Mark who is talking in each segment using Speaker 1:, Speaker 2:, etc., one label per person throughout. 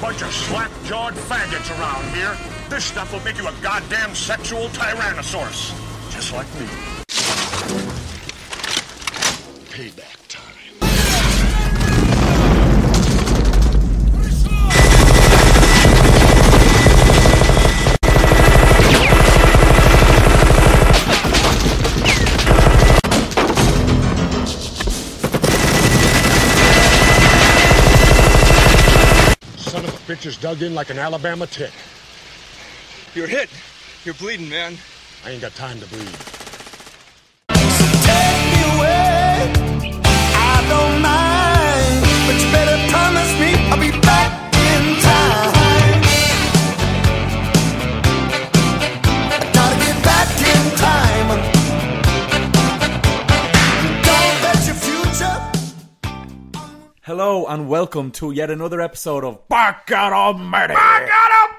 Speaker 1: bunch of slack-jawed faggots around here. This stuff will make you a goddamn sexual tyrannosaurus. Just like me. Payback time. Son of a bitch is dug in like an Alabama tick.
Speaker 2: You're hit. You're bleeding, man.
Speaker 1: I ain't got time to bleed.
Speaker 3: Take me away. I don't mind, but you better promise me I'll be back in time. Gotta get back in time. Don't bet your future.
Speaker 4: Hello and welcome to yet another episode of By God Almighty.
Speaker 3: By God Almighty.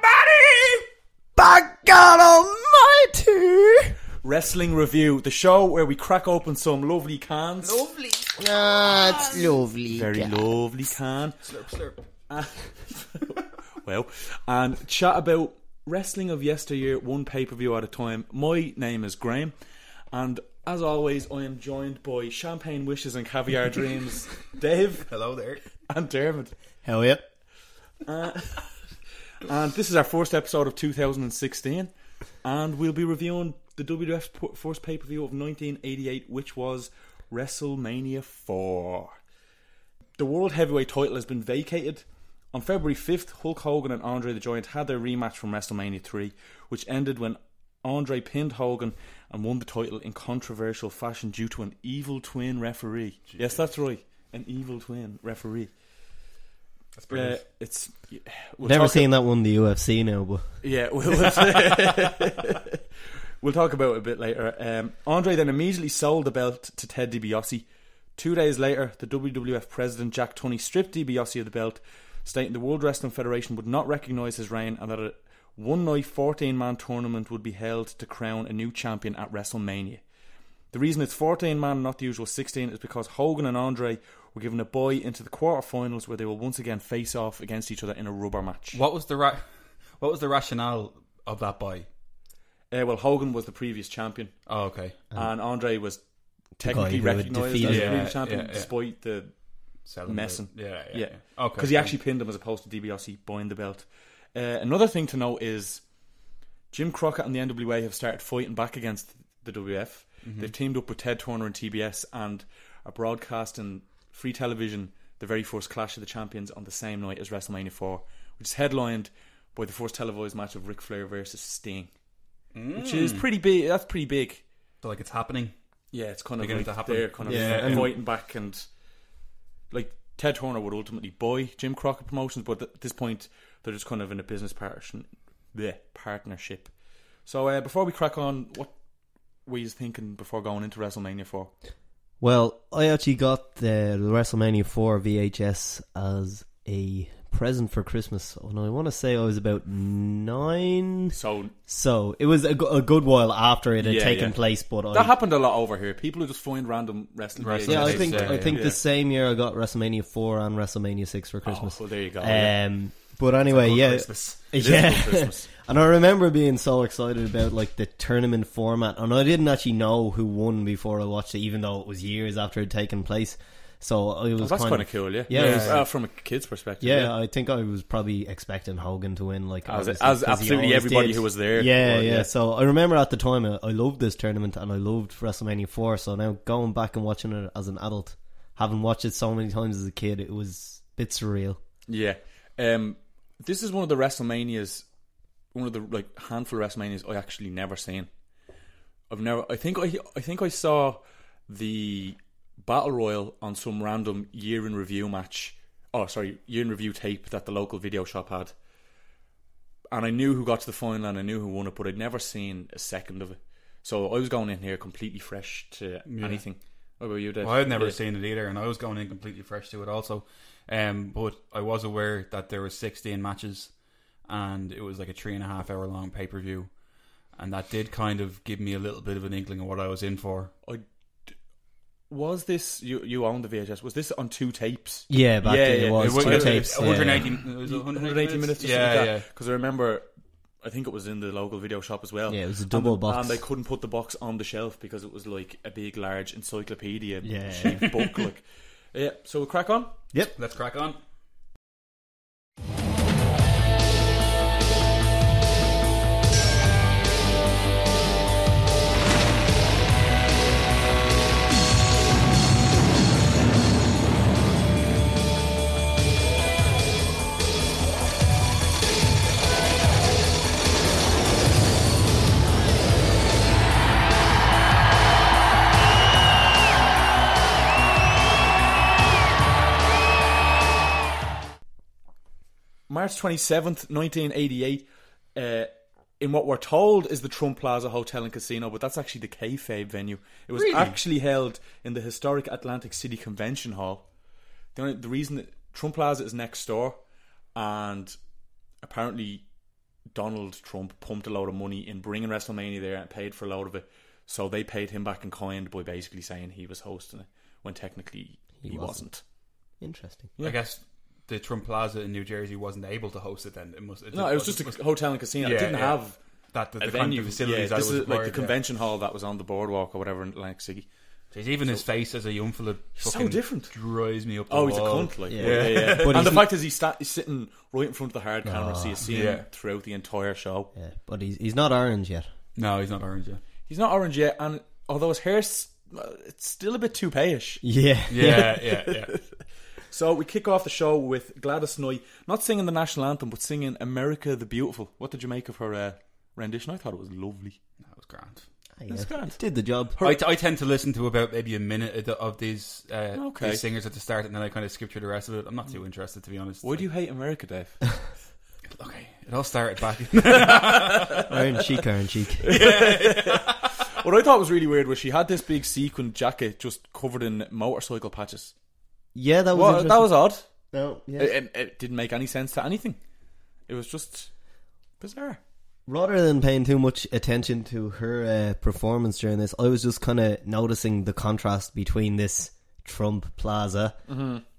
Speaker 4: Wrestling Review, the show where we crack open some lovely cans.
Speaker 5: Ah, it's lovely.
Speaker 4: Very
Speaker 5: Yeah.
Speaker 4: lovely can. Ah. well, and chat about wrestling of yesteryear, one pay per view at a time. My name is Graham, and as always, I am joined by Champagne Wishes and Caviar Dreams, Dave. Hello there. And Dermot.
Speaker 5: Hell yeah.
Speaker 4: And this is our first episode of 2016, and we'll be reviewing the WWF's p- first pay per view of 1988, which was WrestleMania 4. The World Heavyweight title has been vacated. On February 5th, Hulk Hogan and Andre the Giant had their rematch from WrestleMania 3, which ended when Andre pinned Hogan and won the title in controversial fashion due to an evil twin referee. Yes, that's right, an evil twin referee. That's brilliant. it's we'll
Speaker 5: Never
Speaker 4: talk-
Speaker 5: seen that one in the UFC now, but
Speaker 4: yeah, we'll, we'll, we'll talk about it a bit later. Um, Andre then immediately sold the belt to Ted DiBiase. Two days later, the WWF president Jack Tunney stripped DiBiase of the belt, stating the World Wrestling Federation would not recognize his reign and that a one night 14 man tournament would be held to crown a new champion at WrestleMania. The reason it's 14 man, not the usual 16, is because Hogan and Andre were given a bye into the quarterfinals where they will once again face off against each other in a rubber match.
Speaker 6: What was the ra- what was the rationale of that buy?
Speaker 4: Uh, well, Hogan was the previous champion.
Speaker 6: Oh, okay.
Speaker 4: and Andre was technically
Speaker 5: who had
Speaker 4: recognised
Speaker 5: defeated
Speaker 4: as the
Speaker 6: him.
Speaker 4: real
Speaker 6: Yeah,
Speaker 4: champion
Speaker 6: yeah, yeah.
Speaker 4: despite the
Speaker 6: Selling the-
Speaker 4: messing.
Speaker 6: Yeah, yeah.
Speaker 4: yeah.
Speaker 6: yeah. Okay.
Speaker 4: Because he actually pinned him as opposed to DiBiase buying the belt. Uh, another thing to note is Jim Crockett and the NWA have started fighting back against the WF.
Speaker 6: Mm-hmm.
Speaker 4: They've teamed up with Ted Turner and TBS and are broadcasting free television the very first Clash of the Champions on the same night as WrestleMania 4, which is headlined by the first televised match of Ric Flair versus Sting. Which is
Speaker 6: Mm.
Speaker 4: pretty big. That's pretty big.
Speaker 6: So, like it's happening.
Speaker 4: Yeah, it's kind of
Speaker 6: Beginning
Speaker 4: like
Speaker 6: to happen.
Speaker 4: they're kind of
Speaker 5: Yeah,
Speaker 4: yeah,
Speaker 5: and-
Speaker 4: fighting back and like Ted Turner would ultimately buy Jim Crockett Promotions, but at this point they're just kind of in a business partnership. Bleh, partnership. So uh, before we crack on, what were you thinking before going into WrestleMania for?
Speaker 5: well, I actually got the WrestleMania 4 VHS as a present for Christmas, and I want to say I was about nine.
Speaker 4: So
Speaker 5: So it was a, go- a good while after it had
Speaker 4: Yeah,
Speaker 5: taken
Speaker 4: yeah.
Speaker 5: place, but I,
Speaker 4: that happened a lot over here. People who just find random wrestling.
Speaker 6: Wrestling
Speaker 4: videos.
Speaker 5: yeah, I
Speaker 6: It's,
Speaker 5: think
Speaker 6: uh,
Speaker 5: I think
Speaker 4: yeah. Oh,
Speaker 5: the same year I got WrestleMania 4 and WrestleMania 6 for Christmas.
Speaker 4: well, there you go,
Speaker 5: Um,
Speaker 4: yeah.
Speaker 5: But anyway, yeah,
Speaker 6: Christmas.
Speaker 4: is
Speaker 5: yeah.
Speaker 4: good Christmas.
Speaker 5: and I remember being so excited about like the tournament format, and I didn't actually know who won before I watched it, even though it was years after it had taken place. So I was
Speaker 4: Well, that's
Speaker 5: kind
Speaker 4: kind of cool. Yeah,
Speaker 5: Yeah, it was-
Speaker 4: Uh, from a kid's perspective.
Speaker 5: Yeah, I think I was probably expecting Hogan to win, like
Speaker 4: As-
Speaker 5: obviously,
Speaker 4: as
Speaker 5: 'cause he
Speaker 4: absolutely
Speaker 5: always
Speaker 4: everybody
Speaker 5: did.
Speaker 4: who was there
Speaker 5: Yeah,
Speaker 4: would,
Speaker 5: yeah,
Speaker 4: yeah.
Speaker 5: So I remember at the time I, I loved this tournament and I loved WrestleMania four. So now going back and watching it as an adult, having watched it so many times as a kid, it was a bit surreal.
Speaker 4: Yeah. Um, this is one of the WrestleManias, one of the like handful of WrestleManias I actually never seen. I've never. I think I. I think I saw the battle royal on some random year in review match. Oh, sorry, year in review tape that the local video shop had. And I knew who got to the final and I knew who won it, but I'd never seen a second of it. So I was going in here completely fresh to anything. What about you, Dave?
Speaker 6: Well, I'd never
Speaker 4: Yeah.
Speaker 6: seen it either, and I was going in completely fresh to it also. Um, but I was aware that there were sixteen matches, and it was like a three and a half hour long pay per view, and that did kind of give me a little bit of an inkling of what I was in for.
Speaker 4: I d- was this you? You owned the VHS. Was this on two tapes?
Speaker 5: Yeah, back then it was
Speaker 4: was-
Speaker 5: two
Speaker 4: was-
Speaker 5: tapes. yeah.
Speaker 6: 180, it was
Speaker 4: 180 minutes or something
Speaker 6: yeah,
Speaker 4: like
Speaker 6: yeah.
Speaker 4: that. Because I remember, I think it was in the local video shop as well.
Speaker 5: Yeah, it was a
Speaker 4: And
Speaker 5: double
Speaker 4: the-
Speaker 5: box.
Speaker 4: And they couldn't put the box on the shelf because it was like a big, large encyclopedia
Speaker 5: Yeah.
Speaker 4: shaped book. Like, yeah, so we'll crack on.
Speaker 5: Yep.
Speaker 6: Let's crack on.
Speaker 4: March 27th, 1988, uh, in what we're told is the Trump Plaza Hotel and Casino, but that's actually the kayfabe venue. It was actually held in the historic Atlantic City Convention Hall. The, only, the reason that Trump Plaza is next door, and apparently Donald Trump pumped a load of money in bringing WrestleMania there and paid for a load of it. So they paid him back in kind by basically saying he was hosting it when technically he,
Speaker 5: wasn't.
Speaker 4: wasn't.
Speaker 5: Interesting.
Speaker 6: I guess the Trump Plaza in New Jersey wasn't able to host it then. It must. It
Speaker 4: No, it was just a hotel and casino.
Speaker 6: Yeah,
Speaker 4: it didn't
Speaker 6: yeah.
Speaker 4: have
Speaker 6: that the,
Speaker 4: a
Speaker 6: the kind
Speaker 4: venue
Speaker 6: of facilities
Speaker 4: Yeah,
Speaker 6: that
Speaker 4: this is
Speaker 6: was
Speaker 4: like the
Speaker 6: required, yeah.
Speaker 4: convention hall that was on the boardwalk or whatever in Atlantic City.
Speaker 6: Jeez, even his face as a young fella
Speaker 4: so
Speaker 6: fucking
Speaker 4: different.
Speaker 6: drives me up. the
Speaker 4: Oh, he's a
Speaker 6: wall.
Speaker 4: cunt, like
Speaker 5: Yeah.
Speaker 4: yeah, yeah. yeah.
Speaker 5: But
Speaker 4: and the
Speaker 5: he's-
Speaker 4: fact is, he's, sta- he's sitting right in front of the hard camera, so you see him
Speaker 6: Yeah.
Speaker 4: throughout the entire show.
Speaker 5: Yeah, but he's he's not orange yet.
Speaker 6: No, he's not orange. Yeah,
Speaker 4: He's not orange yet, and although his hair's uh, it's still a bit toupeeish.
Speaker 5: Yeah.
Speaker 6: yeah, yeah. yeah.
Speaker 4: So we kick off the show with Gladys Knight not singing the national anthem, but singing "America the Beautiful." What did you make of her uh, rendition? I thought it was lovely.
Speaker 6: that was grand.
Speaker 5: Yeah.
Speaker 4: grand.
Speaker 5: Did the job.
Speaker 6: I, t- I tend to listen to about maybe a minute of, the, of these, uh,
Speaker 4: Okay.
Speaker 6: these singers at the start, and then I kind of skip through the rest of it. I'm not too interested, to be honest.
Speaker 4: Why do you hate America, Dave?
Speaker 6: Okay, it all started back.
Speaker 5: Iron cheek, iron cheek.
Speaker 4: What I thought was really weird was she had this big sequin jacket just covered in motorcycle patches.
Speaker 5: Yeah, that was
Speaker 4: Well, that
Speaker 5: interesting.
Speaker 4: was odd.
Speaker 5: no, yeah.
Speaker 4: It, it, it didn't make any sense to anything. It was just bizarre.
Speaker 5: Rather than paying too much attention to her uh, performance during this, I was just kind of noticing the contrast between this Trump Plaza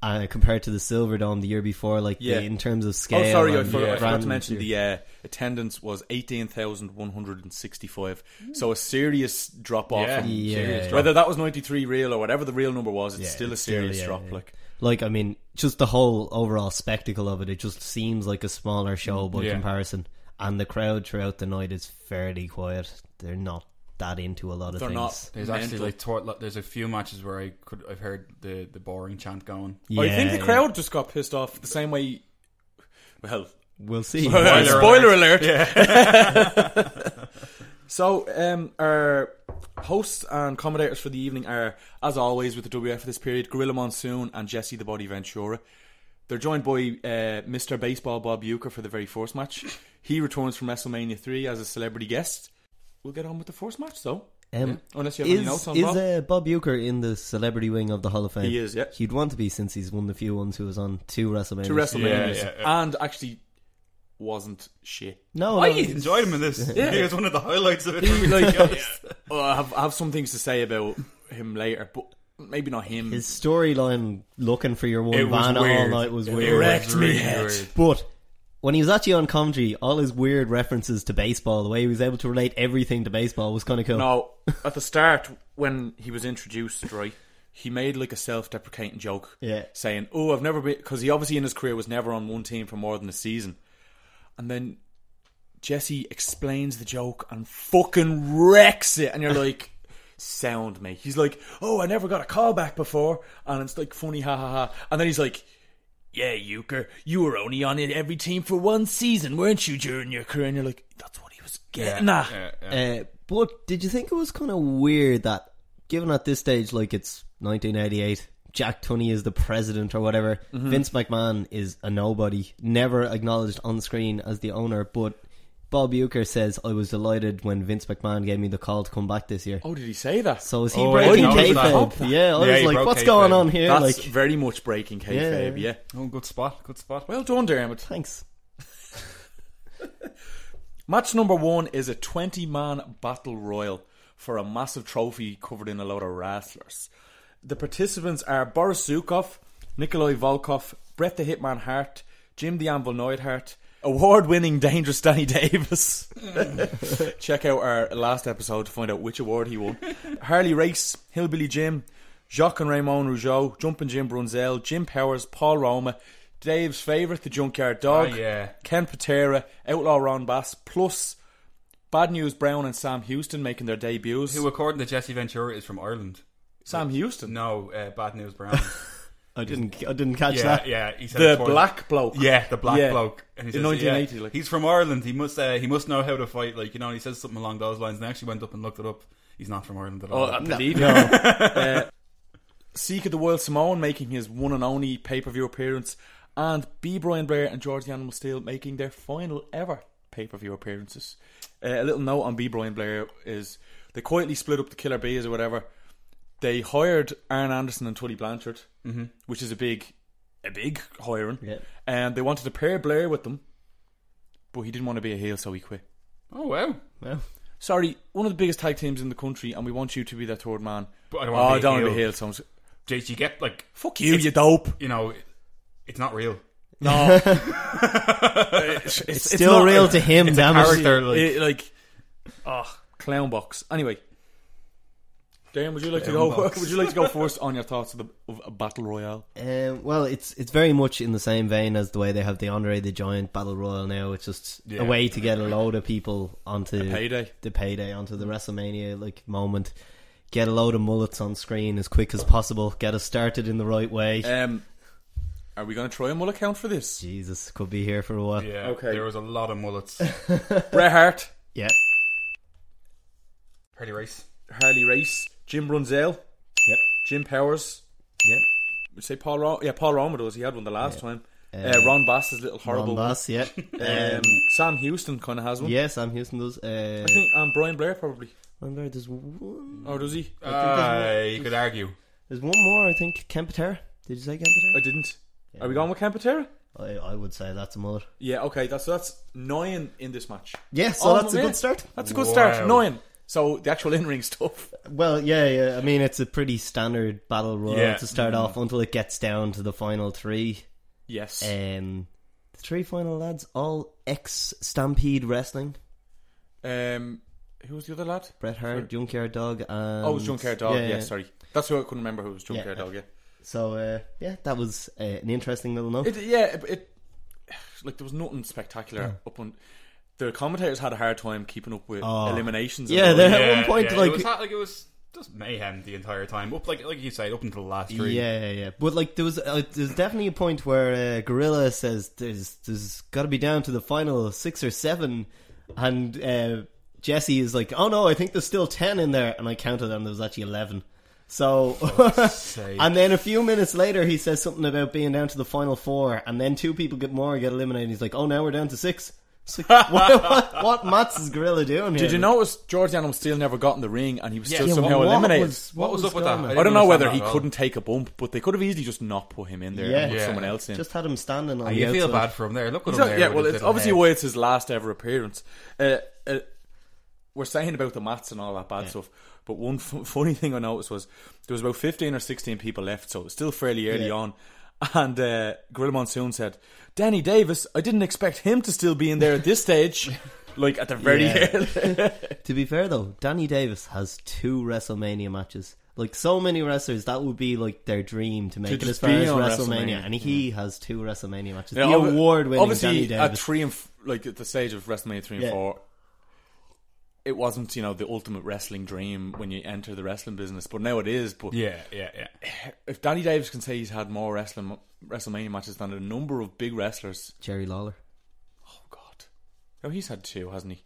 Speaker 5: uh, compared to the Silverdome the year before, like
Speaker 4: Mm-hmm. Yeah.
Speaker 5: the, in terms of
Speaker 4: Oh,
Speaker 5: scale.
Speaker 4: sorry, I,
Speaker 5: and
Speaker 4: for, I forgot to
Speaker 5: grand-
Speaker 4: mention the uh, attendance was eighteen thousand one hundred and sixty-five. So a serious drop off.
Speaker 6: Yeah,
Speaker 4: from-
Speaker 5: Yeah.
Speaker 6: serious drop.
Speaker 4: Whether that was ninety-three real or whatever the real number was, it's
Speaker 5: Yeah,
Speaker 4: still a
Speaker 5: it's still,
Speaker 4: serious
Speaker 5: yeah,
Speaker 4: drop.
Speaker 5: yeah.
Speaker 4: Like,
Speaker 5: Like, I mean, just the whole overall spectacle of it, it just seems like a smaller show by
Speaker 6: Yeah.
Speaker 5: comparison. And the crowd throughout the night is fairly quiet. They're not that into a lot of
Speaker 4: They're
Speaker 5: things.
Speaker 4: not.
Speaker 6: There's
Speaker 4: mental.
Speaker 6: actually like tw- like, there's a few matches where I could I've heard the the boring chant going.
Speaker 4: I think
Speaker 5: Yeah,
Speaker 4: the
Speaker 5: yeah.
Speaker 4: crowd just got pissed off the same way. Well,
Speaker 5: We'll see.
Speaker 4: spoiler,
Speaker 6: Spoiler
Speaker 4: alert. so, um, our hosts and commentators for the evening are, as always, with the WF for this period, Gorilla Monsoon and Jesse the Body Ventura. They're joined by uh, Mr. Baseball Bob Euchre for the very first match. He returns from WrestleMania 3 as a celebrity guest. We'll get on with the first match, though.
Speaker 5: Um,
Speaker 4: Unless you have
Speaker 5: is
Speaker 4: any notes on
Speaker 5: is
Speaker 4: Bob.
Speaker 5: Uh, Bob Euchre in the celebrity wing of the Hall of Fame?
Speaker 4: He is, yeah.
Speaker 5: He'd want to be since he's won the few ones who was on two WrestleMania.
Speaker 4: to WrestleMania.
Speaker 6: Yeah, yeah,
Speaker 4: And actually wasn't shit.
Speaker 5: No,
Speaker 6: I
Speaker 5: no, it's-
Speaker 6: enjoyed him in this.
Speaker 4: Yeah.
Speaker 6: It was one of the highlights of it.
Speaker 4: like, oh, I, have, I have some things to say about him later, but maybe not him.
Speaker 5: His storyline looking for your one
Speaker 6: It was
Speaker 5: van all
Speaker 6: weird.
Speaker 5: night was
Speaker 6: It
Speaker 5: weird.
Speaker 4: Erect
Speaker 6: was
Speaker 4: me
Speaker 6: really
Speaker 4: head.
Speaker 6: weird.
Speaker 5: But when he was actually on commentary, all his weird references to baseball, the way he was able to relate everything to baseball, was kind of cool.
Speaker 4: No,
Speaker 6: Oh.
Speaker 4: at the start when he was introduced, right, he made like a self-deprecating joke,
Speaker 5: Yeah.
Speaker 4: saying, "Oh, I've never been," because he obviously in his career was never on one team for more than a season, and then Jesse explains the joke and fucking wrecks it, and you're like. Sound me. He's like, "Oh, I never got a call back before," and it's like funny, ha ha ha. And then he's like, "Yeah, Euchre, you were only on it every team for one season, weren't you, during your career?" And you're like, "That's what he was getting at."
Speaker 6: Yeah, yeah.
Speaker 5: Uh, but did you think it was kind of weird that, given at this stage, like it's 1988, Jack Tunney is the president or whatever,
Speaker 6: Mm-hmm.
Speaker 5: Vince McMahon is a nobody, never acknowledged on screen as the owner, but Bob Euchre says, I was delighted when Vince McMahon gave me the call to come back this year.
Speaker 4: Oh, did he say that?
Speaker 5: So is he
Speaker 6: Oh, I
Speaker 5: breaking
Speaker 6: didn't know
Speaker 5: kayfabe?
Speaker 6: that.
Speaker 5: Yeah, I
Speaker 6: Yeah,
Speaker 5: was
Speaker 6: he
Speaker 5: like,
Speaker 6: broke
Speaker 5: what's going
Speaker 6: kayfabe.
Speaker 5: on here?
Speaker 4: That's
Speaker 5: like,
Speaker 4: very much breaking kayfabe, yeah.
Speaker 5: Yeah.
Speaker 6: Oh, good spot. Good spot.
Speaker 4: Well done, Dermot.
Speaker 5: thanks.
Speaker 4: Match number one is a 20 man battle royal for a massive trophy covered in a load of wrestlers. The participants are Boris Zukov, Nikolai Volkov, Brett the Hitman Hart, Jim the Anvil Neidhart, award-winning Dangerous Danny Davis. Check out our last episode to find out which award he won. Harley Race, Hillbilly Jim, Jacques and Raymond Rougeau, Jumpin' Jim Brunzel, Jim Powers, Paul Roma, Dave's favourite, the Junkyard Dog,
Speaker 6: Ah, yeah.
Speaker 4: Ken Patera, Outlaw Ron Bass, plus Bad News Brown and Sam Houston making their debuts.
Speaker 6: Who, according to Jesse Ventura, is from Ireland.
Speaker 4: Sam Houston?
Speaker 6: No, uh, Bad News Brown.
Speaker 5: I didn't. I didn't catch
Speaker 6: yeah,
Speaker 5: that.
Speaker 6: yeah. He said
Speaker 4: The
Speaker 6: it's for-
Speaker 4: black bloke.
Speaker 6: Yeah, the black
Speaker 4: Yeah.
Speaker 6: bloke. And he
Speaker 4: In
Speaker 6: says,
Speaker 4: 1980,
Speaker 6: yeah,
Speaker 4: like-
Speaker 6: he's from Ireland. He must uh, he must know how to fight. Like you know, and he says something along those lines. And I actually went up and looked it up. He's not from Ireland at all.
Speaker 4: indeed. No. uh, Seek of the World Samoan making his one and only pay per view appearance, and B. Brian Blair and George the Animal Steel making their final ever pay per view appearances. Uh, a little note on B. Brian Blair is they quietly split up the Killer Bees or whatever. They hired Aaron Anderson and Tully Blanchard, which is a big, a big hiring.
Speaker 5: Yeah.
Speaker 4: And they wanted to pair Blair with them, but he didn't want to be a heel, so he quit.
Speaker 6: oh wow.
Speaker 5: Well,
Speaker 4: Sorry, one of the biggest tag teams in the country, and we want you to be their third man.
Speaker 6: But I don't
Speaker 4: oh,
Speaker 6: wanna be
Speaker 4: I
Speaker 6: a
Speaker 4: don't want to
Speaker 6: heel.
Speaker 4: be heel. So I'm s-
Speaker 6: Jake, you get like
Speaker 4: fuck you, you dope.
Speaker 6: you know, it's not real.
Speaker 4: No, it's,
Speaker 5: it's, still
Speaker 4: not-
Speaker 5: real to him.
Speaker 6: It's a
Speaker 5: Damn it.
Speaker 6: character. Like,
Speaker 4: It, like, oh, clown box. Anyway, Dan, would you like
Speaker 6: Clown
Speaker 4: to go?
Speaker 6: box.
Speaker 4: Would you like to go first on your thoughts of, the, of a battle royale?
Speaker 5: Um, well, it's it's very much in the same vein as the way they have the Andre the Giant Battle Royal now. It's just
Speaker 6: Yeah.
Speaker 5: a way to get a load of people onto
Speaker 4: payday.
Speaker 5: the payday onto the WrestleMania like moment. Get a load of mullets on screen as quick as possible. Get us started in the right way.
Speaker 4: Um, are we going to try and will account for this?
Speaker 5: Jesus could be here for a while.
Speaker 6: yeah.
Speaker 4: Okay.
Speaker 6: There was a lot of mullets.
Speaker 4: Bret Hart,
Speaker 5: Yeah.
Speaker 6: Pretty race.
Speaker 4: Harley Race, Jim Brunzel,
Speaker 5: Yep.
Speaker 4: Jim Powers.
Speaker 5: Yep.
Speaker 4: We say Paul. Ro- yeah, Paul Roma does. He had one the last time. uh,
Speaker 5: Um,
Speaker 4: Ron Bass's little
Speaker 5: Ron
Speaker 4: horrible. one.
Speaker 5: Bass, yeah.
Speaker 4: Um, Sam Houston kind of has one.
Speaker 5: yeah, Sam Houston does. Uh,
Speaker 4: I think um, Brian Blair probably,
Speaker 5: Remember, there's one.
Speaker 4: or does he?
Speaker 6: Uh, you could argue.
Speaker 5: There's one more, I think. Kempetera. Did you say
Speaker 4: I
Speaker 5: Kempetera?
Speaker 4: didn't. Are we going with Campatera?
Speaker 5: I, I would say that's a mullet.
Speaker 4: Yeah. Okay. That's so that's nine in this match.
Speaker 5: Yeah, so
Speaker 4: Oh,
Speaker 5: that's a
Speaker 4: yeah.
Speaker 5: good start.
Speaker 4: That's a good
Speaker 6: Wow.
Speaker 4: start. Nine. So the actual in-ring stuff.
Speaker 5: Well, yeah, yeah. I mean, it's a pretty standard battle royal
Speaker 6: Yeah.
Speaker 5: to start
Speaker 4: Mm.
Speaker 5: off until it gets down to the final three.
Speaker 4: Yes.
Speaker 5: Um, the three final lads, all ex Stampede Wrestling.
Speaker 4: Um, who was the other lad?
Speaker 5: Bret Hart, Junkyard Dog, and
Speaker 4: Oh, it was Junkyard Dog.
Speaker 5: Yeah,
Speaker 4: Yeah, sorry. That's who I couldn't remember. Who was Junkyard
Speaker 5: Yeah.
Speaker 4: Dog? Yeah.
Speaker 5: So, uh, yeah, that was uh, an interesting little note.
Speaker 4: It, yeah. It, it like there was nothing spectacular up on. The commentators had a hard time keeping up with eliminations. and
Speaker 5: Oh. yeah,
Speaker 4: all.
Speaker 5: they at one point,
Speaker 6: yeah,
Speaker 5: like,
Speaker 6: it was hot- like it was just mayhem the entire time. Up like like you say, up until the last three.
Speaker 5: Yeah, yeah, yeah. But like, there was uh, there's definitely a point where uh, Gorilla says there's there's got to be down to the final six or seven, and uh, Jesse is like, oh no, I think there's still ten in there, and I counted and there was actually eleven. So,
Speaker 6: sake.
Speaker 5: and then a few minutes later, he says something about being down to the final four, and then two people get more get eliminated. He's like, "Oh, now we're down to six. It's like, what, what, what Mats is Gorilla doing here?
Speaker 4: Did you notice George Animal still never got in the ring and he was still
Speaker 5: Yeah,
Speaker 4: somehow
Speaker 5: what,
Speaker 4: eliminated?
Speaker 5: was,
Speaker 6: What was up with
Speaker 5: going
Speaker 6: that?
Speaker 5: on?
Speaker 6: I
Speaker 4: I don't know
Speaker 6: understand
Speaker 4: whether
Speaker 6: that
Speaker 4: he
Speaker 6: at all.
Speaker 4: couldn't take a bump, but they could have easily just not put him in there
Speaker 5: Yeah.
Speaker 4: and put
Speaker 6: Yeah.
Speaker 4: someone else in.
Speaker 5: Just had him standing. On
Speaker 6: And
Speaker 5: the
Speaker 6: you feel
Speaker 5: outside.
Speaker 6: bad for him there. Look
Speaker 4: He's
Speaker 6: at him
Speaker 4: not-
Speaker 6: there.
Speaker 4: yeah,
Speaker 6: with
Speaker 4: well,
Speaker 6: his
Speaker 4: it's
Speaker 6: little
Speaker 4: obviously
Speaker 6: head.
Speaker 4: why it's his last ever appearance. Uh, uh, we're saying about the mats and all that bad stuff, but one f- funny thing I noticed was there was about fifteen or sixteen people left, so it was still fairly early
Speaker 5: Yeah.
Speaker 4: on. And uh, Gorilla Monsoon said, "Danny Davis, I didn't expect him to still be in there at this stage, like at the very
Speaker 5: Yeah.
Speaker 4: early."
Speaker 5: To be fair though, Danny Davis has two WrestleMania matches. Like so many wrestlers, that would be like their dream to make it
Speaker 4: just
Speaker 5: as far
Speaker 4: be
Speaker 5: as
Speaker 4: on
Speaker 5: WrestleMania,
Speaker 4: WrestleMania.
Speaker 5: and he has two WrestleMania matches.
Speaker 4: Yeah,
Speaker 5: the
Speaker 4: obvi-
Speaker 5: award-winning Danny
Speaker 4: Obviously, at
Speaker 5: Davis.
Speaker 4: three and f- like at the stage of WrestleMania three and
Speaker 5: Yeah.
Speaker 4: four, it wasn't you know the ultimate wrestling dream when you enter the wrestling business, but now it is. But
Speaker 6: Yeah, yeah, yeah.
Speaker 4: if Danny Davis can say he's had more wrestling WrestleMania matches than a number of big wrestlers,
Speaker 5: Jerry Lawler.
Speaker 4: oh god, no, he's had two, hasn't he?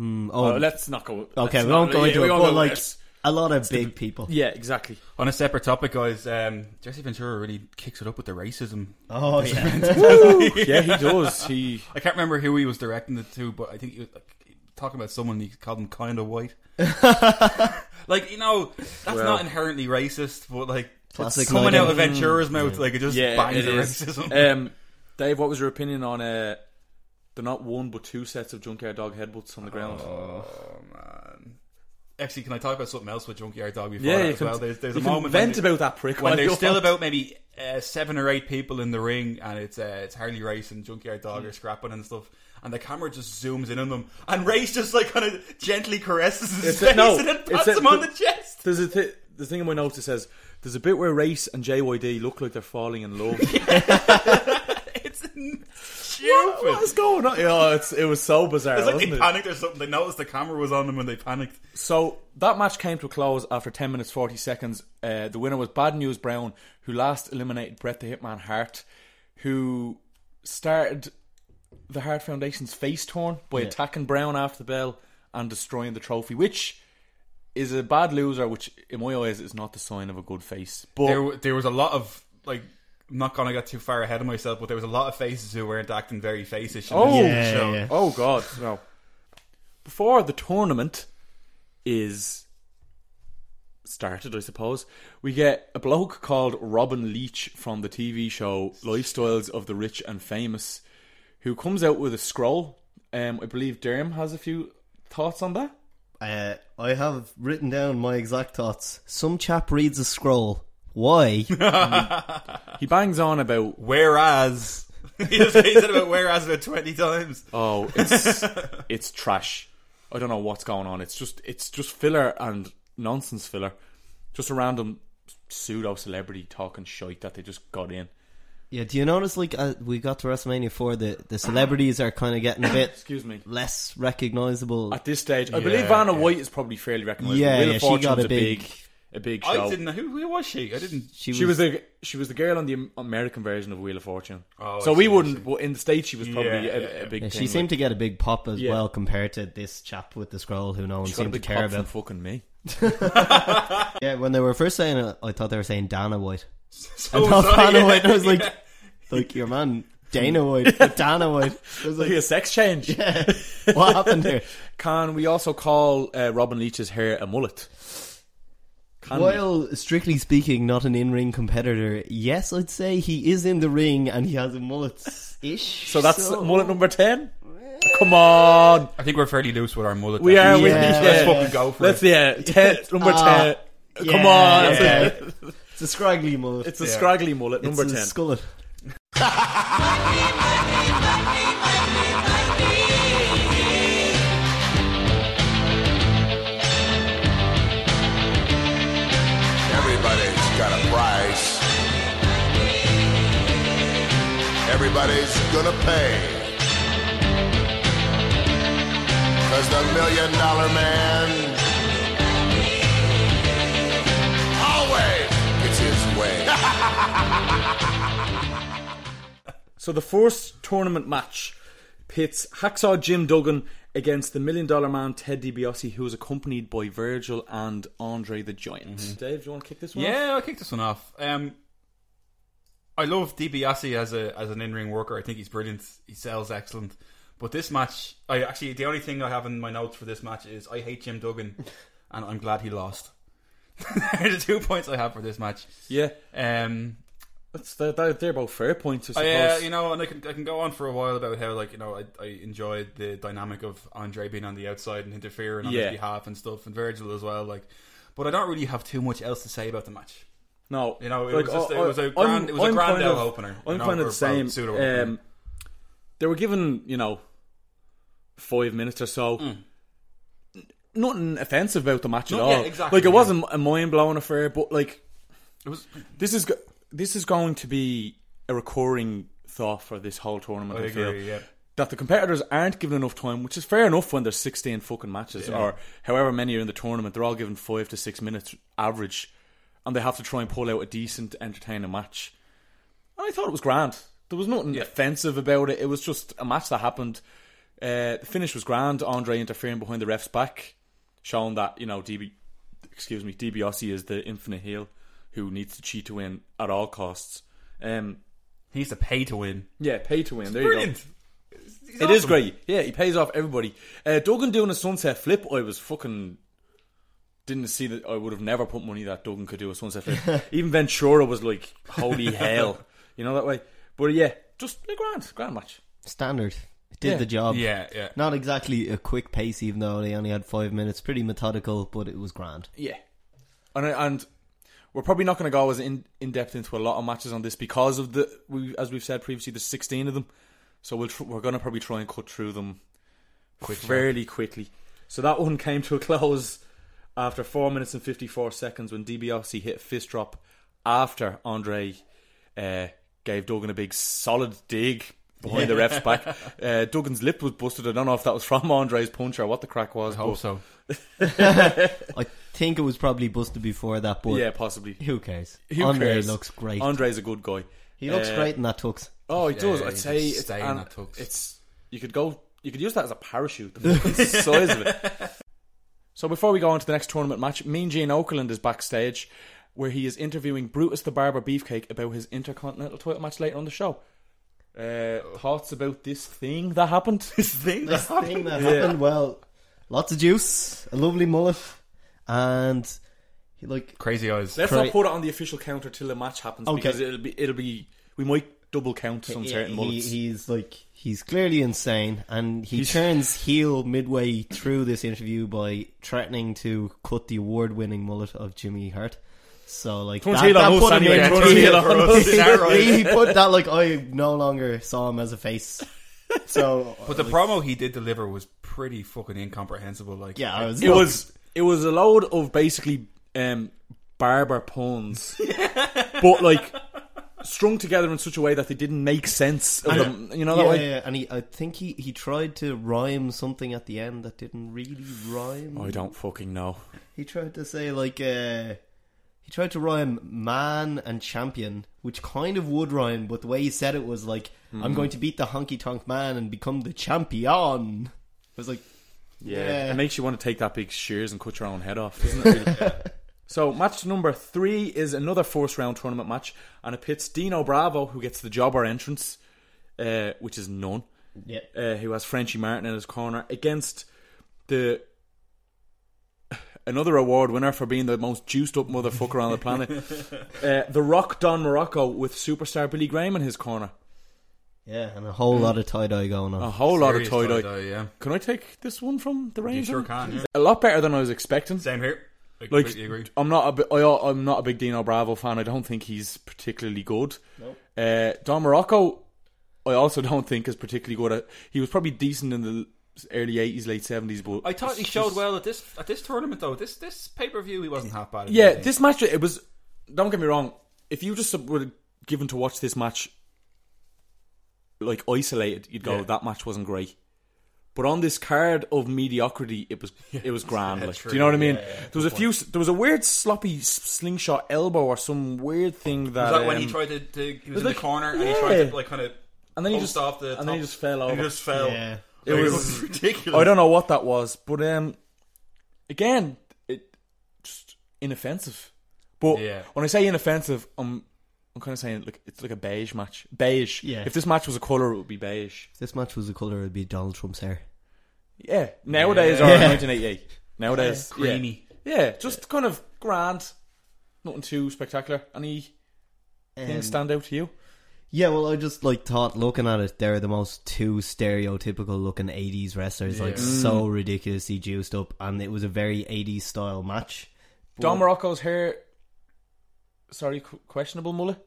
Speaker 5: Mm, oh,
Speaker 4: Uh, let's not go.
Speaker 5: okay,
Speaker 4: let's
Speaker 5: we won't
Speaker 4: not-
Speaker 5: go
Speaker 4: yeah,
Speaker 5: into
Speaker 4: we
Speaker 5: it.
Speaker 4: won't
Speaker 5: But
Speaker 4: go-
Speaker 5: like
Speaker 4: let's-
Speaker 5: a lot of big people.
Speaker 4: yeah, exactly.
Speaker 6: On a separate topic, guys, um, Jesse Ventura really kicks it up with the racism.
Speaker 5: Oh yeah,
Speaker 4: yeah, he does. He
Speaker 6: I can't remember who he was directing it to, but I think he was like, talking about someone he called him kind of white. like you know, that's not inherently racist, but like
Speaker 5: Classic
Speaker 6: it's coming out
Speaker 5: Lloyd.
Speaker 6: of Ventura's mouth, like it just
Speaker 4: Mm. yeah,
Speaker 6: bangs
Speaker 4: it
Speaker 6: the
Speaker 4: is.
Speaker 6: racism.
Speaker 4: Um, Dave, what was your opinion on uh, Oh, the not one but two sets of junkyard dog headbutts on the ground?
Speaker 6: oh man. actually, can I talk about something else with Junkyard Dog before
Speaker 4: Yeah,
Speaker 6: that
Speaker 4: you
Speaker 6: as
Speaker 4: can-
Speaker 6: well? There's, there's
Speaker 4: you
Speaker 6: a
Speaker 4: can
Speaker 6: moment
Speaker 4: vent
Speaker 6: when-
Speaker 4: about that prick
Speaker 6: when
Speaker 4: all
Speaker 6: there's
Speaker 4: you
Speaker 6: still
Speaker 4: want.
Speaker 6: about maybe uh, seven or eight people in the ring, and it's uh, it's Harley Race and Junkyard Dog
Speaker 4: Mm.
Speaker 6: are scrapping and stuff, and the camera just zooms in on them, and Race just like kind of gently caresses his
Speaker 4: It's a-
Speaker 6: face
Speaker 4: no,
Speaker 6: and then
Speaker 4: it's
Speaker 6: pats
Speaker 4: a-
Speaker 6: him on the
Speaker 4: th-
Speaker 6: chest.
Speaker 4: There's a th- the thing in my notes that says there's a bit where Race and JYD look like they're falling in love.
Speaker 6: It's stupid.
Speaker 4: what, what is going on? Yeah, it's, it was so bizarre.
Speaker 6: It's like
Speaker 4: wasn't
Speaker 6: they
Speaker 4: it?
Speaker 6: panicked or something. They noticed the camera was on them when they panicked.
Speaker 4: So that match came to a close after 10 minutes 40 seconds. Uh, the winner was Bad News Brown, who last eliminated Brett the Hitman Hart, who started the Hart Foundation's face torn by attacking Brown after the bell and destroying the trophy, which is a bad loser, which in my eyes is not the sign of a good face. But
Speaker 6: There, w- there was a lot of like. I'm not gonna get too far ahead of myself, but there was a lot of faces who weren't acting very facish. in
Speaker 4: Oh,
Speaker 6: this
Speaker 5: Yeah,
Speaker 6: show.
Speaker 5: yeah.
Speaker 4: oh god, no. Before the tournament is started, I suppose, we get a bloke called Robin Leach from the TV show Lifestyles of the Rich and Famous, who comes out with a scroll. Um, I believe Derm has a few thoughts on that.
Speaker 5: Uh, I have written down my exact thoughts. Some chap reads a scroll. Why?
Speaker 4: He bangs on about
Speaker 6: Whereas he just- he said about whereas about twenty times.
Speaker 4: oh, it's it's trash. I don't know what's going on. It's just it's just filler and nonsense filler. Just a random pseudo celebrity talking shite that they just got in.
Speaker 5: yeah, do you notice, like, uh, we got to WrestleMania 4, the, the celebrities are kind of getting a bit
Speaker 4: Excuse me.
Speaker 5: less recognizable.
Speaker 4: At this stage, I believe Vanna White is probably fairly recognisable.
Speaker 5: Yeah,
Speaker 4: Wheel
Speaker 5: yeah,
Speaker 4: of
Speaker 5: she got
Speaker 4: Fortune's
Speaker 5: a
Speaker 4: a big,
Speaker 5: big-
Speaker 4: a big
Speaker 6: I
Speaker 4: show.
Speaker 6: didn't know who, who was she. I didn't.
Speaker 4: she was the she was the girl on the American version of Wheel of Fortune.
Speaker 6: Oh, I
Speaker 4: so we
Speaker 6: see, I
Speaker 4: wouldn't. Well, in the states, she was probably
Speaker 6: Yeah,
Speaker 4: a,
Speaker 6: yeah,
Speaker 4: a big.
Speaker 5: Yeah, she
Speaker 4: thing,
Speaker 5: seemed to get a big pop as
Speaker 4: Yeah.
Speaker 5: well compared to this chap with the scroll who no one
Speaker 4: like, got a
Speaker 5: seemed to
Speaker 4: big
Speaker 5: care
Speaker 4: pop from
Speaker 5: about.
Speaker 4: fucking me.
Speaker 5: Yeah, when they were first saying it, I thought they were saying Dana White.
Speaker 6: So
Speaker 5: I thought
Speaker 6: sorry.
Speaker 5: Dana White. I was like,
Speaker 6: Yeah.
Speaker 5: like your man Dana White, but Dana White. I was
Speaker 4: Like a
Speaker 5: like,
Speaker 4: sex change.
Speaker 5: what happened here?
Speaker 4: Can we also call uh, Robin Leach's hair a mullet? Can we?
Speaker 5: While strictly speaking, not an in-ring competitor. Yes, I'd say he is in the ring and he has a mullet ish.
Speaker 4: So that's mullet number ten. Come on,
Speaker 6: I think we're fairly loose with our mullet.
Speaker 4: we are.
Speaker 6: then.
Speaker 4: with
Speaker 5: Yeah.
Speaker 6: Let's fucking go for
Speaker 4: Let's
Speaker 6: it.
Speaker 4: yeah, ten, number
Speaker 5: Ah,
Speaker 4: ten. Come on,
Speaker 5: yeah. it's a scraggly mullet.
Speaker 4: it's a scraggly mullet
Speaker 5: It's
Speaker 4: number
Speaker 5: a
Speaker 4: ten.
Speaker 5: skullet.
Speaker 7: Everybody's got a price. Everybody's gonna pay. Cause the million dollar man always gets his way.
Speaker 4: So the first tournament match pits Hacksaw Jim Duggan against the Million Dollar Man Ted DiBiase, who is accompanied by Virgil and Andre the Giant. Dave, do you want to kick this one? off?
Speaker 6: Mm-hmm. Yeah, I'll kick this one off. Um, I love DiBiase as a as an in ring worker. I think he's brilliant. He sells excellent. But this match, I actually the only thing I have in my notes for this match is I hate Jim Duggan, and I'm glad he lost. They're the two points I have for this match.
Speaker 4: yeah.
Speaker 6: Um,
Speaker 4: That's they're, they're they're both fair points, I suppose.
Speaker 6: Oh, Yeah, you know, and I can I can go on for a while about how like you know I, I enjoyed the dynamic of Andre being on the outside and interfering on
Speaker 4: Yeah.
Speaker 6: his behalf and stuff, and Virgil as well. Like, but I don't really have too much else to say about the match.
Speaker 4: No,
Speaker 6: You know, it
Speaker 4: Like,
Speaker 6: was just- it
Speaker 4: I- I-
Speaker 6: was a
Speaker 4: I'm-
Speaker 6: grand- it was a
Speaker 4: I'm
Speaker 6: grand
Speaker 4: kind
Speaker 6: L
Speaker 4: of-
Speaker 6: opener,
Speaker 4: I'm
Speaker 6: you know,
Speaker 4: kind of
Speaker 6: or
Speaker 4: the same.
Speaker 6: pseudo opener.
Speaker 4: Um, they were given, you know, five minutes or so. N- Nothing offensive about the match at
Speaker 6: Mm. No,
Speaker 4: all.
Speaker 6: yeah, exactly,
Speaker 4: Like it
Speaker 6: yeah.
Speaker 4: wasn't a mind blowing affair, but like
Speaker 6: It was mm.
Speaker 4: this is go- this is going to be a recurring thought for this whole tournament.
Speaker 6: I
Speaker 4: I feel.
Speaker 6: agree, yeah.
Speaker 4: That the competitors aren't given enough time, which is fair enough when there's 16 fucking matches or however many are in the tournament. They're all given five to six minutes average, and they have to try and pull out a decent, entertaining match. And I thought it was grand. There was nothing offensive about it. It was just a match that happened. Uh, the finish was grand. Andre interfering behind the ref's back, showing that you know DB, excuse me, DiBiase is the infinite heel who needs to cheat to win at all costs. Um,
Speaker 6: he needs to pay to win.
Speaker 4: yeah, pay to win. There you
Speaker 6: Brilliant. He's
Speaker 4: go. It is
Speaker 6: awesome.
Speaker 4: great. Yeah, he pays off everybody. Uh, Duggan doing a sunset flip. I was fucking didn't see that. I would have never put money that Duggan could do a sunset flip. Even Ventura was like, "Holy hell!" You know that way. But yeah, just a grand, grand match.
Speaker 5: Standard. did
Speaker 4: Yeah.
Speaker 5: the job.
Speaker 6: Yeah, yeah.
Speaker 5: Not exactly a quick pace, even though they only had five minutes. Pretty methodical, but it was grand.
Speaker 4: Yeah, and I- and we're probably not going to go as in in depth into a lot of matches on this because of the we as we've said previously, there's 16 of them, so we'll tr- we're going to probably try and cut through them fairly quickly. So that one came to a close after four minutes and 54 seconds when DiBiase hit a fist drop after Andre uh, gave Duggan a big solid dig. Behind the ref's back, uh, Duggan's lip was busted. I don't know if that was from Andre's punch or what the crack was.
Speaker 6: hope
Speaker 4: but-
Speaker 6: so.
Speaker 5: I think it was probably busted before that, but
Speaker 4: Yeah, possibly.
Speaker 5: who cares?
Speaker 4: Who
Speaker 5: Andre
Speaker 4: cares?
Speaker 5: looks great.
Speaker 4: Andre's a good guy.
Speaker 5: he looks
Speaker 4: Uh,
Speaker 5: great in that tux.
Speaker 4: Oh, he does.
Speaker 6: Yeah,
Speaker 4: I'd
Speaker 6: he's
Speaker 4: say
Speaker 6: just
Speaker 4: it's,
Speaker 6: staying
Speaker 4: and
Speaker 6: at Tux.
Speaker 4: it's you could go you could use that as a parachute. The fucking size of it. So before we go on to the next tournament match, Mean Gene Oakland is backstage where he is interviewing Brutus the Barber Beefcake about his Intercontinental title match later on the show. Uh, thoughts about this thing that happened? this thing
Speaker 5: This thing that happened, well, lots of juice, a lovely mullet, and he like
Speaker 6: Crazy eyes.
Speaker 4: Let's
Speaker 5: Cra-
Speaker 4: not put it on the official counter till the match happens
Speaker 5: Okay.
Speaker 4: because it'll be it'll be we might double count some certain
Speaker 5: he,
Speaker 4: mullets.
Speaker 5: he's like he's clearly insane, and he turns heel midway through this interview by threatening to cut the award-winning mullet of Jimmy Hart. So like
Speaker 4: Turns
Speaker 5: that,
Speaker 4: heel on
Speaker 5: that
Speaker 4: us
Speaker 5: put him
Speaker 4: anyway,
Speaker 5: in-
Speaker 4: turns
Speaker 5: turns
Speaker 4: heel
Speaker 5: heel
Speaker 4: on
Speaker 5: on
Speaker 4: us.
Speaker 5: us.
Speaker 4: That right.
Speaker 5: he, he put that like I no longer saw him as a face. So
Speaker 6: But the promo he did deliver was pretty fucking incomprehensible. Like,
Speaker 5: yeah, I was,
Speaker 4: It was it was a load of basically um, barber puns, but like strung together in such a way that they didn't make sense of them. You know that
Speaker 5: yeah,
Speaker 4: way.
Speaker 5: yeah, and he, I think he, he tried to rhyme something at the end that didn't really rhyme.
Speaker 4: I don't fucking know.
Speaker 5: He tried to say like uh he tried to rhyme man and champion, which kind of would rhyme, but the way he said it was like, "I'm going to beat the honky tonk man and become the champion." I was like, Yeah.
Speaker 4: It makes you want to take that big shears and cut your own head off, doesn't it? really? so match number three is another first round tournament match, and it pits Dino Bravo, who gets the jobber entrance, uh, which is none.
Speaker 5: "Yeah,
Speaker 4: uh, who has Frenchie Martin in his corner against the another award winner for being the most juiced up motherfucker on the planet, uh, the Rock Don Morocco with superstar Billy Graham in his corner.
Speaker 5: yeah," and a whole lot of tie dye going on.
Speaker 4: A whole
Speaker 6: serious
Speaker 4: lot of tie dye.
Speaker 6: tie-dye, Yeah,
Speaker 4: Can I take this one from the
Speaker 6: you
Speaker 4: Rangers?
Speaker 6: sure can. yeah.
Speaker 4: A lot better than I was expecting.
Speaker 6: Same here. I
Speaker 4: Like,
Speaker 6: completely agree.
Speaker 4: I'm not a bi- I, I'm not a big Dino Bravo fan. I don't think he's particularly good. Uh, Don Morocco, I also don't think is particularly good. At, he was probably decent in the early 80s, late 70s, but
Speaker 6: I thought he showed well at this at this tournament though. This this pay per view he wasn't half bad. at
Speaker 4: Yeah,
Speaker 6: anything.
Speaker 4: this match it was. Don't get me wrong. If you just were given to watch this match, like isolated, you'd go
Speaker 6: Yeah.
Speaker 4: that match wasn't great. But on this card of mediocrity, it was it was grand. like, do
Speaker 6: true,
Speaker 4: you know what I mean?
Speaker 6: yeah, yeah,
Speaker 4: there was a few. There was a weird sloppy s- slingshot elbow or some weird thing that.
Speaker 6: was that when he
Speaker 4: um,
Speaker 6: tried to, to he was
Speaker 4: was
Speaker 6: in
Speaker 4: like-
Speaker 6: the corner and
Speaker 4: yeah.
Speaker 6: he tried to like kind of
Speaker 4: and then he just
Speaker 6: off the
Speaker 4: and then he
Speaker 6: top,
Speaker 4: just fell
Speaker 6: and
Speaker 4: over.
Speaker 6: he just fell.
Speaker 5: Yeah.
Speaker 4: It
Speaker 6: Like,
Speaker 4: was-
Speaker 6: ridiculous.
Speaker 4: I don't know what that was, but um, again, it just inoffensive. But
Speaker 6: Yeah.
Speaker 4: when I say inoffensive, I'm I'm kind of saying like it's like a beige match. Beige.
Speaker 5: Yeah.
Speaker 4: If this match was a color, it would be beige.
Speaker 5: If this match was the color, it'd be Donald Trump's hair.
Speaker 4: Yeah. Nowadays or 1988. Nowadays, yeah.
Speaker 6: Creamy.
Speaker 4: Yeah, just kind of grand. Nothing too spectacular. Any
Speaker 5: Um,
Speaker 4: things stand out to you?
Speaker 5: Yeah, well, I just like thought looking at it, they're the most two stereotypical looking '80s wrestlers, like so ridiculously juiced up, and it was a very '80s style match.
Speaker 4: Don Morocco's hair. Sorry, qu- questionable mullet.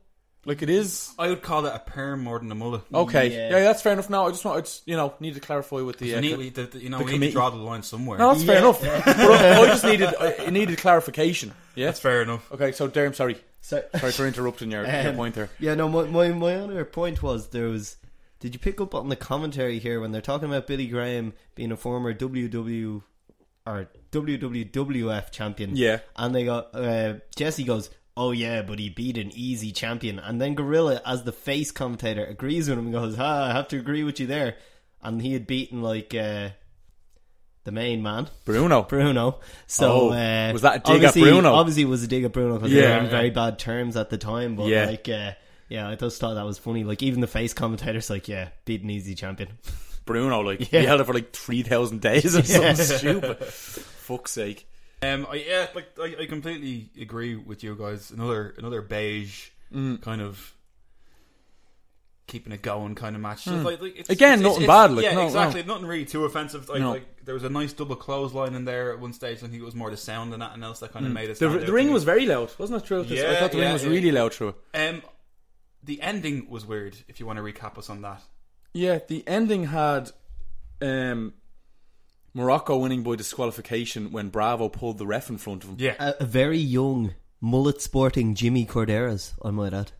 Speaker 4: Like it is.
Speaker 6: I would call it a perm more than a mullet.
Speaker 4: Okay, yeah.
Speaker 5: Yeah.
Speaker 4: that's fair enough. Now I just want, I just, you know, need to clarify with the.
Speaker 6: You,
Speaker 4: Uh,
Speaker 6: need,
Speaker 4: cl-
Speaker 6: we- the, the- you know,
Speaker 4: the
Speaker 6: we need
Speaker 4: committee.
Speaker 6: to draw the line somewhere.
Speaker 4: no, Oh, that's fair enough. but I, I just needed, I, it needed clarification. Yeah.
Speaker 6: That's fair enough.
Speaker 4: Okay, so Darren, sorry,
Speaker 5: So,
Speaker 4: sorry for interrupting your, your point there.
Speaker 5: Yeah, no, my, my, my other point was there was. Did you pick up on the commentary here when they're talking about Billy Graham being a former WW or WWWF champion?
Speaker 4: Yeah.
Speaker 5: And they got. Uh, Jesse goes, Oh, yeah, but he beat an easy champion. And then Gorilla, as the face commentator, agrees with him and goes, Ha, I have to agree with you there. And he had beaten, like, uh, the main man.
Speaker 4: Bruno,
Speaker 5: Bruno.
Speaker 4: Oh,
Speaker 5: So uh,
Speaker 4: was that a dig at
Speaker 5: obviously-
Speaker 4: Bruno?
Speaker 5: Obviously, it was a dig at Bruno because they
Speaker 4: Yeah.
Speaker 5: were on very bad terms at the time. But
Speaker 4: Yeah.
Speaker 5: like, uh, yeah, I just thought that was funny. Like, even the face commentator's like, "Yeah, beat an easy champion."
Speaker 4: Bruno, like
Speaker 5: Yeah.
Speaker 4: he held it for like three thousand days or something stupid. Fuck's sake.
Speaker 6: Um, I, yeah, like I, I completely
Speaker 4: Mm.
Speaker 6: agree with you guys. Another another beige kind of keeping it going kind of match. It's like- like, it's-
Speaker 4: Hmm. Again,
Speaker 6: it's-
Speaker 4: nothing
Speaker 6: it's-
Speaker 4: bad, like,
Speaker 6: yeah,
Speaker 4: no, no.
Speaker 6: exactly. Nothing really too offensive. Like,
Speaker 4: No.
Speaker 6: like, there was a nice double clothesline in there at one stage. I think it was more the sound than anything else that kind of made it.
Speaker 4: Hmm. The,
Speaker 6: stand out
Speaker 4: the
Speaker 6: to
Speaker 4: ring
Speaker 6: me.
Speaker 4: was very loud, wasn't it? Throughout this, I
Speaker 6: Yeah,
Speaker 4: thought the ring
Speaker 6: yeah,
Speaker 4: was
Speaker 6: yeah.
Speaker 4: really loud through it.
Speaker 6: Um, the ending was weird. If you want to recap us on that,
Speaker 4: Yeah, the ending had um, Morocco winning by disqualification when Bravo pulled the ref in front of him.
Speaker 6: yeah,
Speaker 5: A, a very young, mullet sporting Jimmy Corderas, I might add.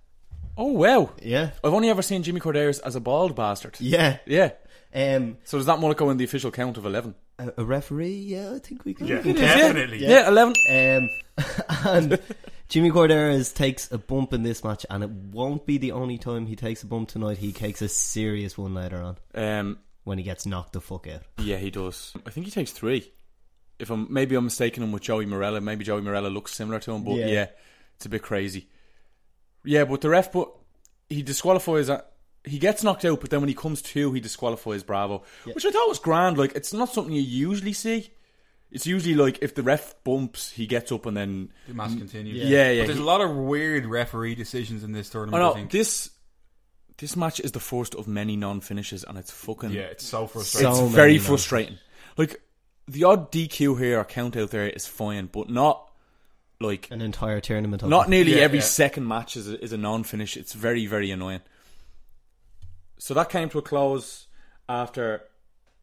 Speaker 4: Oh wow!
Speaker 5: Yeah.
Speaker 4: I've only ever seen Jimmy Corderas as a bald bastard.
Speaker 5: Yeah.
Speaker 4: Yeah.
Speaker 5: Um,
Speaker 4: So does that Morocco in the official count of eleven?
Speaker 5: a, a referee, yeah, I think we can.
Speaker 6: definitely.
Speaker 4: Yeah, eleven.
Speaker 5: Um, and Jimmy Corderas takes a bump in this match, and it won't be the only time he takes a bump tonight. He takes a serious one later on
Speaker 4: Um,
Speaker 5: when he gets knocked the fuck out.
Speaker 4: yeah, he does. I think he takes three. If I'm maybe I'm mistaken him with Joey Morella. Maybe Joey Morella looks similar to him, but
Speaker 5: Yeah.
Speaker 4: yeah, it's a bit crazy. Yeah, but the ref, but he disqualifies. uh, He gets knocked out, but then when he comes to, he disqualifies Bravo, which I thought was grand. Like it's not something you usually see. It's usually like if the ref bumps, he gets up and then
Speaker 6: The match continued.
Speaker 4: Mm. yeah, yeah.
Speaker 6: But there's
Speaker 4: he-
Speaker 6: a lot of weird referee decisions in this tournament.
Speaker 4: Oh
Speaker 6: I
Speaker 4: no,
Speaker 6: think.
Speaker 4: this this match is the first of many non finishes, and it's fucking
Speaker 6: yeah, it's so frustrating.
Speaker 4: it's
Speaker 5: So
Speaker 4: very
Speaker 5: many
Speaker 4: frustrating. Like the odd DQ here or count out there is fine, but not like
Speaker 5: An entire tournament. of
Speaker 4: not
Speaker 5: it.
Speaker 4: nearly
Speaker 6: Yeah,
Speaker 4: every
Speaker 6: yeah.
Speaker 4: second match is a, is a non finish. It's very very annoying. So that came to a close after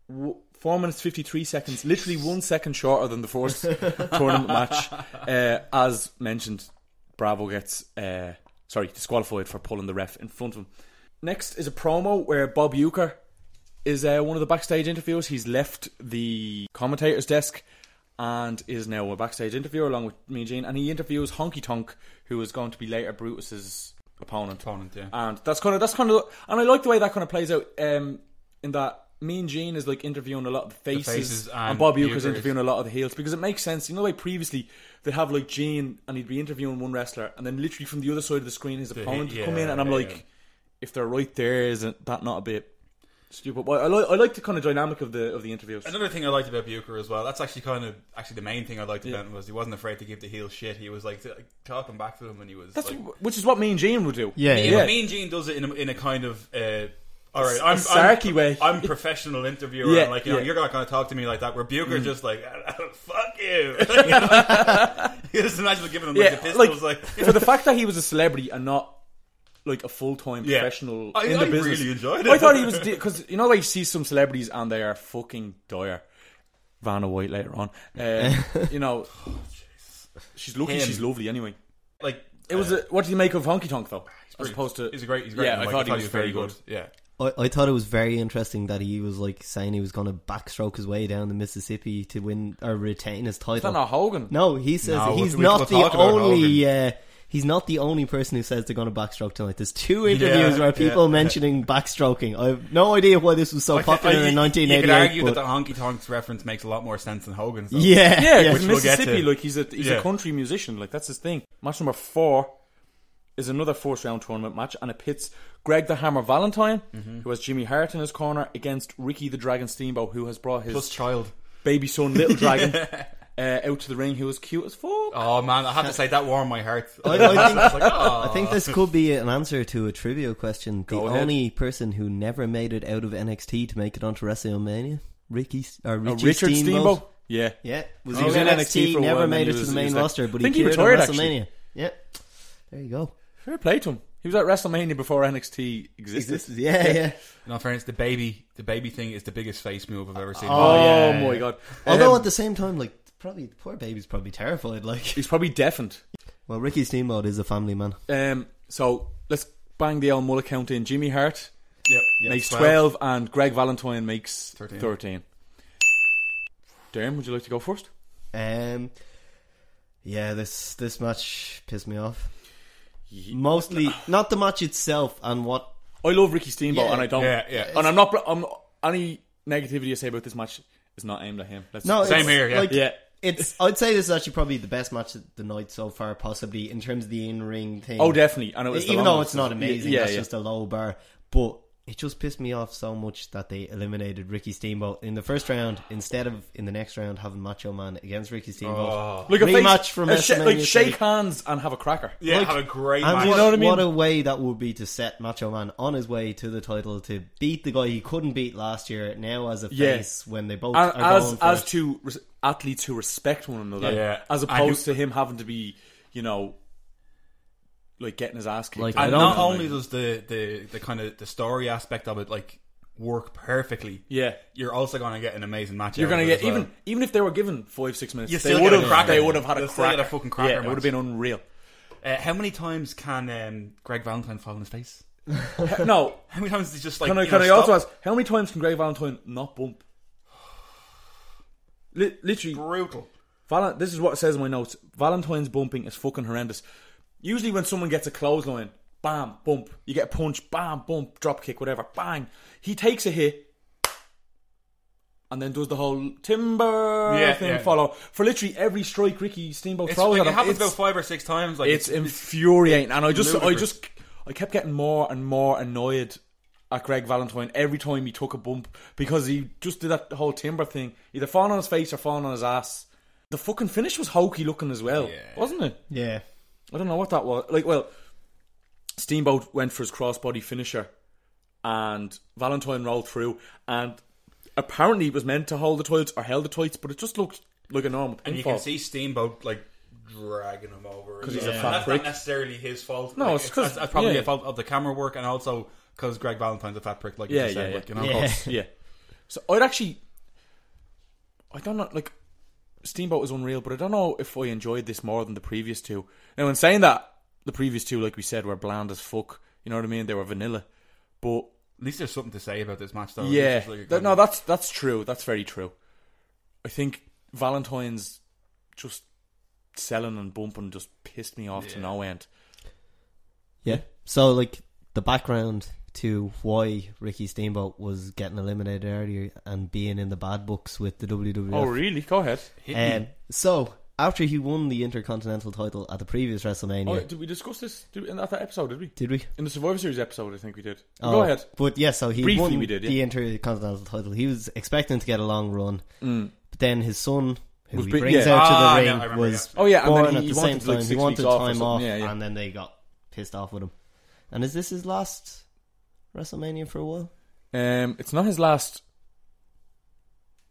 Speaker 4: w- four minutes fifty three seconds, literally one second shorter than the first tournament match. Uh, as mentioned, Bravo gets uh, sorry disqualified for pulling the ref in front of him. Next is a promo where Bob Euchre is uh, one of the backstage interviewers. He's left the commentator's desk and is now a backstage interviewer along with me and Gene. And he interviews Honky Tonk, who is going to be later Brutus's opponent.
Speaker 6: Opponent, yeah.
Speaker 4: And that's kind of that's kind of and I like the way that kind of plays out. Um, in that me and Gene is like interviewing a lot of the faces,
Speaker 6: faces
Speaker 4: and,
Speaker 6: and
Speaker 4: Bob Euchre's
Speaker 6: Euchre is-
Speaker 4: interviewing a lot of the heels because it makes sense. You know, like previously they'd have like Gene and he'd be interviewing one wrestler, and then literally from the other side of the screen his opponent would
Speaker 6: yeah,
Speaker 4: come in, and I'm
Speaker 6: yeah.
Speaker 4: like, if they're right there, isn't that not a bit stupid. Well, I, li- I like the kind of dynamic of the of the interviews.
Speaker 6: Another thing I liked about Bucher as well, that's actually kind of actually the main thing I liked about him was he wasn't afraid to give the heel shit. He was like, t- like, talking back to him and he was
Speaker 4: That's
Speaker 6: like,
Speaker 4: wh- which is what me and Gene would do.
Speaker 5: Yeah,
Speaker 6: yeah,
Speaker 5: yeah.
Speaker 6: but Mean Gene does it in a, in a kind of uh, all right, I'm,
Speaker 4: sarky
Speaker 6: I'm,
Speaker 4: way.
Speaker 6: I'm professional interviewer.
Speaker 4: Yeah,
Speaker 6: and like you know,
Speaker 4: yeah. Mm.
Speaker 6: you're not going to talk to me like that. Where Bucher just like "Oh, fuck you. You know? he just imagine giving him like
Speaker 4: Yeah,
Speaker 6: the pistols like.
Speaker 4: for the fact that he was a celebrity and not like a full time
Speaker 6: Yeah.
Speaker 4: professional
Speaker 6: I-
Speaker 4: in the
Speaker 6: I
Speaker 4: business,
Speaker 6: really enjoyed
Speaker 4: I
Speaker 6: it.
Speaker 4: thought he was because you know like you see some celebrities and they are fucking dire. Vanna White later on, uh, you know, she's lucky
Speaker 6: Him.
Speaker 4: she's lovely anyway.
Speaker 6: like
Speaker 4: It was a, what do you make of Honky Tonk though? As
Speaker 6: pretty-
Speaker 4: opposed to
Speaker 6: he's a great, he's great.
Speaker 4: Yeah,
Speaker 6: Like,
Speaker 4: I thought he was very good.
Speaker 6: Yeah,
Speaker 5: I, I thought it was very interesting that he was like saying he was going to backstroke his way down the Mississippi to win or retain his title.
Speaker 4: Is that not Hogan?
Speaker 5: No, he says
Speaker 6: No,
Speaker 5: he's
Speaker 6: we- we
Speaker 5: not the
Speaker 6: talk about
Speaker 5: only. Uh, he's not the only person who says they're going to backstroke tonight. There's two interviews
Speaker 6: Yeah,
Speaker 5: where people
Speaker 6: yeah.
Speaker 5: mentioning backstroking. I have no idea why this was so popular in
Speaker 6: You could argue
Speaker 5: 1988.
Speaker 6: that the
Speaker 5: but-
Speaker 6: honky tonks reference makes a lot more sense than Hogan's. though.
Speaker 4: Yeah,
Speaker 5: Yeah, yeah.
Speaker 4: because
Speaker 6: Which we'll get
Speaker 4: Mississippi,
Speaker 6: to.
Speaker 4: like he's a he's
Speaker 6: Yeah.
Speaker 4: a country musician, like that's his thing. Match number four is another first round tournament match, and it pits Greg the Hammer Valentine,
Speaker 6: Mm-hmm.
Speaker 4: who has Jimmy Hart in his corner, against Ricky the Dragon Steamboat, who has brought his
Speaker 6: plus child.
Speaker 4: baby son Little Dragon uh, out to the ring, who is cute as fuck.
Speaker 6: Oh man, I have to say that warmed my heart.
Speaker 5: I, I think,
Speaker 6: It's like, oh.
Speaker 5: I think this could be an answer to a trivia question. The
Speaker 4: Go ahead.
Speaker 5: only person who never made it out of NXT to make it onto WrestleMania, Ricky or
Speaker 4: Uh,
Speaker 5: Richie
Speaker 4: Richard Steamboat. Oh, Yeah,
Speaker 5: Yeah, was
Speaker 4: He
Speaker 5: he
Speaker 4: was
Speaker 5: in
Speaker 4: in NXT
Speaker 5: NXT?
Speaker 4: for a
Speaker 5: never
Speaker 4: while,
Speaker 5: made
Speaker 4: then
Speaker 5: it
Speaker 4: he
Speaker 5: to
Speaker 4: was-
Speaker 5: the
Speaker 4: he was
Speaker 5: main
Speaker 4: like-
Speaker 5: roster, but
Speaker 4: I think
Speaker 5: he
Speaker 4: he
Speaker 5: appeared on
Speaker 4: retired, actually.
Speaker 5: WrestleMania. Yeah, there you go.
Speaker 4: fair play to him. He was at WrestleMania before NXT existed.
Speaker 5: yeah, yeah.
Speaker 6: In all fairness, the baby, the baby thing is the biggest face move I've ever seen.
Speaker 4: Oh,
Speaker 5: yeah.
Speaker 4: my god!
Speaker 5: Although
Speaker 4: Um,
Speaker 5: at the same time, like probably the poor baby's probably terrified. Like,
Speaker 4: he's probably deafened.
Speaker 5: well, Ricky Steamboat is a family man.
Speaker 4: Um, so let's bang the old Muller count in. Jimmy Hart
Speaker 6: Yep.
Speaker 4: makes 12.
Speaker 6: 12.
Speaker 4: and Greg Valentine makes 13.
Speaker 6: 13.
Speaker 4: Darren, would you like to go first?
Speaker 5: Um, yeah, this this match pissed me off. Mostly not the match itself and what.
Speaker 4: I love Ricky Steamboat,
Speaker 5: Yeah.
Speaker 4: and I don't.
Speaker 6: Yeah, yeah.
Speaker 4: And I'm not. bl- I'm, any negativity I say about this match is not aimed at him. Let's,
Speaker 5: No,
Speaker 6: Same
Speaker 5: it's,
Speaker 6: here, yeah.
Speaker 5: Like,
Speaker 4: yeah.
Speaker 5: It's. I'd say this is actually probably the best match of the night so far, possibly in terms of the in ring thing.
Speaker 4: Oh, definitely. And it was the
Speaker 5: Even
Speaker 4: long
Speaker 5: though
Speaker 4: one.
Speaker 5: it's not amazing,
Speaker 4: Yeah,
Speaker 5: that's
Speaker 4: yeah.
Speaker 5: just a low bar. But it just pissed me off so much that they eliminated Ricky Steamboat in the first round instead of in the next round having Macho Man against Ricky
Speaker 6: Oh.
Speaker 5: Steamboat.
Speaker 4: Like a face-
Speaker 5: rematch from
Speaker 4: a sh-
Speaker 5: WrestleMania
Speaker 4: like shake
Speaker 5: 30.
Speaker 4: hands and have a cracker.
Speaker 6: Yeah,
Speaker 5: Like,
Speaker 6: have a great
Speaker 5: and
Speaker 6: match.
Speaker 5: What,
Speaker 4: You know what I mean?
Speaker 5: what a way that would be to set Macho Man on his way to the title to beat the guy he couldn't beat last year. Now as a
Speaker 4: Yeah.
Speaker 5: face, when they both
Speaker 4: And
Speaker 5: are
Speaker 4: as
Speaker 5: going for
Speaker 4: as
Speaker 5: it.
Speaker 4: two res- athletes who respect one another,
Speaker 6: Yeah.
Speaker 4: as
Speaker 6: And
Speaker 4: opposed
Speaker 6: who-
Speaker 4: to him having to be, you know, like getting his ass kicked.
Speaker 5: Like, I
Speaker 6: and
Speaker 5: don't
Speaker 6: not
Speaker 5: know,
Speaker 6: only does the, the, the kind of the story aspect of it like work perfectly,
Speaker 4: Yeah.
Speaker 6: you're also going to get an amazing match.
Speaker 4: You're
Speaker 6: going to
Speaker 4: get even even if they were given five six minutes,
Speaker 6: You
Speaker 4: they
Speaker 6: still
Speaker 4: would
Speaker 6: get a
Speaker 4: have
Speaker 6: cracker.
Speaker 4: they would have had a
Speaker 6: You'll still
Speaker 4: cracker.
Speaker 6: get a fucking cracker
Speaker 4: Yeah, it would have
Speaker 6: match.
Speaker 4: been unreal.
Speaker 6: Uh, how many times can um, Greg Valentine fall on his face?
Speaker 4: No,
Speaker 6: How many times is he just like?
Speaker 4: can I
Speaker 6: you
Speaker 4: can
Speaker 6: know,
Speaker 4: I also
Speaker 6: stop?
Speaker 4: ask how many times can Greg Valentine not bump? Li- literally,
Speaker 6: brutal?
Speaker 4: Valen- this is what it says in my notes. Valentine's bumping is fucking horrendous. Usually, when someone gets a clothesline, bam, bump. You get a punch, bam, bump, drop kick, whatever, bang. He takes a hit and then does the whole timber
Speaker 6: Yeah,
Speaker 4: thing
Speaker 6: yeah.
Speaker 4: follow. For literally every strike Ricky Steamboat
Speaker 6: It's,
Speaker 4: throws
Speaker 6: like,
Speaker 4: at
Speaker 6: it
Speaker 4: him,
Speaker 6: happens
Speaker 4: it's,
Speaker 6: about five or six times. Like
Speaker 4: it's infuriating. And I just, I
Speaker 6: ludicrous.
Speaker 4: just, I kept getting more and more annoyed at Greg Valentine every time he took a bump because he just did that whole timber thing, either falling on his face or falling on his ass. The fucking finish was hokey looking as well, wasn't it?
Speaker 5: yeah,
Speaker 4: I don't know what that was. Like, well, Steamboat went for his crossbody finisher, and Valentine rolled through, and apparently it was meant to hold the tights or held the tights, but it just looked like a normal pinfall.
Speaker 6: and you can see Steamboat like dragging him over because
Speaker 4: he's a fat
Speaker 6: and that's
Speaker 4: prick.
Speaker 6: not necessarily his fault.
Speaker 4: No,
Speaker 6: Like,
Speaker 4: it's 'cause-
Speaker 6: that's, that's probably
Speaker 4: yeah.
Speaker 6: a fault of the camera work and also because Greg Valentine's a fat prick. Like
Speaker 4: Yeah,
Speaker 6: you just said,
Speaker 4: yeah,
Speaker 6: like, you know,
Speaker 5: yeah.
Speaker 6: called-
Speaker 4: yeah. So I'd actually, I don't know, like Steamboat was unreal, but I don't know if I enjoyed this more than the previous two. Now, in saying that, the previous two, like we said, were bland as fuck. You know what I mean? They were vanilla, but
Speaker 6: At least there's something to say about this match, though.
Speaker 4: yeah,
Speaker 6: It's just like a
Speaker 4: Th- no,
Speaker 6: kind
Speaker 4: that's that's true. That's very true. I think Valentine's just selling and bumping just pissed me off to no end.
Speaker 5: yeah. So like the background to why Ricky Steamboat was getting eliminated earlier and being in the bad books with the WWF.
Speaker 4: Oh, really? Go ahead.
Speaker 5: Um, so after he won the Intercontinental title at the previous WrestleMania,
Speaker 4: Oh, did we discuss this did, in that episode? Did we?
Speaker 5: did we?
Speaker 4: In the Survivor Series episode, I think we did.
Speaker 5: Oh,
Speaker 4: Go ahead.
Speaker 5: But yeah, so he
Speaker 4: Briefly
Speaker 5: won
Speaker 4: we did, yeah.
Speaker 5: the Intercontinental title. He was expecting to get a long run, but then his son,
Speaker 4: Mm.
Speaker 5: who
Speaker 4: Was
Speaker 5: he
Speaker 4: bit-
Speaker 5: brings
Speaker 4: yeah.
Speaker 5: out
Speaker 6: Ah,
Speaker 5: to
Speaker 6: yeah,
Speaker 5: the
Speaker 6: I
Speaker 5: ring,
Speaker 6: remember,
Speaker 5: was
Speaker 4: yeah. Oh, yeah, and
Speaker 5: born
Speaker 4: then he-
Speaker 5: at
Speaker 4: he
Speaker 5: the
Speaker 4: wanted,
Speaker 5: same
Speaker 4: like,
Speaker 5: time. he
Speaker 4: six
Speaker 5: wanted
Speaker 4: weeks off or
Speaker 5: time
Speaker 4: something.
Speaker 5: off,
Speaker 4: Yeah, yeah.
Speaker 5: and then they got pissed off with him. And is this his last WrestleMania for a while?
Speaker 4: Um, it's not his last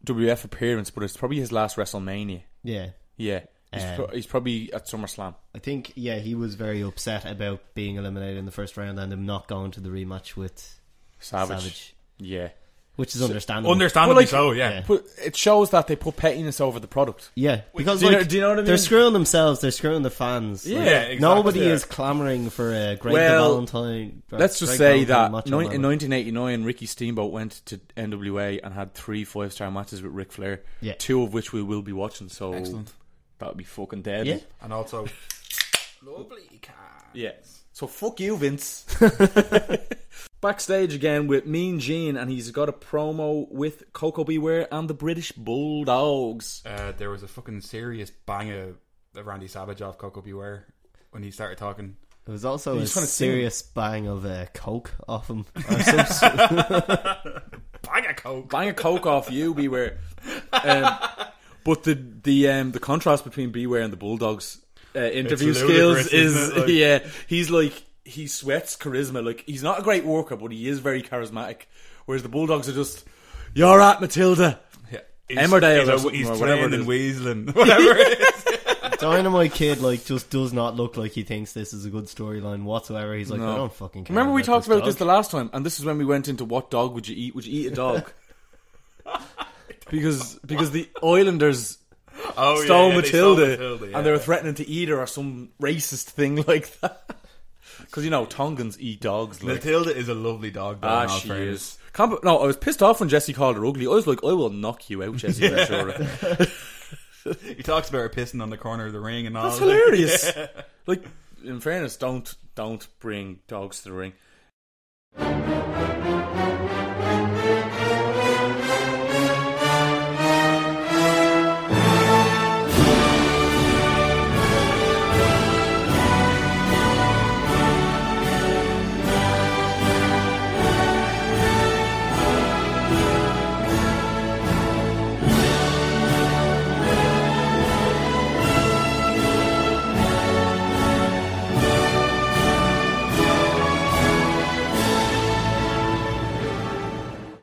Speaker 4: WF appearance, but it's probably his last WrestleMania.
Speaker 5: Yeah,
Speaker 4: Yeah, he's,
Speaker 5: Um,
Speaker 4: pro- he's probably at SummerSlam.
Speaker 5: I think yeah he was very upset about being eliminated in the first round and him not going to the rematch with
Speaker 4: Savage.
Speaker 5: Savage,
Speaker 4: Yeah,
Speaker 5: which is
Speaker 6: of-
Speaker 5: understandable.
Speaker 6: understandably
Speaker 4: Well, like-
Speaker 6: so. Yeah,
Speaker 5: Yeah.
Speaker 4: but it shows that they put pettiness over the product.
Speaker 5: Yeah, because
Speaker 4: do you
Speaker 5: like,
Speaker 4: know- do you know what I mean?
Speaker 5: They're screwing themselves. They're screwing the fans. Like,
Speaker 6: Yeah, exactly.
Speaker 5: Nobody
Speaker 6: Yeah.
Speaker 5: is clamoring for a great
Speaker 4: Well,
Speaker 5: Valentine. uh,
Speaker 4: Let's just
Speaker 5: Greg
Speaker 4: say
Speaker 5: Valentine
Speaker 4: that
Speaker 5: Macho
Speaker 4: noi-
Speaker 5: Man.
Speaker 4: in 1989, Ricky Steamboat went to NWA and had three five-star matches with Ric Flair.
Speaker 5: Yeah.
Speaker 4: two of which we will be watching. So
Speaker 6: Excellent.
Speaker 4: that would be fucking dead.
Speaker 5: Yeah.
Speaker 6: and also lovely cat.
Speaker 4: Yeah. So fuck you, Vince. Backstage again with Mean Gene, and he's got a promo with Coco Beware and the British Bulldogs.
Speaker 6: Uh, there was a fucking serious bang of of Randy Savage off Coco Beware when he started talking.
Speaker 5: It was also a
Speaker 4: He's trying to sing.
Speaker 5: serious bang of uh, coke off him. Or some sort.
Speaker 6: Bang of Coke.
Speaker 4: Bang a coke off you, Beware. Um, but the the um, the contrast between Beware and the Bulldogs uh, interview
Speaker 6: It's
Speaker 4: skills
Speaker 6: ludicrous,
Speaker 4: is
Speaker 6: isn't it? Like-
Speaker 4: yeah. He's like he sweats charisma. Like he's not a great worker, but he is very charismatic. Whereas the Bulldogs are just you're at Matilda.
Speaker 6: Yeah.
Speaker 4: Emmerdale or
Speaker 6: He's,
Speaker 4: something,
Speaker 6: he's
Speaker 4: or whatever
Speaker 6: playing
Speaker 4: it
Speaker 6: and
Speaker 4: is.
Speaker 6: weaseling. Whatever it is.
Speaker 5: Dynamite Kid like just does not look like he thinks this is a good storyline whatsoever. He's like, I don't fucking
Speaker 4: Oh.
Speaker 5: care.
Speaker 4: Remember we talked about this
Speaker 5: dog."
Speaker 4: the last time, and this is when we went into what dog would you eat? Would you eat a dog? because because the Islanders
Speaker 6: Oh,
Speaker 4: stole
Speaker 6: yeah, yeah, they stole
Speaker 4: Matilda,
Speaker 6: Matilda,
Speaker 4: and they were
Speaker 6: yeah.
Speaker 4: threatening to eat her or some racist thing like that. Because you know Tongans eat dogs. Like.
Speaker 6: Matilda is a lovely dog. Though, in
Speaker 4: Ah,
Speaker 6: all
Speaker 4: she
Speaker 6: fairness.
Speaker 4: is. Can't be- no, I was pissed off when Jesse called her ugly. I was like, I will knock you out, Jesse. Ventura.
Speaker 6: He talks about her pissing on the corner of the ring and all.
Speaker 4: That's hilarious. Like, in fairness, don't don't bring dogs to the ring.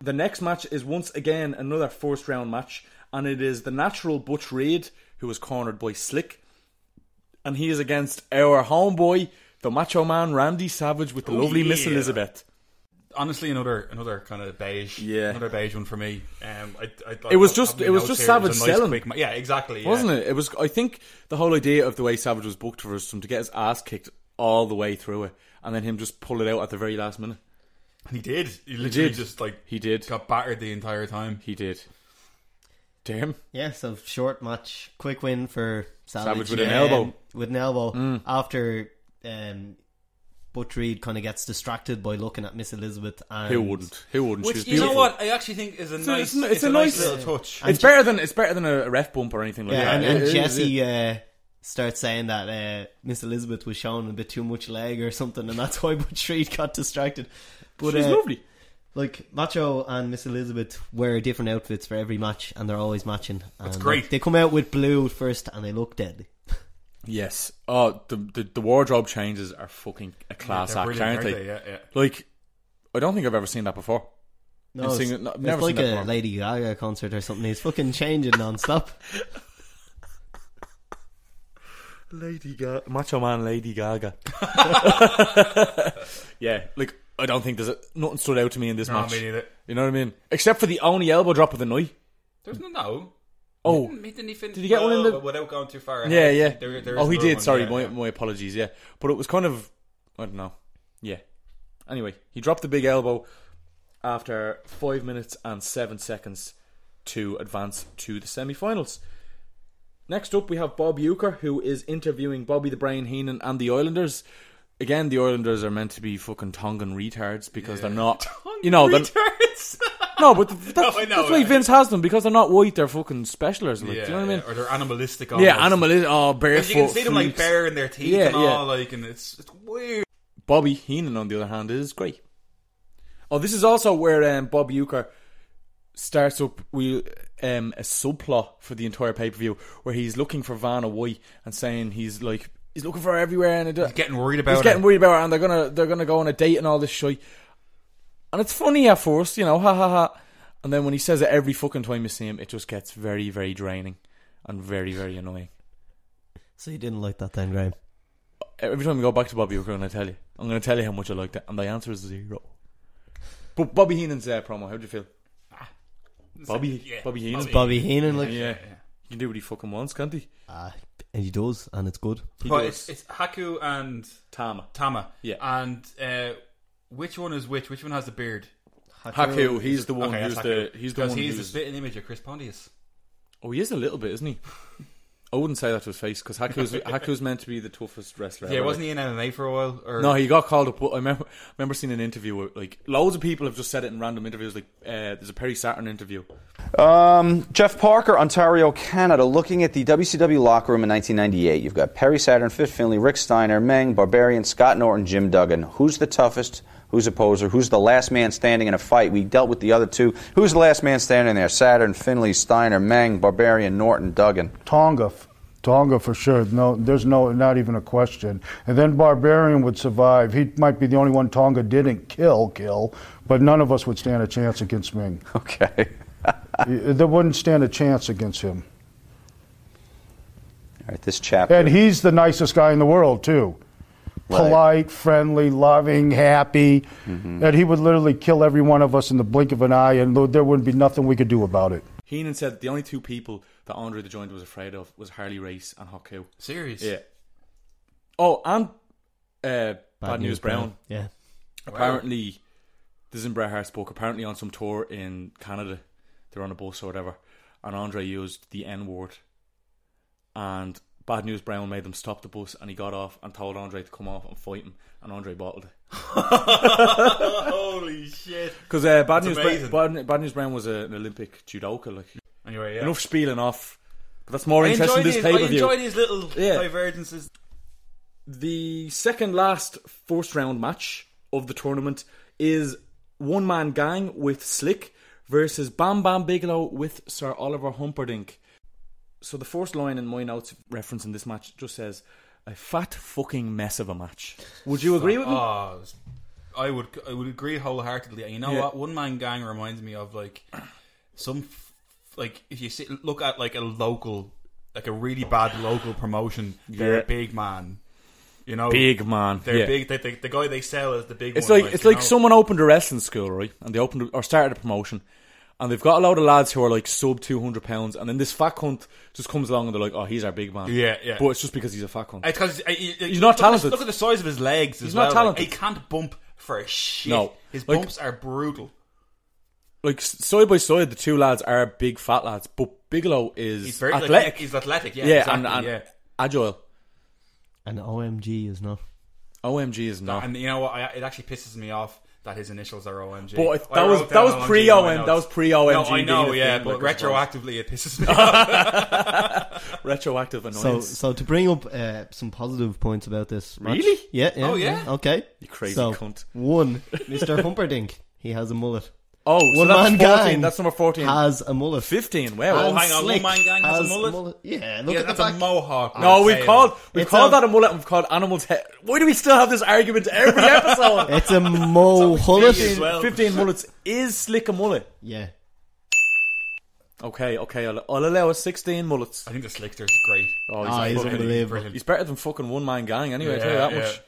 Speaker 4: The next match is once again another first round match, and it is the natural Butch Reed, who is cornered by Slick, and he is against our homeboy, the Macho Man Randy Savage, with the
Speaker 5: Oh,
Speaker 4: lovely Miss
Speaker 6: yeah.
Speaker 4: Elizabeth.
Speaker 6: Honestly, another another kind of beige,
Speaker 4: Yeah.
Speaker 6: another beige one for me. Um, I, I, I,
Speaker 4: It was
Speaker 6: I-
Speaker 4: just-
Speaker 6: I've
Speaker 4: it was just
Speaker 6: notes here, it was a
Speaker 4: Savage
Speaker 6: nice
Speaker 4: selling.
Speaker 6: quick ma- yeah, exactly.
Speaker 4: Wasn't it? It was. I think the whole idea of the way Savage was booked for us, him to get his ass kicked all the way through it, and then him just pull it out at the very last minute.
Speaker 6: And he did. He literally
Speaker 4: did.
Speaker 6: just like
Speaker 4: He did.
Speaker 6: got battered the entire time.
Speaker 4: He did. Damn.
Speaker 5: Yeah, so short match, quick win for Savage,
Speaker 4: Savage with an
Speaker 5: um,
Speaker 4: elbow. Mm.
Speaker 5: With an elbow after um, Butch Reed kind of gets distracted by looking at Miss Elizabeth. And
Speaker 4: Who wouldn't? Who wouldn't? She
Speaker 6: Which
Speaker 4: was
Speaker 6: you know
Speaker 4: beautiful.
Speaker 6: what I actually think is a
Speaker 4: a-
Speaker 6: nice,
Speaker 4: it's a-
Speaker 6: it's, a, nice, little touch.
Speaker 4: It's better than it's better than a ref bump or anything like
Speaker 5: Yeah,
Speaker 4: that.
Speaker 5: and,
Speaker 4: It-
Speaker 5: and
Speaker 4: it-
Speaker 5: Jesse uh, starts saying that uh, Miss Elizabeth was showing a bit too much leg or something, and that's why Butch Reed got distracted. But
Speaker 4: She's
Speaker 5: uh,
Speaker 4: lovely.
Speaker 5: Like Macho and Miss Elizabeth wear different outfits for every match, and they're always matching. That's
Speaker 6: great.
Speaker 5: they come out with blue first, and they look deadly.
Speaker 4: Yes. Oh, the, the the wardrobe changes are fucking a class
Speaker 6: they're
Speaker 4: act,
Speaker 6: brilliant,
Speaker 4: aren't
Speaker 6: aren't
Speaker 4: they?
Speaker 6: they? Yeah, yeah.
Speaker 4: Like, I don't think I've ever seen that before.
Speaker 5: No,
Speaker 4: I've
Speaker 5: it's,
Speaker 4: seen it- no, I've
Speaker 5: it's
Speaker 4: never
Speaker 5: like
Speaker 4: seen that
Speaker 5: a
Speaker 4: before.
Speaker 5: Lady Gaga concert or something. He's fucking changing non-stop.
Speaker 4: Lady Gaga, Macho Man, Lady Gaga. yeah, like I don't think there's a, nothing stood out to me in this
Speaker 6: No,
Speaker 4: match.
Speaker 6: me neither.
Speaker 4: You know what I mean? Except for the only elbow drop of the night.
Speaker 6: There's no no.
Speaker 4: Oh,
Speaker 6: Didn't, he- didn't he finish?
Speaker 4: Did he get one in the-
Speaker 6: without going too far? ahead.
Speaker 4: yeah, yeah.
Speaker 6: There- there is
Speaker 4: oh, he
Speaker 6: another
Speaker 4: did.
Speaker 6: one,
Speaker 4: Sorry,
Speaker 6: yeah,
Speaker 4: my
Speaker 6: yeah.
Speaker 4: my apologies. Yeah, but it was kind of I don't know. Yeah. Anyway, he dropped the big elbow after five minutes and seven seconds to advance to the semi-finals. Next up, we have Bob Euchre, who is interviewing Bobby the Brain Heenan and the Islanders. Again, the Islanders are meant to be fucking Tongan retards because they're not. you know, they're,
Speaker 6: Retards.
Speaker 4: no, but th- that's,
Speaker 6: I know,
Speaker 4: that's why
Speaker 6: I-
Speaker 4: Vince has them because they're not white. They're fucking specialers. Like,
Speaker 6: yeah,
Speaker 4: do you know what I mean?
Speaker 6: yeah, Or they're animalistic.
Speaker 4: Yeah,
Speaker 6: almost.
Speaker 4: animal is oh
Speaker 6: Because
Speaker 4: barefoot.
Speaker 6: You can see them like
Speaker 4: freaks.
Speaker 6: baring their teeth
Speaker 4: Yeah,
Speaker 6: and
Speaker 4: yeah.
Speaker 6: all, like, and it's it's weird.
Speaker 4: Bobby Heenan, on the other hand, is great. Oh, this is also where um, Bob Euchre starts up we um, a subplot for the entire pay per view where he's looking for Vanna White and saying he's like he's looking for her everywhere and it, he's
Speaker 6: getting worried about
Speaker 4: he's getting
Speaker 6: her.
Speaker 4: worried about her and they're gonna they're gonna go on a date and all this shit. And it's funny at first, you know, ha ha ha. And then when he says it every fucking time you see him, it just gets very very draining and very very annoying.
Speaker 5: So you didn't like that then, Graham?
Speaker 4: Every time we go back to Bobby, we're going to tell you. I'm going to tell you how much I liked it, and the answer is zero. But Bobby Heenan's uh, promo, how do you feel? Bobby,
Speaker 6: yeah,
Speaker 4: Bobby Heenan.
Speaker 5: Bobby Heenan, like,
Speaker 4: Yeah. He can do what he fucking wants, can't he?
Speaker 5: ah, and he does, and it's good.
Speaker 4: He
Speaker 6: But
Speaker 4: does.
Speaker 6: it's, it's Haku and
Speaker 4: Tama.
Speaker 6: Tama.
Speaker 4: Yeah.
Speaker 6: And uh, which one is which? Which one has the beard?
Speaker 4: Haku, he's the one
Speaker 6: Okay,
Speaker 4: who's
Speaker 6: that's
Speaker 4: the
Speaker 6: Haku.
Speaker 4: he's the
Speaker 6: Because
Speaker 4: one
Speaker 6: he's the
Speaker 4: who's
Speaker 6: spitting image of Chris Pontius.
Speaker 4: oh he is a little bit, isn't he? I wouldn't say that to his face because Haku's Haku's meant to be the toughest wrestler.
Speaker 6: Yeah,
Speaker 4: ever.
Speaker 6: wasn't he in MMA for a while? Or
Speaker 4: No, he got called up. I remember, remember seeing an interview where, like, loads of people have just said it in random interviews. Like, uh, there's a Perry Saturn interview.
Speaker 8: Um, Jeff Parker, Ontario, Canada, looking at the WCW locker room in 1998. You've got Perry Saturn, Fit Finley, Rick Steiner, Meng, Barbarian, Scott Norton, Jim Duggan. Who's the toughest? Who's a poser? Who's the last man standing in a fight? We dealt with the other two. Who's the last man standing there? Saturn, Finley, Steiner, Meng, Barbarian, Norton, Duggan.
Speaker 9: Tonga. f- Tonga for sure. No, there's no, not even a question. And then Barbarian would survive. He might be the only one Tonga didn't kill, kill, but none of us would stand a chance against Ming.
Speaker 8: Okay.
Speaker 9: Y- they wouldn't stand a chance against him.
Speaker 8: All right, this chapter.
Speaker 9: And he's the nicest guy in the world too.
Speaker 8: Right.
Speaker 9: Polite, friendly, loving, happy. And he would literally kill every one of us in the blink of an eye, and th- there wouldn't be nothing we could do about it.
Speaker 4: Heenan said the only two people that Andre the Giant was afraid of was Harley Race and Haku.
Speaker 6: serious?
Speaker 4: Oh, and uh, Bad, News, Brown.
Speaker 5: Yeah.
Speaker 4: Apparently, this is in Bret Hart's book. Apparently, on some tour in Canada, they're on a bus or whatever, and Andre used the N word, and Bad News Brown made them stop the bus, and he got off and told Andre to come off and fight him, and Andre bottled it.
Speaker 6: Holy shit!
Speaker 4: Because uh, Bad,
Speaker 6: That's
Speaker 4: News
Speaker 6: amazing.
Speaker 4: Bra- Bad, Bad News Brown was a, an Olympic judoka. Like
Speaker 6: Anyway, yeah.
Speaker 4: enough spieling off, but that's more
Speaker 6: I
Speaker 4: interesting.
Speaker 6: enjoyed
Speaker 4: than
Speaker 6: his-
Speaker 4: this pay
Speaker 6: I
Speaker 4: per view.
Speaker 6: enjoyed his little
Speaker 4: Yeah.
Speaker 6: divergences.
Speaker 4: The second last first round match of the tournament is one man gang with Slick versus Bam Bam Bigelow with Sir Oliver Humperdinck. So the first line in my notes referencing this match just says a fat fucking mess of a match. Would you agree with me?
Speaker 6: Oh, it was I would I would agree wholeheartedly. And you know
Speaker 4: Yeah.
Speaker 6: what? One man gang reminds me of like some f- like if you see, look at like a local like a really bad local promotion, they're
Speaker 4: Yeah.
Speaker 6: a big man. You know,
Speaker 4: Big man.
Speaker 6: Oh, They're
Speaker 4: yeah.
Speaker 6: big. They, they, the guy they sell is the big.
Speaker 4: It's
Speaker 6: one,
Speaker 4: like it's
Speaker 6: you
Speaker 4: like
Speaker 6: know?
Speaker 4: someone opened a wrestling school, right? And they opened a- or started a promotion, and they've got a load of lads who are like sub two hundred pounds, and then this fat cunt just comes along and they're like, "Oh, he's our big man."
Speaker 6: Yeah, yeah.
Speaker 4: But it's just because he's a fat cunt.
Speaker 6: It's 'cause, uh, you-
Speaker 4: He's not
Speaker 6: look at the-
Speaker 4: talented.
Speaker 6: Look at the size of his legs. He's
Speaker 4: not talented.
Speaker 6: he can't bump for shit.
Speaker 4: No.
Speaker 6: his
Speaker 4: Like-
Speaker 6: bumps are brutal.
Speaker 4: like s- side by side, the two lads are big fat lads, but Bigelow is
Speaker 6: He's very
Speaker 4: athletic.
Speaker 6: athletic. He's athletic. Yeah,
Speaker 4: yeah,
Speaker 6: exactly,
Speaker 4: and, and
Speaker 6: yeah.
Speaker 4: agile.
Speaker 5: And OMG is not.
Speaker 4: OMG is not.
Speaker 6: And you know what? I, it actually pisses me off that his initials are OMG.
Speaker 4: But it-
Speaker 6: I
Speaker 4: that
Speaker 6: wrote
Speaker 4: was-
Speaker 6: down
Speaker 4: that was
Speaker 6: OMG in my
Speaker 4: pre-OM
Speaker 6: notes.
Speaker 4: that was pre-OMG
Speaker 6: No, I know,
Speaker 4: being a
Speaker 6: yeah,
Speaker 4: thing,
Speaker 6: but
Speaker 4: like, I suppose.
Speaker 6: retroactively it pisses me off.
Speaker 4: Retroactive
Speaker 5: So,
Speaker 4: annoyance.
Speaker 5: so to bring up uh, some positive points about this, match-
Speaker 4: Really?
Speaker 5: Yeah, yeah.
Speaker 6: Oh, yeah?
Speaker 5: Okay.
Speaker 4: You crazy
Speaker 5: so,
Speaker 4: cunt.
Speaker 5: One, Mr. Humperdink, he has a mullet.
Speaker 4: oh, so
Speaker 5: one
Speaker 4: that's
Speaker 5: man
Speaker 4: fourteen.
Speaker 5: gang
Speaker 4: That's number fourteen.
Speaker 5: Has a mullet.
Speaker 4: Fifteen. Wow. oh
Speaker 5: And
Speaker 6: hang on,
Speaker 5: Slick
Speaker 6: one man gang has a mullet?
Speaker 5: Yeah, look
Speaker 6: yeah,
Speaker 5: at
Speaker 6: that's
Speaker 5: the
Speaker 6: a
Speaker 5: back.
Speaker 6: mohawk.
Speaker 4: No,
Speaker 6: I'd
Speaker 4: we've
Speaker 6: say.
Speaker 4: called we've
Speaker 5: It's
Speaker 4: called
Speaker 5: a-
Speaker 4: that a mullet. and We've called animals head. Why do we still have this argument every episode?
Speaker 5: It's a mo
Speaker 6: as
Speaker 5: mullet.
Speaker 6: well.
Speaker 4: Fifteen mullets is slick a mullet.
Speaker 5: Yeah.
Speaker 4: Okay, okay, I'll, I'll allow us sixteen mullets.
Speaker 6: I think the Slickster's great.
Speaker 4: Oh,
Speaker 5: Ah, he's
Speaker 4: fucking-
Speaker 5: unbelievable.
Speaker 6: brilliant.
Speaker 4: He's better than fucking one man gang. Anyway, I tell you
Speaker 6: Yeah,
Speaker 4: that
Speaker 6: yeah.
Speaker 4: much.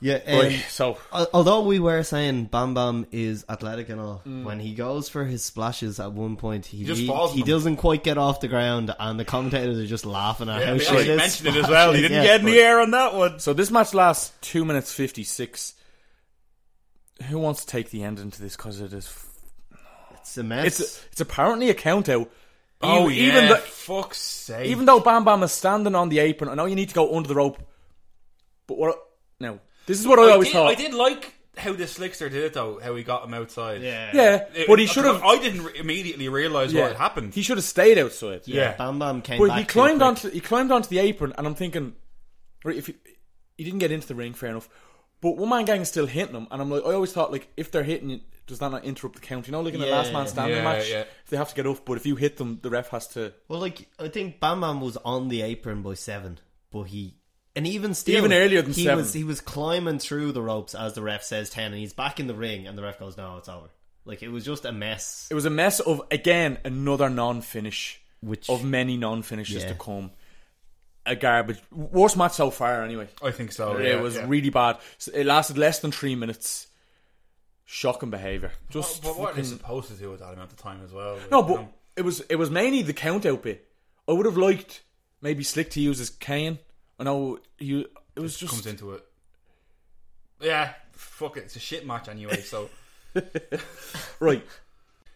Speaker 5: Yeah.
Speaker 4: Right,
Speaker 5: um,
Speaker 4: so
Speaker 5: Al- Although we were saying Bam Bam is athletic and all, when he goes for his splashes at one point, he, he,
Speaker 6: just falls on
Speaker 5: he
Speaker 6: them.
Speaker 5: doesn't quite get off the ground, and the commentators are just laughing at
Speaker 6: Yeah,
Speaker 5: how
Speaker 6: we
Speaker 5: shit
Speaker 6: actually
Speaker 5: his
Speaker 6: mentioned it as
Speaker 5: splash
Speaker 6: well. He
Speaker 5: is.
Speaker 6: didn't
Speaker 5: Yeah,
Speaker 6: get any
Speaker 5: but-
Speaker 6: air on that one.
Speaker 4: So this match lasts two minutes fifty six. Who wants to take the end into this? Because it is, f-
Speaker 5: It's a mess.
Speaker 4: it's it's apparently a count out.
Speaker 6: Oh,
Speaker 4: E-
Speaker 6: yeah,
Speaker 4: even though
Speaker 6: fuck's sake.
Speaker 4: even though Bam Bam is standing on the apron, I know you need to go under the rope. But what? No, this is what I,
Speaker 6: I
Speaker 4: always
Speaker 6: did,
Speaker 4: thought.
Speaker 6: I did like how the Slickster did it though. How he got him outside.
Speaker 5: yeah.
Speaker 4: Yeah,
Speaker 6: It-
Speaker 4: but he
Speaker 6: I-
Speaker 4: should have.
Speaker 6: I didn't re- immediately realize
Speaker 4: yeah,
Speaker 6: what had happened.
Speaker 4: He should have stayed outside.
Speaker 6: yeah.
Speaker 5: Bam Bam came
Speaker 4: But
Speaker 5: back.
Speaker 4: he
Speaker 5: too
Speaker 4: climbed
Speaker 5: quick.
Speaker 4: onto he climbed onto the apron, and I'm thinking, right, if he, he didn't get into the ring, fair enough. But one man gang is still hitting him, and I'm like, I always thought like if they're hitting, you, does that not interrupt the count? You know, like in a
Speaker 5: Yeah,
Speaker 4: last man standing
Speaker 6: yeah,
Speaker 4: match,
Speaker 6: yeah.
Speaker 4: if they have to get off, but if you hit them, the ref has to.
Speaker 5: Well, like I think Bam Bam was on the apron by seven, but he and even still,
Speaker 4: Even earlier than
Speaker 5: he
Speaker 4: seven.
Speaker 5: was he was climbing through the ropes as the ref says ten, and he's back in the ring, and the ref goes, "No, it's over." Like it was just a mess.
Speaker 4: It was a mess of again another non-finish,
Speaker 5: Which-
Speaker 4: of many non-finishes
Speaker 5: Yeah.
Speaker 4: to come. A garbage worst match so far, anyway.
Speaker 6: I think so.
Speaker 4: it was really bad. So It lasted less than three minutes. Shocking behavior. Just
Speaker 6: But what are they
Speaker 4: fucking-
Speaker 6: supposed to do with that amount of time as well?
Speaker 4: No, but it was it was mainly the count out bit. I would have liked maybe Slick to use his cane. I know you. It was just,
Speaker 6: comes into it. Yeah, fuck it. It's a shit match anyway. So
Speaker 4: right.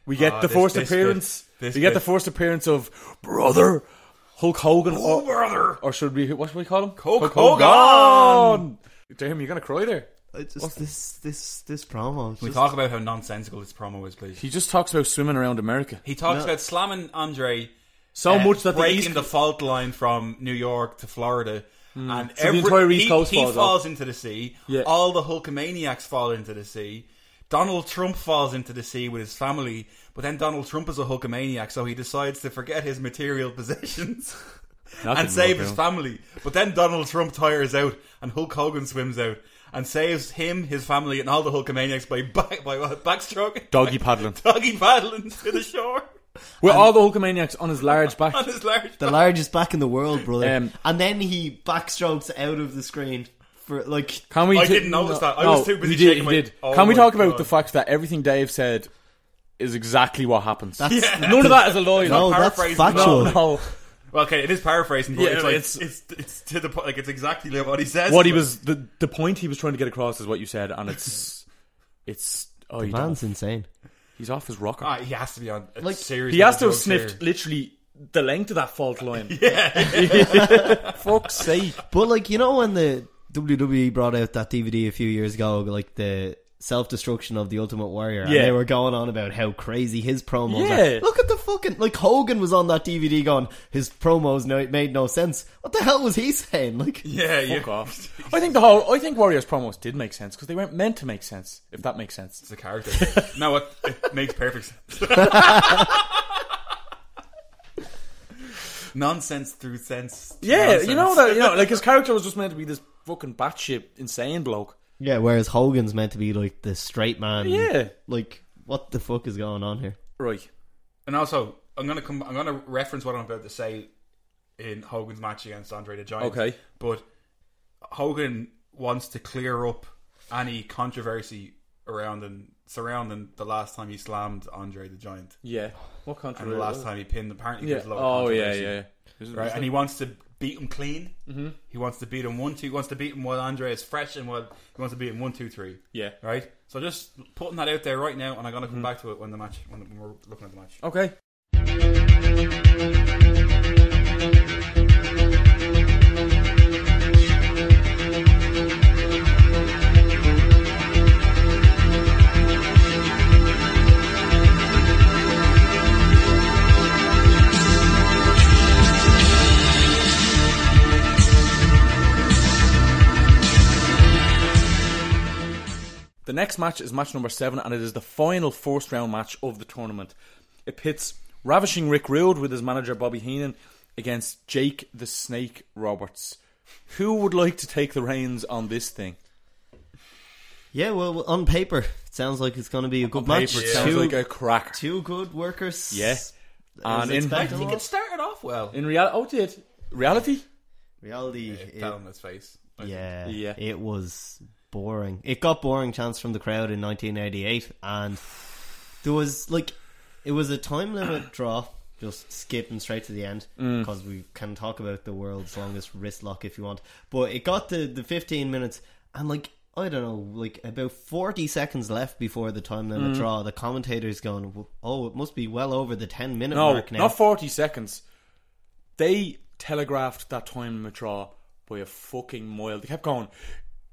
Speaker 4: We get
Speaker 6: Ah,
Speaker 4: the
Speaker 6: this-
Speaker 4: first
Speaker 6: this
Speaker 4: appearance.
Speaker 6: bit, this
Speaker 4: we get
Speaker 6: bit.
Speaker 4: the first appearance of brother Hulk Hogan,
Speaker 6: oh,
Speaker 4: or,
Speaker 6: brother,
Speaker 4: or should we? What should we call him?
Speaker 6: Hulk
Speaker 4: Hogan. Damn, you're gonna cry there.
Speaker 5: It's just this this this promo. It's
Speaker 6: we
Speaker 5: just-
Speaker 6: talk about how nonsensical this promo is, please.
Speaker 4: He just talks about swimming around America
Speaker 6: He talks
Speaker 5: No.
Speaker 6: about slamming Andre
Speaker 4: so
Speaker 6: uh,
Speaker 4: much that the
Speaker 6: breaking
Speaker 4: East. Hmm.
Speaker 6: the fault line from New York to Florida. And
Speaker 4: the
Speaker 6: every,
Speaker 4: entire East
Speaker 6: he,
Speaker 4: Coast
Speaker 6: he
Speaker 4: falls
Speaker 6: falls,
Speaker 4: off.
Speaker 6: into the sea.
Speaker 4: Yeah.
Speaker 6: All the Hulkamaniacs fall into the sea. Donald Trump falls into the sea with his family, but then Donald Trump is a Hulkamaniac, so he decides to forget his material possessions and
Speaker 4: didn't
Speaker 6: save
Speaker 4: work
Speaker 6: his
Speaker 4: out.
Speaker 6: family. But then Donald Trump tires out, and Hulk Hogan swims out and saves him, his family, and all the Hulkamaniacs by back, by what, backstroke,
Speaker 4: Doggy paddling
Speaker 6: doggy paddling to the shore
Speaker 4: with all the Hulkamaniacs on his large back.
Speaker 6: on his large.
Speaker 5: the largest back in the world, brother.
Speaker 4: Um,
Speaker 5: and then he backstrokes out of the screen for like.
Speaker 4: Can we?
Speaker 6: I
Speaker 4: t-
Speaker 6: didn't notice that. I was too busy
Speaker 4: He did.
Speaker 6: shaking
Speaker 4: he
Speaker 6: my-
Speaker 4: did.
Speaker 6: Oh
Speaker 4: Can we
Speaker 6: my
Speaker 4: talk about
Speaker 6: God.
Speaker 4: the fact that everything Dave said is exactly what happens?
Speaker 5: That's,
Speaker 6: Yeah.
Speaker 4: None of that is a lie.
Speaker 5: no, that's
Speaker 6: paraphrasing.
Speaker 4: no,
Speaker 5: factual.
Speaker 4: no.
Speaker 6: Well, okay, it is paraphrasing, but
Speaker 4: Yeah,
Speaker 6: it's
Speaker 4: no,
Speaker 6: like
Speaker 4: it's-
Speaker 6: it's, it's it's to the point. Like it's exactly like what he says.
Speaker 4: What he
Speaker 6: but-
Speaker 4: was the the point he was trying to get across is what you said, and it's it's oh you don't,
Speaker 5: Man's insane.
Speaker 4: he's off his rocker.
Speaker 6: Ah, he has to be on a
Speaker 5: Like,
Speaker 6: serious.
Speaker 4: he has to have
Speaker 6: amount of drugs
Speaker 4: sniffed
Speaker 6: here.
Speaker 4: literally the length of that fault line. Yeah, fuck's sake.
Speaker 5: But like you know when the WWE brought out that DVD a few years ago, like the self destruction of the Ultimate Warrior,
Speaker 4: Yeah.
Speaker 5: and they were going on about how crazy his promos
Speaker 4: Yeah.
Speaker 5: are. Look at the fucking like Hogan was on that DVD going, his promos no, made no sense. What the hell was he saying? Like
Speaker 6: Yeah, yeah.
Speaker 4: Fuck off. I think the whole I think Warriors promos did make sense because they weren't meant to make sense. If that makes sense.
Speaker 6: It's a character. no, it, it makes perfect sense. Nonsense through sense.
Speaker 4: Yeah, you know
Speaker 6: Nonsense.
Speaker 4: that you know like his character was just meant to be this fucking batshit insane bloke.
Speaker 5: Yeah, whereas Hogan's meant to be like the straight man.
Speaker 4: Yeah.
Speaker 5: Like, what the fuck is going on here?
Speaker 4: Right.
Speaker 6: And also, I'm gonna come. I'm gonna reference what I'm about to say in Hogan's match against Andre the Giant.
Speaker 4: Okay.
Speaker 6: but Hogan wants to clear up any controversy around and surrounding the last time he slammed Andre the Giant
Speaker 4: Yeah. What
Speaker 6: and the
Speaker 4: controversy?
Speaker 6: last time he pinned. Apparently,
Speaker 4: Yeah.
Speaker 6: there's a lot of
Speaker 4: Oh yeah,
Speaker 6: controversy,
Speaker 4: yeah.
Speaker 6: Right, and he wants to beat him clean. Mm-hmm. He wants to beat him one, two. He wants to beat him while Andre is fresh, and while he wants to beat him one, two, three.
Speaker 4: Yeah.
Speaker 6: Right. So just putting that out there right now, and I'm gonna
Speaker 4: Mm-hmm.
Speaker 6: come back to it when the match when when we're looking at the match.
Speaker 4: Okay. The next match is match number seven, and it is the final first round match of the tournament. It pits Ravishing Rick Rude with his manager Bobby Heenan against Jake the Snake Roberts. Who would like to take the reins on this thing?
Speaker 5: Yeah, well, on paper, it sounds like it's going to be a good match.
Speaker 4: Paper sounds
Speaker 5: Two,
Speaker 4: like a crack.
Speaker 5: two good workers.
Speaker 4: Yeah.
Speaker 5: as
Speaker 4: And in-
Speaker 6: I
Speaker 5: expected.
Speaker 6: think it started off well.
Speaker 4: In reality, oh, it did reality?
Speaker 5: reality. it-
Speaker 6: Fell on his face. I think.
Speaker 5: yeah,
Speaker 4: Yeah.
Speaker 5: it was boring. It got boring chance from the crowd in 1988, and there was like it was a time limit draw. Just skipping straight to the end
Speaker 4: Mm.
Speaker 5: because we can talk about the world's longest wrist lock if you want. But it got to the 15 minutes, and like I don't know, like about 40 seconds left before the time
Speaker 4: Mm.
Speaker 5: limit draw. The commentators going, "Oh, it must be well over the 10 minute
Speaker 4: No,
Speaker 5: mark now."
Speaker 4: not forty seconds. They telegraphed that time limit draw by a fucking mile. They kept going.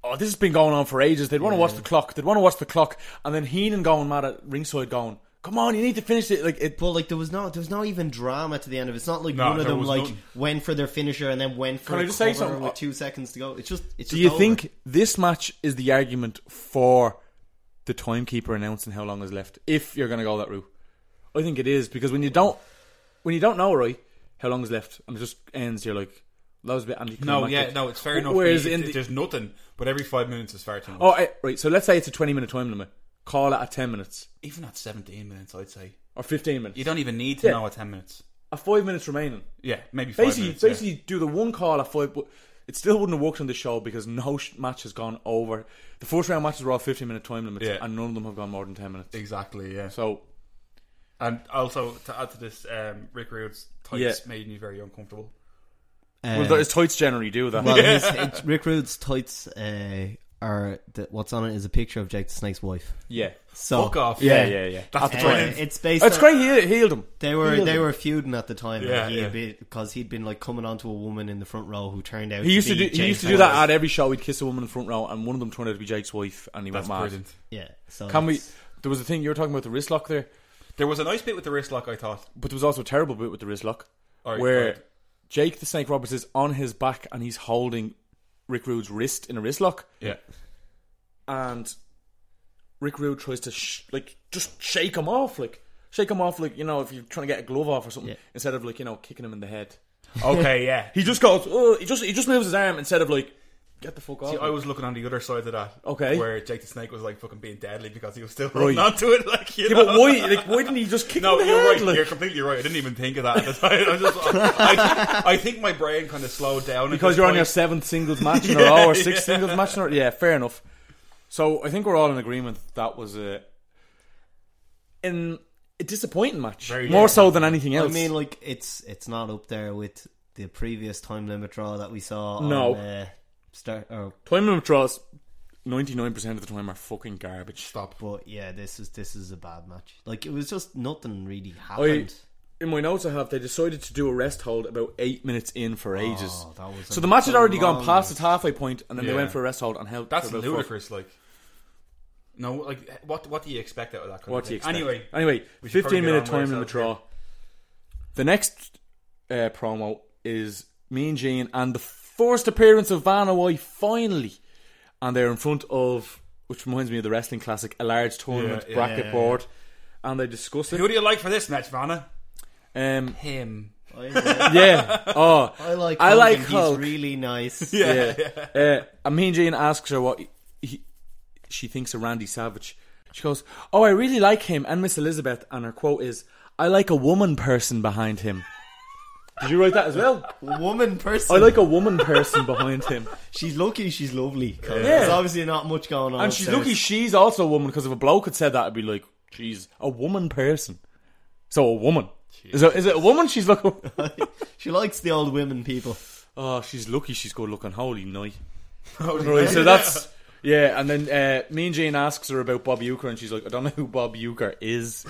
Speaker 4: Oh, this has been going on for ages. They'd want to watch the clock. They'd want to watch the clock, and then Heenan going mad at ringside, going, "Come on, you need to finish it." Like it.
Speaker 5: But like there was no there was no even drama to the end of it. It's not like
Speaker 6: No,
Speaker 5: one of
Speaker 6: there
Speaker 5: them
Speaker 6: was
Speaker 5: like
Speaker 6: none.
Speaker 5: went for their finisher and then went for
Speaker 4: Can
Speaker 5: a
Speaker 4: I just say
Speaker 5: cover
Speaker 4: something?
Speaker 5: with two seconds to go. It's just it's
Speaker 4: Do
Speaker 5: just
Speaker 4: you
Speaker 5: over.
Speaker 4: think this match is the argument for the timekeeper announcing how long is left? If you're going to go that route, I think it is because when you don't, when you don't know right how long is left, and it just ends, you're like, "That was a bit."
Speaker 6: No,
Speaker 4: anticlimactic.
Speaker 6: yeah, no, it's fair enough.
Speaker 4: Whereas
Speaker 6: It-
Speaker 4: in
Speaker 6: it-
Speaker 4: the,
Speaker 6: there's nothing, but every five minutes is fair time.
Speaker 4: Oh, eh, right. So let's say it's a 20 minute time limit. Call it at 10 minutes
Speaker 6: Even at 17 minutes, I'd say
Speaker 4: or 15 minutes.
Speaker 6: you don't even need to
Speaker 4: Yeah.
Speaker 6: know at 10 minutes.
Speaker 4: At five minutes remaining.
Speaker 6: Yeah, maybe five
Speaker 4: Basically,
Speaker 6: minutes. yeah.
Speaker 4: basically do the one call at five. But it still wouldn't have worked on the show because no sh- match has gone over. The first round matches were all 15 minute time limits,
Speaker 6: Yeah.
Speaker 4: and none of them have gone more than 10 minutes.
Speaker 6: exactly. Yeah.
Speaker 4: So
Speaker 6: And also to add to this, um, Rick Rude's tights
Speaker 4: Yeah.
Speaker 6: made me very uncomfortable.
Speaker 5: Uh,
Speaker 4: well, his tights generally do that.
Speaker 5: well, his, it's- Rick Rude's tights uh, are the, what's on it is a picture of Jake the Snake's wife.
Speaker 4: yeah,
Speaker 5: So
Speaker 6: Fuck off.
Speaker 4: Oh. yeah, yeah, yeah.
Speaker 6: That's
Speaker 4: At the
Speaker 5: uh,
Speaker 4: time.
Speaker 6: brilliant.
Speaker 5: it's based.
Speaker 4: It's
Speaker 5: on-
Speaker 4: great. He healed him.
Speaker 5: They were they were feuding at the time.
Speaker 6: Yeah,
Speaker 5: and he
Speaker 6: yeah.
Speaker 5: because he'd been like coming onto a woman in the front row who turned out
Speaker 4: He used to
Speaker 5: be
Speaker 4: do. He
Speaker 5: Jake's
Speaker 4: used to do that
Speaker 5: wife.
Speaker 4: at every show. He'd kiss a woman in front row, and one of them turned out to be Jake's wife, and he
Speaker 6: That's
Speaker 4: went mad.
Speaker 6: brilliant.
Speaker 5: yeah. So
Speaker 4: Can we?
Speaker 5: it's-
Speaker 4: There was a thing you were talking about the wrist lock there.
Speaker 6: There was a nice bit with the wrist lock. I thought.
Speaker 4: But there was also a terrible bit with the wrist lock
Speaker 6: Alright,
Speaker 4: where
Speaker 6: alright.
Speaker 4: Jake the Snake Roberts is on his back and he's holding Rick Rude's wrist in a wrist lock,
Speaker 6: Yeah.
Speaker 4: and Rick Rude tries to sh- like just shake him off, like shake him off, like you know if you're trying to get a glove off or something,
Speaker 5: Yeah.
Speaker 4: instead of like you know kicking him in the head.
Speaker 6: Okay. Yeah.
Speaker 4: He just goes, oh, he just he just moves his arm instead of like get the fuck off.
Speaker 6: See,
Speaker 4: me."
Speaker 6: I was looking on the other side of that.
Speaker 4: Okay.
Speaker 6: Where Jake the Snake was like fucking being deadly because he was still
Speaker 4: Right.
Speaker 6: holding on to it. Like, you
Speaker 4: yeah, but
Speaker 6: know?
Speaker 4: why? Like, why didn't he just kick
Speaker 6: No,
Speaker 4: him in the
Speaker 6: you're
Speaker 4: head?
Speaker 6: right.
Speaker 4: like?
Speaker 6: You're completely right. I didn't even think of that at the time. I, was just, I, I think my brain kind of slowed down at
Speaker 4: because
Speaker 6: this
Speaker 4: you're on
Speaker 6: point.
Speaker 4: your seventh singles match in a row or sixth singles match in a row. Yeah, fair enough. So I think we're all in agreement that, that was a in a disappointing match,
Speaker 6: Very
Speaker 4: more so than anything else.
Speaker 5: I mean, like it's it's not up there with the previous time limit draw that we saw.
Speaker 4: No.
Speaker 5: on, uh, start or
Speaker 4: time limit draws, ninety nine percent of the time are fucking garbage.
Speaker 6: stop.
Speaker 5: But yeah, this is this is a bad match. Like it was just nothing really
Speaker 4: I,
Speaker 5: happened.
Speaker 4: in my notes, I have they decided to do a rest hold about eight minutes in for ages.
Speaker 5: that was
Speaker 4: so the match had
Speaker 5: a
Speaker 4: already gone
Speaker 5: long-
Speaker 4: past its halfway point, and then they
Speaker 6: Yeah.
Speaker 4: went for a rest hold and held.
Speaker 6: That's
Speaker 4: for about four-
Speaker 6: ludicrous. Like, no, like what? What do you expect out of that? Kind
Speaker 4: What
Speaker 6: of
Speaker 4: do you
Speaker 6: thing?
Speaker 4: expect?
Speaker 6: Anyway,
Speaker 4: anyway,
Speaker 6: we should probably
Speaker 4: fifteen
Speaker 6: get
Speaker 4: minute
Speaker 6: on with
Speaker 4: time limit draw.
Speaker 6: ourselves
Speaker 4: The next uh, promo is me and Gene, and the first appearance of Vanaway finally, and they're in front of, which reminds me of the wrestling classic, a large tournament
Speaker 6: Yeah, yeah,
Speaker 4: bracket
Speaker 5: yeah,
Speaker 4: board, and they discuss
Speaker 6: Who
Speaker 4: it.
Speaker 6: do you like for this match, Vanna?
Speaker 4: Um,
Speaker 6: Him.
Speaker 5: I,
Speaker 4: yeah. Oh,
Speaker 5: I like
Speaker 4: I
Speaker 5: Hogan.
Speaker 4: like
Speaker 5: He's
Speaker 4: Hulk.
Speaker 5: really nice.
Speaker 4: yeah. Uh, and me and Gene asks her what he, she thinks of Randy Savage. She goes, "Oh, I really like him." And Miss Elizabeth, and her quote is, "I like a woman person behind him." Did you write that as well?
Speaker 5: Woman person.
Speaker 4: I like a woman person behind him,
Speaker 5: She's lucky. She's lovely. Yeah.
Speaker 4: Yeah.
Speaker 5: There's obviously not much going on.
Speaker 4: and she's
Speaker 5: upstairs.
Speaker 4: lucky she's also a woman because if a bloke had said that, I'd be like, "She's a woman person." So a woman. Is it, is it a woman? She's looking.
Speaker 5: she likes the old women people.
Speaker 4: Oh, she's lucky she's good looking. Holy night. right, so that's. Yeah, and then uh, me and Jane asks her about Bob Euchre, and she's like, I don't know who Bob Euchre is.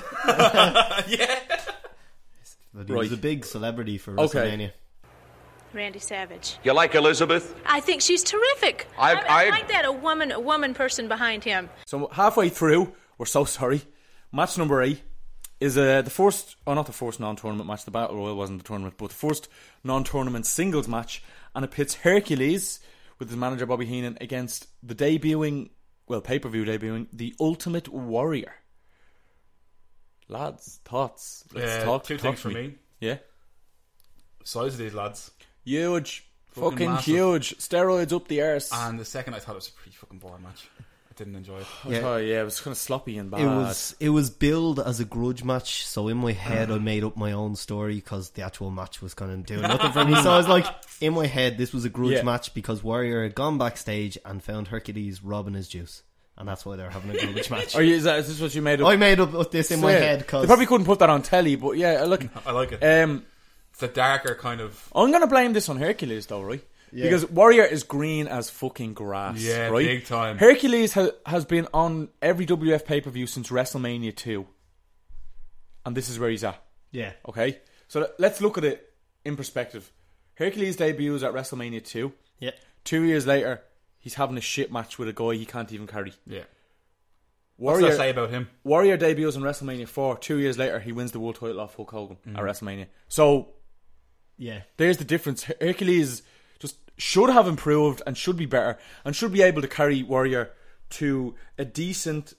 Speaker 5: But he
Speaker 4: Right.
Speaker 5: was a big celebrity for
Speaker 4: Okay.
Speaker 5: WrestleMania.
Speaker 10: Randy Savage.
Speaker 1: You like Elizabeth?
Speaker 10: I think she's terrific.
Speaker 1: I- I-
Speaker 10: like that a woman, a woman person behind him.
Speaker 4: So halfway through, we're so sorry. Match number eight is uh, the first, oh, not the first non-tournament match. The Battle Royal wasn't the tournament, but the first non-tournament singles match, and it pits Hercules with his manager Bobby Heenan against the debuting, well, pay-per-view debuting, the Ultimate Warrior. Lads, thoughts. Let's
Speaker 6: Uh,
Speaker 4: talk.
Speaker 6: two
Speaker 4: talk
Speaker 6: things
Speaker 4: to
Speaker 6: for me.
Speaker 4: Yeah,
Speaker 6: Size of these lads.
Speaker 4: huge,
Speaker 6: Fucking
Speaker 4: fucking, Ah,
Speaker 6: massive.
Speaker 4: huge. Steroids up the arse.
Speaker 6: And the second, I thought it was a pretty fucking boring match. I didn't enjoy it.
Speaker 4: Oh yeah, it was kind of sloppy and bad.
Speaker 5: It was it was billed as a grudge match, so in my head
Speaker 4: Ah.
Speaker 5: I made up my own story because the actual match was kind of doing nothing for me. So I was like, in my head, this was a grudge
Speaker 4: Yeah.
Speaker 5: match because Warrior had gone backstage and found Hercules robbing his juice, and that's why they're having a grudge match.
Speaker 4: Are you, is, that, is this what you made up?
Speaker 5: I made up this in my
Speaker 4: Yeah.
Speaker 5: head
Speaker 4: they
Speaker 5: because
Speaker 4: probably couldn't put that on telly, but yeah, uh, look.
Speaker 6: I like it.
Speaker 4: Um,
Speaker 6: It's a darker kind of
Speaker 4: I'm gonna blame this on Hercules though, right?
Speaker 5: Yeah.
Speaker 4: Because Warrior is green as fucking grass,
Speaker 6: Yeah,
Speaker 4: right?
Speaker 6: big time.
Speaker 4: Hercules ha- has been on every WF pay per view since WrestleMania two, and this is where he's at.
Speaker 5: yeah,
Speaker 4: Okay, so le- let's look at it in perspective. Hercules debuts at WrestleMania two.
Speaker 5: yeah,
Speaker 4: Two years later, he's having a shit match with a guy he can't even carry.
Speaker 6: yeah. What
Speaker 4: Warrior,
Speaker 6: does that say about him?
Speaker 4: Warrior debuts in WrestleMania 4. Two years later, he wins the world title off Hulk Hogan at WrestleMania. So
Speaker 5: yeah.
Speaker 4: there's the difference. Her- Hercules just should have improved and should be better and should be able to carry Warrior to a decent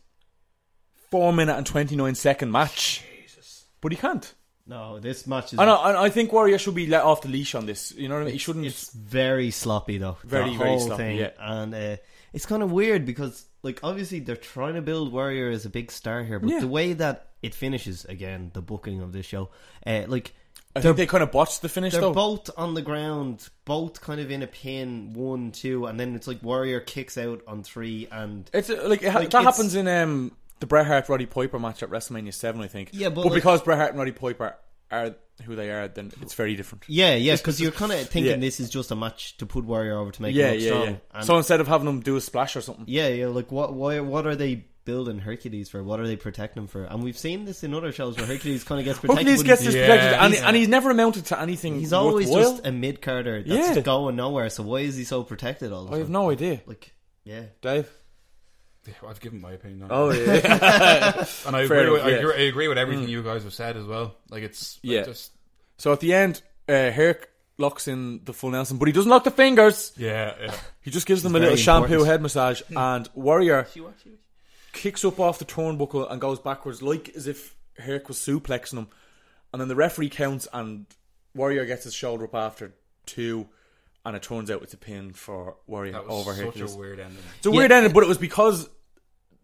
Speaker 4: 4 minute and 29 second match. Jesus. But he can't.
Speaker 5: No, this match is
Speaker 4: And I, and I think Warrior should be let off the leash on this. You know what I mean? He shouldn't.
Speaker 5: It's very sloppy though.
Speaker 4: Very,
Speaker 5: the
Speaker 4: very
Speaker 5: whole
Speaker 4: sloppy,
Speaker 5: Thing.
Speaker 4: yeah.
Speaker 5: And uh, it's kind of weird because, like, obviously they're trying to build Warrior as a big star here, but
Speaker 4: Yeah.
Speaker 5: the way that it finishes again, the booking of this show, uh, like
Speaker 4: I
Speaker 5: they're-
Speaker 4: think they kind of botched the finish,
Speaker 5: they're
Speaker 4: though.
Speaker 5: both on the ground, both kind of in a pin, one, two, and then it's like Warrior kicks out on three, and
Speaker 4: It's uh, like, it ha-
Speaker 5: Like,
Speaker 4: that
Speaker 5: it's-
Speaker 4: happens in um, the Bret Hart Roddy Piper match at WrestleMania Seven, I think.
Speaker 5: Yeah, but like-
Speaker 4: because Bret Hart and Roddy Piper are who they are, then it's very different.
Speaker 5: yeah, yeah, because you're kind of thinking
Speaker 4: Yeah.
Speaker 5: this is just a match to put Warrior over to make
Speaker 4: Yeah,
Speaker 5: him look
Speaker 4: yeah,
Speaker 5: strong.
Speaker 4: yeah.
Speaker 5: And
Speaker 4: So instead of having them do a splash or something,
Speaker 5: Yeah, yeah. Like, what? Why? What are they building Hercules for? What are they protecting him for? And we've seen this in otother shows where Hercules kind of gets protected.
Speaker 4: Hercules
Speaker 5: but
Speaker 4: gets
Speaker 5: he's,
Speaker 4: this
Speaker 6: Yeah.
Speaker 4: protected, and,
Speaker 6: He's-
Speaker 4: and he's never amounted to anything.
Speaker 5: he's always
Speaker 4: worthwhile.
Speaker 5: just a mid carder that's
Speaker 4: Yeah.
Speaker 5: going nowhere. So why is he so protected all the
Speaker 4: I
Speaker 5: time?
Speaker 4: have no idea,
Speaker 5: Like, yeah,
Speaker 4: Dave.
Speaker 6: Yeah, well, I've given my opinion on it.
Speaker 4: Oh yeah,
Speaker 6: And I
Speaker 4: fair
Speaker 6: agree, with,
Speaker 4: enough,
Speaker 6: I,
Speaker 4: yeah. Mm.
Speaker 6: agree, I agree with everything you guys have said as well. Like, it's like,
Speaker 4: Yeah.
Speaker 6: just.
Speaker 4: so at the end, uh, Herc locks in the full Nelson, but he doesn't lock the fingers.
Speaker 6: Yeah, yeah.
Speaker 4: He just gives them a
Speaker 5: very
Speaker 4: little shampoo
Speaker 5: important.
Speaker 4: head massage,
Speaker 6: Hmm.
Speaker 4: and Warrior kicks up off the turnbuckle and goes backwards, like as if Herc was suplexing him. And then the referee counts, and Warrior gets his shoulder up after two, and it turns out it's a pin for Warrior
Speaker 6: That was
Speaker 4: over
Speaker 6: such
Speaker 4: Hercules.
Speaker 6: a weird ending.
Speaker 4: It's a weird ending, but it was because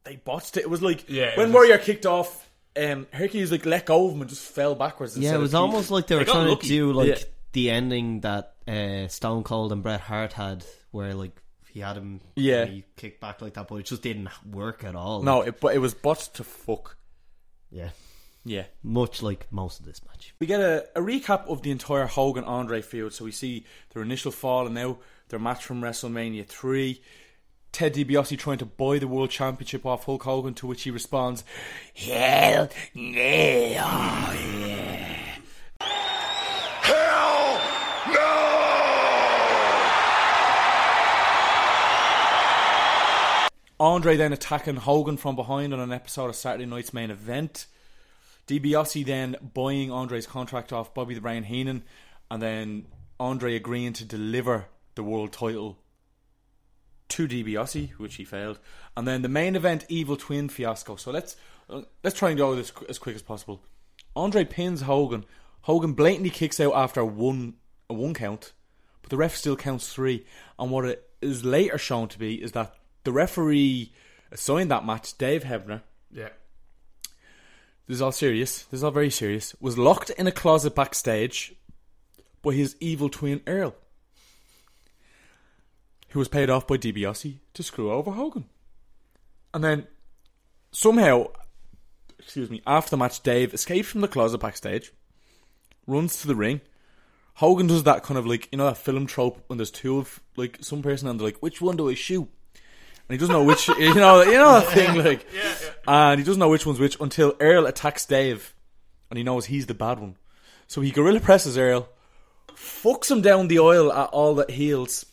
Speaker 4: they botched it. It was like
Speaker 6: Yeah, it
Speaker 4: when
Speaker 6: was-
Speaker 4: Warrior kicked off, um, Hercules like let go of him and just fell backwards.
Speaker 5: yeah.
Speaker 4: instead
Speaker 5: It
Speaker 4: of
Speaker 5: was
Speaker 4: keep-
Speaker 5: almost like they were
Speaker 6: got
Speaker 5: trying
Speaker 6: lucky.
Speaker 5: to do like
Speaker 4: Yeah.
Speaker 5: the ending that uh, Stone Cold and Bret Hart had, where like he had him,
Speaker 4: Yeah.
Speaker 5: and he kicked back like that, but it just didn't work at all.
Speaker 4: no, it, but it was botched to fuck.
Speaker 5: yeah,
Speaker 4: Yeah.
Speaker 5: much like most of this match.
Speaker 4: We get a, a recap of the entire Hogan Andre feud. So we see their initial fall and now their match from WrestleMania 3. Ted DiBiase trying to buy the World Championship off Hulk Hogan, to which he responds, Hell yeah.
Speaker 7: Hell no!
Speaker 4: Andre then attacking Hogan from behind on an episode of Saturday Night's main event. DiBiase then buying Andre's contract off Bobby the Brain Heenan, and then Andre agreeing to deliver the world title to DiBiase, which he failed, and then the main event Evil Twin fiasco. So let's uh, let's try and go this qu- as quick as possible. Andre pins Hogan. Hogan blatantly kicks out after one a one count, but the ref still counts three. And what it is later shown to be is that the referee assigned that match, Dave Hebner,
Speaker 6: Yeah.
Speaker 4: this is all serious, this is all very serious, was locked in a closet backstage by his evil twin Earl, who was paid off by DiBiase to screw over Hogan. And then somehow, excuse me, after the match, Dave escapes from the closet backstage, runs to the ring. Hogan does that kind of like, you know, that film trope when there's two of, like, some person and they're like, which one do I shoot? and he doesn't know which you know you know that thing like and he doesn't know which one's which until Earl attacks Dave and he knows he's the bad one. So he gorilla presses Earl, fucks him down the aisle at all that heels,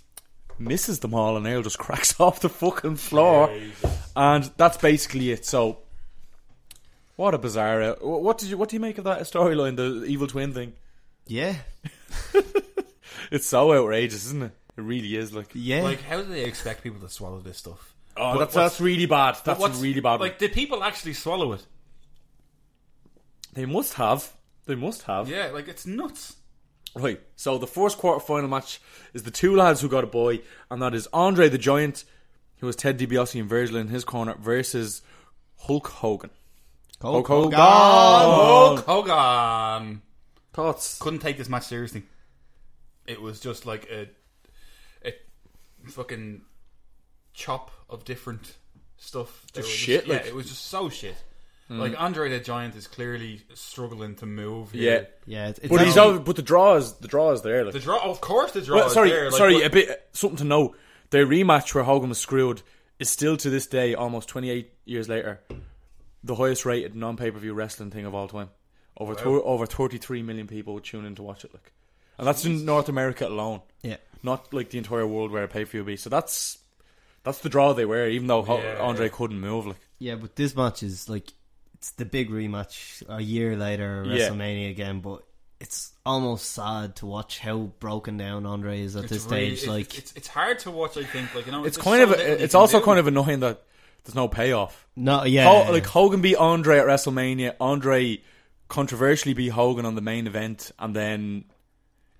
Speaker 4: misses them all, and Earl just cracks off the fucking floor. And that's basically it. So what a bizarre uh, wh- what did you what do you make of that storyline, the evil twin thing?
Speaker 5: Yeah,
Speaker 4: It's so outrageous, isn't it? It really is like
Speaker 5: yeah.
Speaker 6: Like, how do they expect people to swallow this stuff?
Speaker 4: Oh,
Speaker 6: But
Speaker 4: that's
Speaker 6: what's-
Speaker 4: that's really bad. That's a
Speaker 6: What's-
Speaker 4: really bad. one.
Speaker 6: Like, did people actually swallow it?
Speaker 4: They must have. They must have.
Speaker 6: Yeah, like it's nuts.
Speaker 4: Right. So the first quarter final match is the two lads who got a boy, and that is Andre the Giant, who was Ted DiBiase and Virgil in his corner, versus Hulk Hogan.
Speaker 5: Hulk
Speaker 4: Hogan.
Speaker 6: Hulk Hogan
Speaker 4: Thoughts?
Speaker 6: couldn't take this match seriously. It was just like a, a fucking chop of different stuff. They
Speaker 4: Just
Speaker 6: were
Speaker 4: shit,
Speaker 6: yeah,
Speaker 4: like- Hmm.
Speaker 6: it was just so shit. Like Andre the Giant is clearly struggling to move.
Speaker 4: Yeah.
Speaker 6: Here.
Speaker 5: yeah, it's, it's
Speaker 4: But he's
Speaker 5: actually-
Speaker 4: over, but the draw is the draw is there. Like,
Speaker 6: The draw, of course, the draw.
Speaker 4: Well,
Speaker 6: is
Speaker 4: sorry,
Speaker 6: there, Oh, like,
Speaker 4: sorry.
Speaker 6: but-
Speaker 4: A bit something to note: their rematch where Hogan was screwed is still to this day, almost 28 years later, the highest rated non pay per view wrestling thing of all time. Over thir- over 33 million people would tune in to watch it. Like, and that's in North America alone.
Speaker 5: Yeah.
Speaker 4: not like the entire world where a pay per view be. So that's that's the draw they were, even though Ho-
Speaker 6: Yeah.
Speaker 4: Andre couldn't move. Like,
Speaker 5: Yeah, but this match is like it's the big rematch a year later
Speaker 4: Yeah.
Speaker 5: WrestleMania again, but it's almost sad to watch how broken down Andre is at this
Speaker 6: it's really-
Speaker 5: stage.
Speaker 6: it's-
Speaker 5: like
Speaker 6: it's, it's hard to watch. I think, like you know,
Speaker 4: it's
Speaker 6: there's
Speaker 4: kind
Speaker 6: so
Speaker 4: of
Speaker 6: little you
Speaker 4: it's
Speaker 6: can
Speaker 4: also
Speaker 6: do.
Speaker 4: kind of annoying that there's no payoff.
Speaker 5: no, yeah,
Speaker 4: Ho- like Hogan beat Andre at WrestleMania. Andre controversially beat Hogan on the main event, and then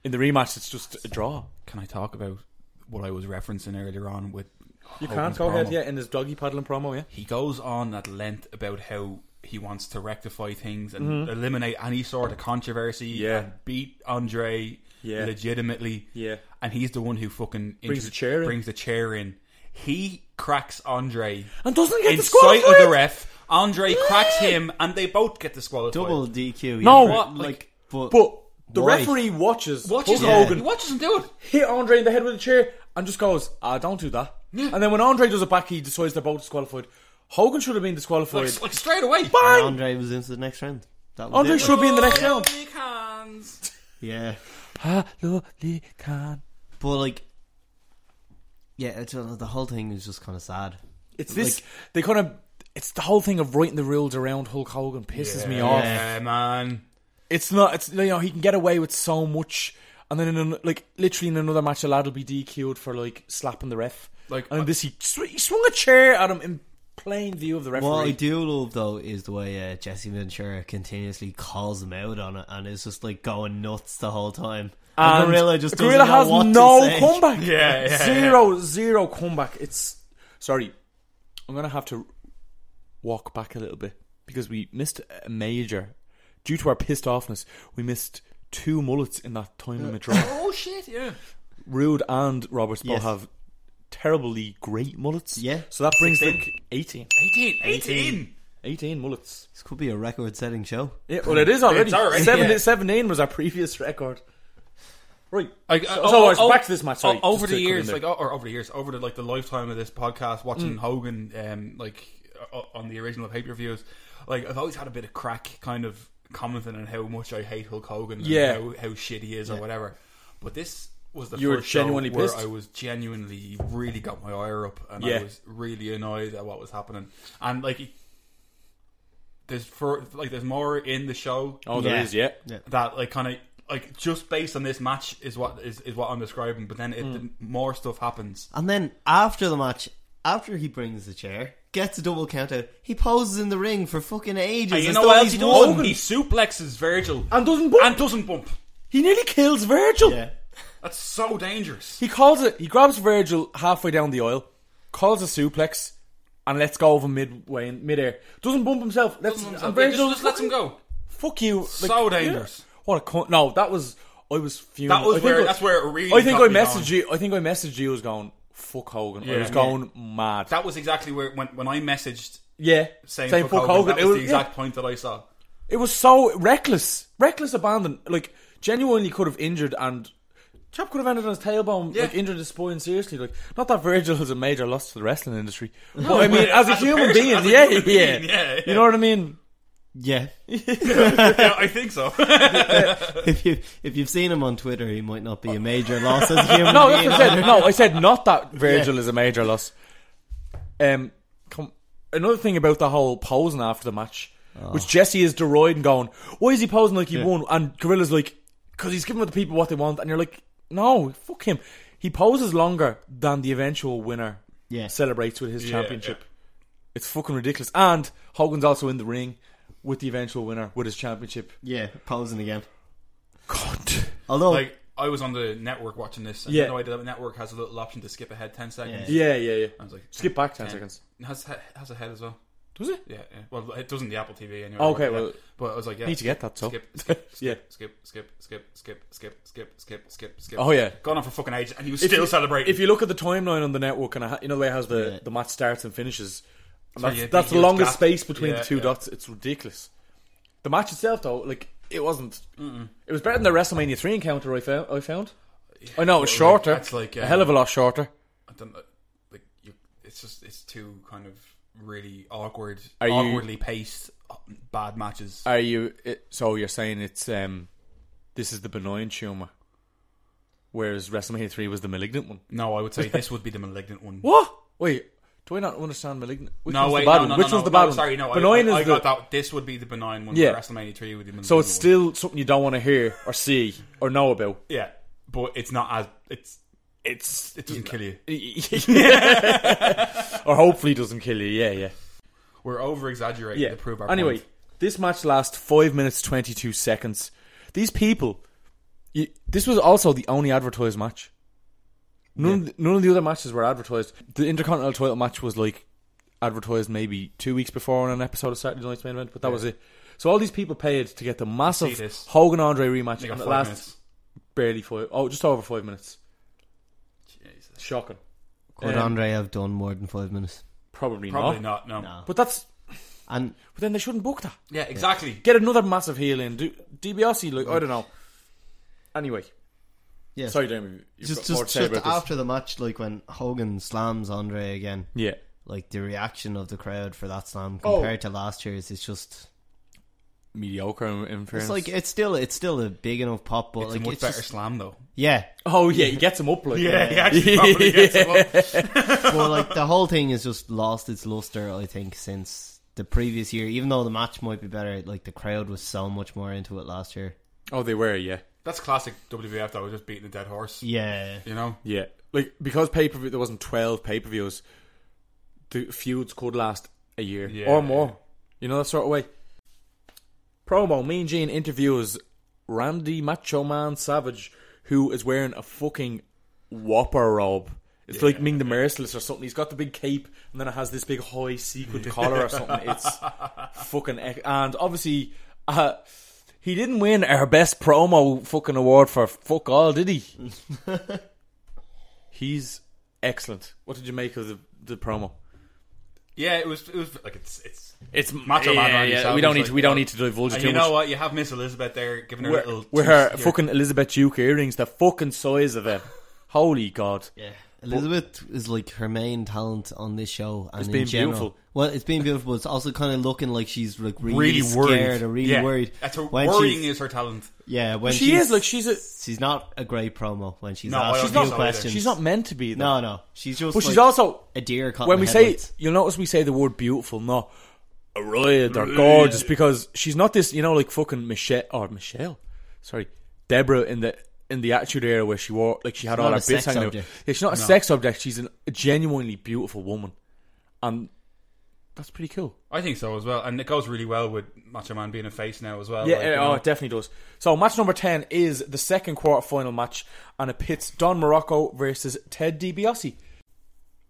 Speaker 4: in the rematch, it's just a draw.
Speaker 6: Can I talk about what I was referencing earlier on with?
Speaker 4: You
Speaker 6: Hogan's promo?
Speaker 4: in his doggy paddling promo, yeah.
Speaker 6: he goes on at length about how he wants to rectify things and eliminate any sort of controversy.
Speaker 4: Mm-hmm. Yeah.
Speaker 6: and beat Andre
Speaker 4: Yeah.
Speaker 6: legitimately.
Speaker 4: Yeah.
Speaker 6: and he's the one who fucking
Speaker 4: Brings
Speaker 6: intro-
Speaker 4: the chair in.
Speaker 6: Brings the chair in. He cracks Andre
Speaker 4: And doesn't get
Speaker 6: in sight
Speaker 4: disqualified.
Speaker 6: of the ref. Andre cracks him, and they both get disqualified.
Speaker 5: double DQ.
Speaker 4: No,
Speaker 5: yeah,
Speaker 4: what,
Speaker 5: like,
Speaker 6: like-
Speaker 5: but,
Speaker 4: But the
Speaker 5: Why?
Speaker 4: referee watches, Hulk
Speaker 6: Watches him.
Speaker 4: Hogan
Speaker 6: He watches him do it.
Speaker 4: hit Andre in the head with a chair and just goes, "Ah, don't do that." And then when Andre does it back, he decides they're both disqualified. Hogan should have been disqualified.
Speaker 6: Like, like straight away.
Speaker 4: Bang!
Speaker 5: Andre was into the next round. That was
Speaker 4: Andre
Speaker 5: it.
Speaker 4: should be in the next round.
Speaker 6: Big hands.
Speaker 5: yeah,
Speaker 4: Lovely can.
Speaker 5: but like yeah, it's, uh, the whole thing is just kind of sad.
Speaker 4: It's this. they kind of. It's the whole thing of writing the rules around Hulk Hogan pisses me off.
Speaker 6: Yeah, man.
Speaker 4: It's not. It's you know he can get away with so much, and then in an, like literally in another match, a lad will be DQ'd for like slapping the ref.
Speaker 6: Like-
Speaker 4: and this he, sw- he swung a chair at him in plain view of the referee.
Speaker 5: What I do love though is the way uh, Jesse Ventura continuously calls him out on it, and is just like going nuts the whole time. And,
Speaker 4: And
Speaker 5: Gorilla just
Speaker 4: Gorilla
Speaker 5: doesn't know
Speaker 4: has
Speaker 5: what to
Speaker 4: no
Speaker 5: say.
Speaker 4: comeback.
Speaker 6: Yeah, yeah,
Speaker 4: Zero, zero comeback. It's sorry. I'm gonna have to walk back a little bit because we missed a major due to our pissed offness. We missed two mullets in that time limit draw.
Speaker 6: Oh shit! Yeah.
Speaker 4: Rude and Roberts both
Speaker 5: Yes.
Speaker 4: have terribly great mullets.
Speaker 5: Yeah.
Speaker 4: So that brings them 18.
Speaker 6: 18, 18.
Speaker 4: 18 mullets.
Speaker 5: This could be a record-setting show.
Speaker 4: Yeah, well, it is already.
Speaker 6: It's already,
Speaker 4: 17,
Speaker 6: yeah.
Speaker 4: 17 was our previous record. Right.
Speaker 6: Like,
Speaker 4: so,
Speaker 6: uh,
Speaker 4: so
Speaker 6: oh,
Speaker 4: it's
Speaker 6: oh,
Speaker 4: back to this match. Sorry,
Speaker 6: oh, over
Speaker 4: just
Speaker 6: the
Speaker 4: to cut in
Speaker 6: years,
Speaker 4: there.
Speaker 6: like oh, or over the years, over the like the lifetime of this podcast, watching Hogan, um, like uh, on the original pay per views, like I've always had a bit of crack, kind of commenting on how much I hate Hulk Hogan, and
Speaker 4: Yeah.
Speaker 6: how, how shit he is or whatever. But this was the
Speaker 4: You were
Speaker 6: first show
Speaker 4: genuinely
Speaker 6: where
Speaker 4: pissed?
Speaker 6: I was genuinely really got my ire up, and
Speaker 4: Yeah.
Speaker 6: I was really annoyed at what was happening, and like. it- There's for like there's more in the show
Speaker 4: oh, there
Speaker 5: Yeah.
Speaker 4: is, yeah.
Speaker 6: that like kind of like just based on this match is what is, is what I'm describing. But then it,
Speaker 4: Hmm.
Speaker 6: more stuff happens.
Speaker 5: And then after the match, after he brings the chair, gets a double count out, he poses in the ring for fucking ages.
Speaker 6: And you
Speaker 5: as
Speaker 6: know
Speaker 5: though
Speaker 6: what else
Speaker 5: he's
Speaker 6: he
Speaker 5: won.
Speaker 6: does? He suplexes Virgil
Speaker 4: And doesn't bump.
Speaker 6: and doesn't bump.
Speaker 4: He nearly kills Virgil.
Speaker 5: Yeah.
Speaker 6: That's so dangerous.
Speaker 4: He calls it. He grabs Virgil halfway down the aisle, calls a suplex, and lets go of him midway in midair. Doesn't bump himself. Lets,
Speaker 6: Just,
Speaker 4: and Barry goes,
Speaker 6: just lets him go.
Speaker 4: Fuck you.
Speaker 6: So dangerous.
Speaker 4: yeah. What a cunt. No, that was. I was fuming.
Speaker 6: That was
Speaker 4: I think
Speaker 6: where-
Speaker 4: I-
Speaker 6: that's where it really
Speaker 4: I think
Speaker 6: got
Speaker 4: I
Speaker 6: me
Speaker 4: messaged you. I think I messaged you. I was going fuck Hogan. I
Speaker 6: Yeah.
Speaker 4: was going mad.
Speaker 6: That was exactly where when, when I messaged
Speaker 4: yeah,
Speaker 6: saying
Speaker 4: Saying
Speaker 6: fuck Hogan, that was, the
Speaker 4: yeah.
Speaker 6: exact point that I saw.
Speaker 4: It was so reckless, reckless abandon. Like genuinely could have injured and chap could have ended on his tailbone,
Speaker 6: Yeah.
Speaker 4: like injured his spine seriously. Like not that Virgil is a major loss to the wrestling industry, but I mean as a
Speaker 6: as a
Speaker 4: human
Speaker 6: person,
Speaker 4: being,
Speaker 6: as a
Speaker 4: yeah,
Speaker 6: human
Speaker 4: yeah.
Speaker 6: being, yeah, yeah.
Speaker 4: you know what I mean.
Speaker 5: Yeah.
Speaker 6: yeah, I think so.
Speaker 4: Oh.
Speaker 5: if you if you've seen him on Twitter, he might not be a major loss as a human
Speaker 4: No, Oh, that's
Speaker 5: being.
Speaker 4: what I said. No, I said not that Virgil is a major loss. Um, come, another thing about the whole posing after the match,
Speaker 5: Oh.
Speaker 4: which Jesse is deriding, going, "Why is he posing like he won?" And Gorilla's like, "Cause he's giving the people what they want." And you're like, "No, fuck him." He poses longer than the eventual winner
Speaker 5: Yeah.
Speaker 4: celebrates with his championship. It's fucking ridiculous. And Hogan's also in the ring with the eventual winner with his championship.
Speaker 5: Yeah, posing again.
Speaker 4: God.
Speaker 5: Although
Speaker 6: like I was on the network watching this. And
Speaker 4: Yeah.
Speaker 6: yeah, no idea that network has a little option to skip ahead ten seconds.
Speaker 4: Yeah,
Speaker 5: Yeah.
Speaker 4: yeah, yeah.
Speaker 6: I was like,
Speaker 4: Skip back ten seconds.
Speaker 6: it has he- has a head as well.
Speaker 4: Does it?
Speaker 6: Yeah, yeah. Well, it doesn't the Apple TV anyway.
Speaker 4: Okay,
Speaker 6: Yeah.
Speaker 4: well,
Speaker 6: but I was like, yeah,
Speaker 4: need to get that, so.
Speaker 6: Skip, skip,
Speaker 4: Yeah.
Speaker 6: skip, skip, skip, skip, skip, skip, skip, skip, skip, skip.
Speaker 4: Oh, yeah.
Speaker 6: gone on for fucking ages, and he was
Speaker 4: If
Speaker 6: still
Speaker 4: you-
Speaker 6: celebrating.
Speaker 4: If you look at the timeline on the network, and I ha- you know the way it has the,
Speaker 5: Yeah.
Speaker 4: the match starts and finishes, and
Speaker 6: yeah,
Speaker 4: that's,
Speaker 6: big
Speaker 4: that's the
Speaker 6: huge
Speaker 4: longest
Speaker 6: gap.
Speaker 4: space between
Speaker 6: Yeah,
Speaker 4: the two
Speaker 6: yeah.
Speaker 4: dots. It's ridiculous. The match itself, though, like it wasn't. It was better than the WrestleMania three encounter I found. I found. I know it's
Speaker 6: Well,
Speaker 4: shorter.
Speaker 6: that's like,
Speaker 4: a hell of a
Speaker 6: um,
Speaker 4: lot shorter.
Speaker 6: I don't know, like you, it's just it's two kind of really awkward,
Speaker 4: Are you- Uh,
Speaker 6: awkwardly paced, uh, bad matches.
Speaker 4: Are you? It, so you're saying it's um, this is the benign tumor, whereas WrestleMania three was the malignant one.
Speaker 6: no, I would say this would be the malignant one.
Speaker 4: What? Wait, do I not understand malignant? Which
Speaker 6: No,
Speaker 4: one's
Speaker 6: wait,
Speaker 4: the bad
Speaker 6: no,
Speaker 4: one?
Speaker 6: no,
Speaker 4: Which
Speaker 6: no,
Speaker 4: one's
Speaker 6: no,
Speaker 4: the bad
Speaker 6: no,
Speaker 4: one?
Speaker 6: Sorry, no,
Speaker 4: benign
Speaker 6: I,
Speaker 4: is
Speaker 6: I, I
Speaker 4: the
Speaker 6: got that. This would be the benign one.
Speaker 4: Yeah.
Speaker 6: but WrestleMania three would be the malignant
Speaker 4: So it's
Speaker 6: one.
Speaker 4: still something you don't want to hear or see or know about.
Speaker 6: yeah, but it's not as it's it's it doesn't kill you.
Speaker 4: or hopefully doesn't kill you. Yeah, yeah,
Speaker 6: We're over exaggerating
Speaker 4: yeah.
Speaker 6: to prove our
Speaker 4: anyway,
Speaker 6: point.
Speaker 4: this match lasts five minutes twenty two seconds. These people, you, this was also the only advertised match. None, none of the other matches were advertised. The Intercontinental title match was like advertised maybe two weeks before on an episode of Saturday Night's Main Event, but that was it. So all these people paid to get the massive
Speaker 6: See this.
Speaker 4: Hogan Andre rematch,
Speaker 6: They got
Speaker 4: and it
Speaker 6: five
Speaker 4: lasts
Speaker 6: minutes.
Speaker 4: barely five, oh, just over five minutes. Shocking.
Speaker 5: could
Speaker 4: um,
Speaker 5: Andre have done more than five minutes?
Speaker 4: Probably,
Speaker 6: Probably
Speaker 4: not.
Speaker 6: not. No.
Speaker 4: But that's
Speaker 5: And
Speaker 4: but then they shouldn't book that.
Speaker 6: Yeah, exactly.
Speaker 4: Get another massive heel in. Do DiBiase like I don't know. Anyway,
Speaker 5: yeah,
Speaker 4: sorry, Damien. You've
Speaker 5: just
Speaker 4: got more
Speaker 5: just,
Speaker 4: to say
Speaker 5: just
Speaker 4: about this.
Speaker 5: after the match, like when Hogan slams Andre again,
Speaker 4: Yeah,
Speaker 5: like the reaction of the crowd for that slam compared to last year's is just
Speaker 4: mediocre. In, in fairness.
Speaker 5: it's like it's still it's still a big enough pop, but
Speaker 6: It's
Speaker 5: like
Speaker 6: a much
Speaker 5: it's
Speaker 6: better
Speaker 5: just-
Speaker 6: slam though.
Speaker 5: yeah,
Speaker 4: oh yeah, he gets him up like
Speaker 6: Yeah, he actually probably gets him up.
Speaker 5: well, like the whole thing has just lost its luster. I think since the previous year, even though the match might be better, like the crowd was so much more into it last year.
Speaker 4: Oh, they were yeah,
Speaker 6: That's classic WWF though, just beating a dead horse.
Speaker 5: Yeah,
Speaker 6: You know?
Speaker 4: yeah. Like because pay per view there wasn't twelve pay per views. The feuds could last a year
Speaker 6: Yeah.
Speaker 4: or more. You know that sort of way. Promo: Mean Gene interviews Randy Macho Man Savage, who is wearing a fucking whopper robe. It's like Ming the Merciless or something. He's got the big cape, and then it has this big high sequined collar or something. It's fucking ec- and obviously uh, he didn't win our best promo fucking award for fuck all, did he? He's excellent. What did you make of the the promo?
Speaker 6: Yeah, it was it was like it's it's
Speaker 4: It's
Speaker 6: Macho Man Randy Savage,
Speaker 4: We don't need
Speaker 6: like,
Speaker 4: to, we don't
Speaker 6: uh,
Speaker 4: need to divulge
Speaker 6: and
Speaker 4: too
Speaker 6: you know
Speaker 4: much.
Speaker 6: what? You have Miss Elizabeth there giving her a little
Speaker 4: With, with
Speaker 6: juice
Speaker 4: her
Speaker 6: here.
Speaker 4: fucking Elizabeth Duke earrings, the fucking size of them. Holy God!
Speaker 5: yeah. Elizabeth is like her main talent on this show, and
Speaker 4: It's
Speaker 5: in
Speaker 4: being
Speaker 5: general,
Speaker 4: beautiful.
Speaker 5: well, it's being beautiful. But it's also kind of looking like she's like really,
Speaker 6: really worried.
Speaker 5: scared or really
Speaker 6: Yeah,
Speaker 5: worried.
Speaker 6: That's her
Speaker 5: When
Speaker 6: worrying
Speaker 5: she's-
Speaker 6: is her talent.
Speaker 5: yeah. When
Speaker 4: She
Speaker 5: she's,
Speaker 4: is like she's a
Speaker 5: she's not a great promo when she's
Speaker 6: No, I
Speaker 5: asked
Speaker 6: don't
Speaker 5: she's
Speaker 6: think
Speaker 5: not,
Speaker 6: so either.
Speaker 5: questions.
Speaker 4: she's not meant to be. Though.
Speaker 5: No, no. She's just.
Speaker 4: but she's
Speaker 5: like
Speaker 4: also
Speaker 5: a deer. Caught
Speaker 4: when
Speaker 5: in
Speaker 4: we
Speaker 5: the
Speaker 4: say
Speaker 5: headlights.
Speaker 4: you'll notice we say the word beautiful, not arrived or gorgeous, because she's not this you know like fucking Michelle or Michelle, sorry, Deborah in the in the Attitude Era where she wore like she had all her
Speaker 5: not a
Speaker 4: bits
Speaker 5: sex
Speaker 4: hanging out. Yeah,
Speaker 5: object.
Speaker 4: she's not a sex object. She's an, a genuinely beautiful woman, and that's pretty cool.
Speaker 6: I think so as well, and it goes really well with Macho Man being a face now as well.
Speaker 4: Yeah,
Speaker 6: like,
Speaker 4: yeah,
Speaker 6: you
Speaker 4: oh,
Speaker 6: know.
Speaker 4: it definitely does. So, match number 10 is the second quarterfinal match, and it pits Don Morocco versus Ted DiBiase.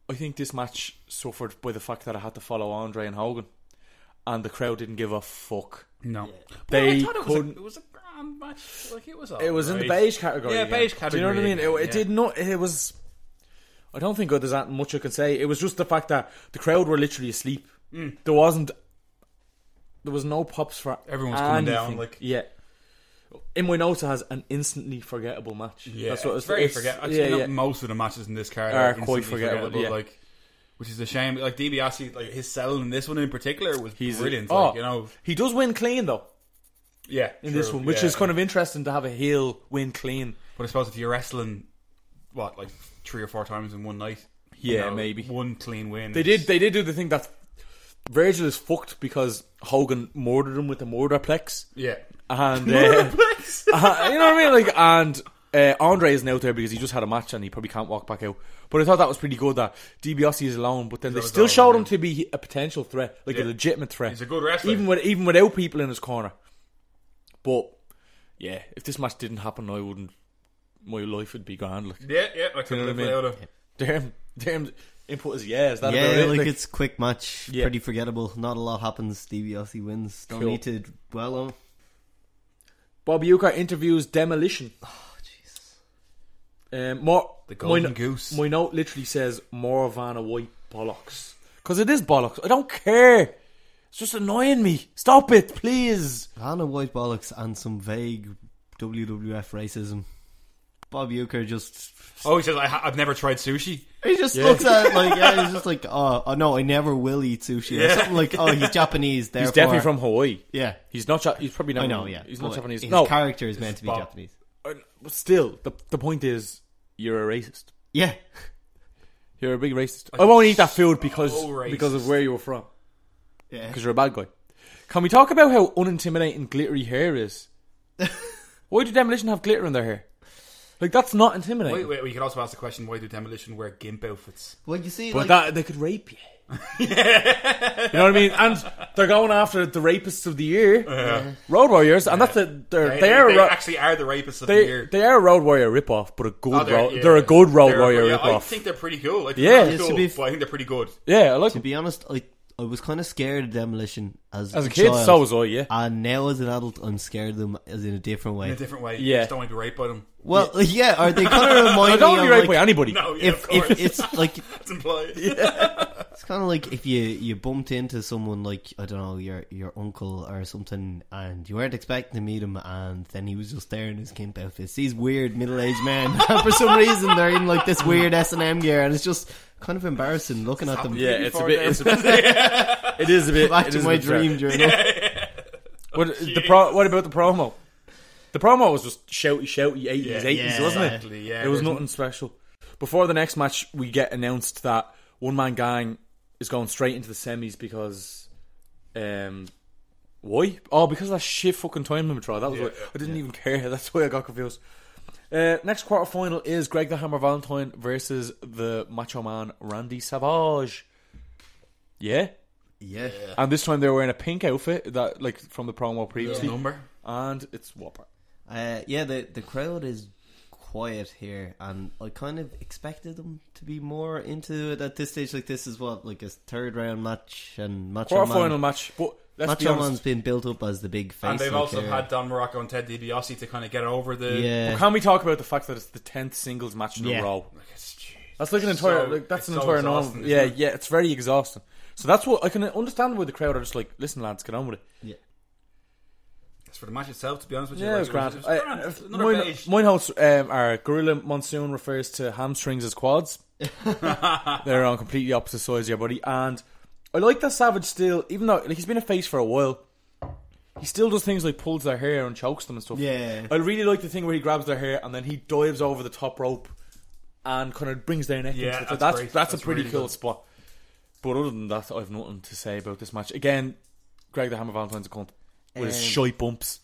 Speaker 4: I think this match suffered by the fact that I had to follow Andre and Hogan, and the crowd didn't give a fuck.
Speaker 6: No,
Speaker 4: They
Speaker 6: I thought it was, a,
Speaker 4: couldn't-
Speaker 6: it was a grand match. Like it was.
Speaker 4: It was in the
Speaker 6: alright.
Speaker 4: beige category.
Speaker 6: Yeah,
Speaker 4: again.
Speaker 6: beige
Speaker 4: Do you know what I
Speaker 6: category
Speaker 4: mean? It, it
Speaker 6: again,
Speaker 4: did
Speaker 6: yeah.
Speaker 4: not. It was. I don't think there's that much I can say. It was just the fact that the crowd were literally asleep.
Speaker 6: Mm.
Speaker 4: There wasn't. There was no pops for
Speaker 6: Everyone was coming down,
Speaker 4: anything.
Speaker 6: like-
Speaker 4: yeah. In my notes, it has an instantly forgettable match.
Speaker 6: Yeah,
Speaker 4: That's what
Speaker 6: it's very
Speaker 4: it's-
Speaker 6: forgettable.
Speaker 4: Yeah, yeah.
Speaker 6: most of the matches in this card
Speaker 4: Are
Speaker 6: are,
Speaker 4: quite
Speaker 6: quite
Speaker 4: forgettable,
Speaker 6: forgettable.
Speaker 4: yeah.
Speaker 6: Like, which is a shame. Like DiBiase, like his selling in this one in particular was
Speaker 4: He's
Speaker 6: brilliant.
Speaker 4: oh,
Speaker 6: like, you know,
Speaker 4: he does win clean though
Speaker 6: yeah,
Speaker 4: in this one, which is kind of interesting to have a heel win clean.
Speaker 6: But I suppose if you're wrestling, what like three or four times in one night, you
Speaker 4: Yeah,
Speaker 6: know,
Speaker 4: maybe.
Speaker 6: one clean win.
Speaker 4: They did. They did do the thing that Virgil is fucked because Hogan murdered him with the murderplex.
Speaker 6: yeah,
Speaker 4: And uh, uh, you know what I mean? Like, and uh, Andre isn't out there because he just had a match and he probably can't walk back out. But I thought that was pretty good that DiBiase is alone, but then they
Speaker 6: That was
Speaker 4: still
Speaker 6: all,
Speaker 4: showed
Speaker 6: yeah.
Speaker 4: him to be a potential threat, like a
Speaker 6: Yeah.
Speaker 4: legitimate threat.
Speaker 6: He's a good wrestler.
Speaker 4: even with even without people in his corner. But yeah, if this match didn't happen, I wouldn't. My life would be grand. Like,
Speaker 6: yeah, yeah.
Speaker 4: You
Speaker 6: I
Speaker 4: know
Speaker 6: couldn't
Speaker 4: what I
Speaker 6: live
Speaker 4: mean?
Speaker 6: without it.
Speaker 4: damn, damn. Input is yeah. Is that about
Speaker 5: Yeah,
Speaker 4: it?
Speaker 5: like it's quick match,
Speaker 4: Yeah.
Speaker 5: pretty forgettable. Not a lot happens. DiBiase wins. Don't
Speaker 4: Cool.
Speaker 5: need to dwell on. it.
Speaker 4: Bob Uecker interviews Demolition. Oh, Jesus. Um, more,
Speaker 6: The Golden
Speaker 4: my, no-
Speaker 6: Goose.
Speaker 4: My note literally says more Vanna White bollocks. Because it is bollocks. I don't care. It's just annoying me. Stop it, please.
Speaker 5: Hannah White bollocks and some vague WWF racism. Bob Uecker just
Speaker 6: Oh, he says I ha- I've never tried sushi.
Speaker 5: he just looks at it like yeah, he's just like oh, oh no, I never will eat sushi or something like oh he's Japanese. Therefore,
Speaker 4: He's definitely from Hawaii.
Speaker 5: yeah.
Speaker 4: He's not. Ja- He's probably not.
Speaker 5: I know, yeah.
Speaker 4: He's not
Speaker 5: But
Speaker 4: Japanese.
Speaker 5: His
Speaker 4: No.
Speaker 5: character is meant to be
Speaker 6: Bob.
Speaker 5: Japanese.
Speaker 4: uh, still, the the point is, you're a racist.
Speaker 5: Yeah,
Speaker 4: You're a big racist. I won't eat that food because
Speaker 6: so racist.
Speaker 4: because of where you were from.
Speaker 5: yeah.
Speaker 4: because you're a bad guy. Can we talk about how unintimidating glittery hair is? Why do Demolition have glitter in their hair? Like that's not intimidating.
Speaker 6: Wait, wait. We could also ask the question: Why do Demolition wear gimp outfits?
Speaker 5: Well, you see,
Speaker 4: But
Speaker 5: like,
Speaker 4: that they could rape you. you know what I mean? And they're going after the rapists of the year, Road Warriors, and that's a, they're
Speaker 6: Uh-huh. They,
Speaker 4: they are
Speaker 6: they
Speaker 4: ro-
Speaker 6: actually are the rapists of the
Speaker 4: they,
Speaker 6: year.
Speaker 4: they are a Road Warrior ripoff, but a good
Speaker 6: Oh,
Speaker 4: road, they're a good Road
Speaker 6: they're-
Speaker 4: Warrior
Speaker 6: yeah, I
Speaker 4: ripoff.
Speaker 6: think they're pretty cool. Like,
Speaker 4: Yeah.
Speaker 6: yeah,
Speaker 4: Yes,
Speaker 5: to
Speaker 6: cool,
Speaker 5: be f-
Speaker 6: but I think they're pretty good.
Speaker 4: yeah, I like
Speaker 5: to
Speaker 4: them.
Speaker 5: be honest, I I was kind of scared of demolition as
Speaker 4: as a kid.
Speaker 5: child,
Speaker 4: So was I. Yeah,
Speaker 5: and now as an adult, I'm scared of them as in a different way.
Speaker 6: In a different way.
Speaker 4: Yeah.
Speaker 6: You just don't want to be raped by them.
Speaker 5: well, yeah, are they kind of
Speaker 4: I
Speaker 5: remind
Speaker 4: don't want to
Speaker 5: me of
Speaker 4: be raped
Speaker 5: like,
Speaker 4: by anybody.
Speaker 6: No, yeah,
Speaker 5: if
Speaker 6: of
Speaker 5: if
Speaker 6: course.
Speaker 5: it's like
Speaker 6: That's implied.
Speaker 5: it's kind of like if you you bumped into someone like I don't know your your uncle or something, and you weren't expecting to meet him, and then he was just there in his gimp outfits. These weird middle aged men, and for some reason they're in like this weird S and M gear, and it's just kind of embarrassing looking at them.
Speaker 4: Yeah, it's a
Speaker 6: before
Speaker 4: bit. It's a bit it is a bit.
Speaker 5: Back
Speaker 4: it
Speaker 5: to
Speaker 4: is a
Speaker 5: my
Speaker 4: bit drab.
Speaker 5: dream journal.
Speaker 6: Oh,
Speaker 4: What the pro- What about the promo? The promo was just shouty, shouty, eighties, eighties,
Speaker 5: Yeah.
Speaker 4: wasn't it?
Speaker 6: Exactly, yeah.
Speaker 4: it was
Speaker 6: There's
Speaker 4: nothing special. Before the next match, we get announced that One Man Gang is going straight into the semis because, um, why? Oh, because of that shit fucking time limit trial. That was why. I didn't even care. That's why I got confused. Uh, next quarterfinal is Greg the Hammer Valentine versus the Macho Man Randy Savage. Yeah,
Speaker 5: Yeah.
Speaker 4: and this time they were wearing a pink outfit that, like, from the promo previously,
Speaker 6: number.
Speaker 4: and it's Whopper.
Speaker 5: Uh, yeah, the the crowd is quiet here, and I kind of expected them to be more into it at this stage. Like this is what like a third round match and Macho
Speaker 4: Quarterfinal
Speaker 5: Man.
Speaker 4: match, but let's be
Speaker 5: Macho
Speaker 4: honest.
Speaker 5: Man's been built up as the big face.
Speaker 6: And they've
Speaker 5: like,
Speaker 6: also
Speaker 5: uh,
Speaker 6: had Don Morocco and Ted DiBiase to kind of get over the.
Speaker 5: yeah.
Speaker 4: Can we talk about the fact that it's the tenth singles match in
Speaker 5: Yeah.
Speaker 4: a row?
Speaker 6: Like, it's- jeez.
Speaker 4: That's like an
Speaker 6: It's
Speaker 4: entire.
Speaker 6: so-
Speaker 4: like, that's
Speaker 6: it's
Speaker 4: an
Speaker 6: so
Speaker 4: entire normal.
Speaker 6: exhausting,
Speaker 4: Yeah,
Speaker 6: isn't it?
Speaker 4: yeah. It's very exhausting. So that's what I can understand why the crowd are just like, "Listen, lads, get on with it."
Speaker 6: It's for the match itself, to be honest with you.
Speaker 4: Yeah,
Speaker 6: like,
Speaker 4: it was grand.
Speaker 6: It was
Speaker 4: I-
Speaker 6: grand.
Speaker 4: uh,
Speaker 6: Another
Speaker 4: mine-
Speaker 6: beige.
Speaker 4: Mine hosts um, are Gorilla Monsoon refers to hamstrings as quads. They're on completely opposite sides of your body, and I like that Savage still, even though like, he's been a face for a while. He still does things like pulls their hair and chokes them and stuff.
Speaker 5: Yeah.
Speaker 4: I really like the thing where he grabs their hair and then he dives over the top rope and kind of brings their neck.
Speaker 6: Yeah,
Speaker 4: into it. So
Speaker 6: that's
Speaker 4: that's
Speaker 6: great.
Speaker 4: that's, a
Speaker 6: That's
Speaker 4: pretty
Speaker 6: really
Speaker 4: cool
Speaker 6: good.
Speaker 4: spot. But other than that, I've nothing to say about this match. Again, Greg the Hammer Valentine's a cunt with his
Speaker 5: Um,
Speaker 4: shy bumps.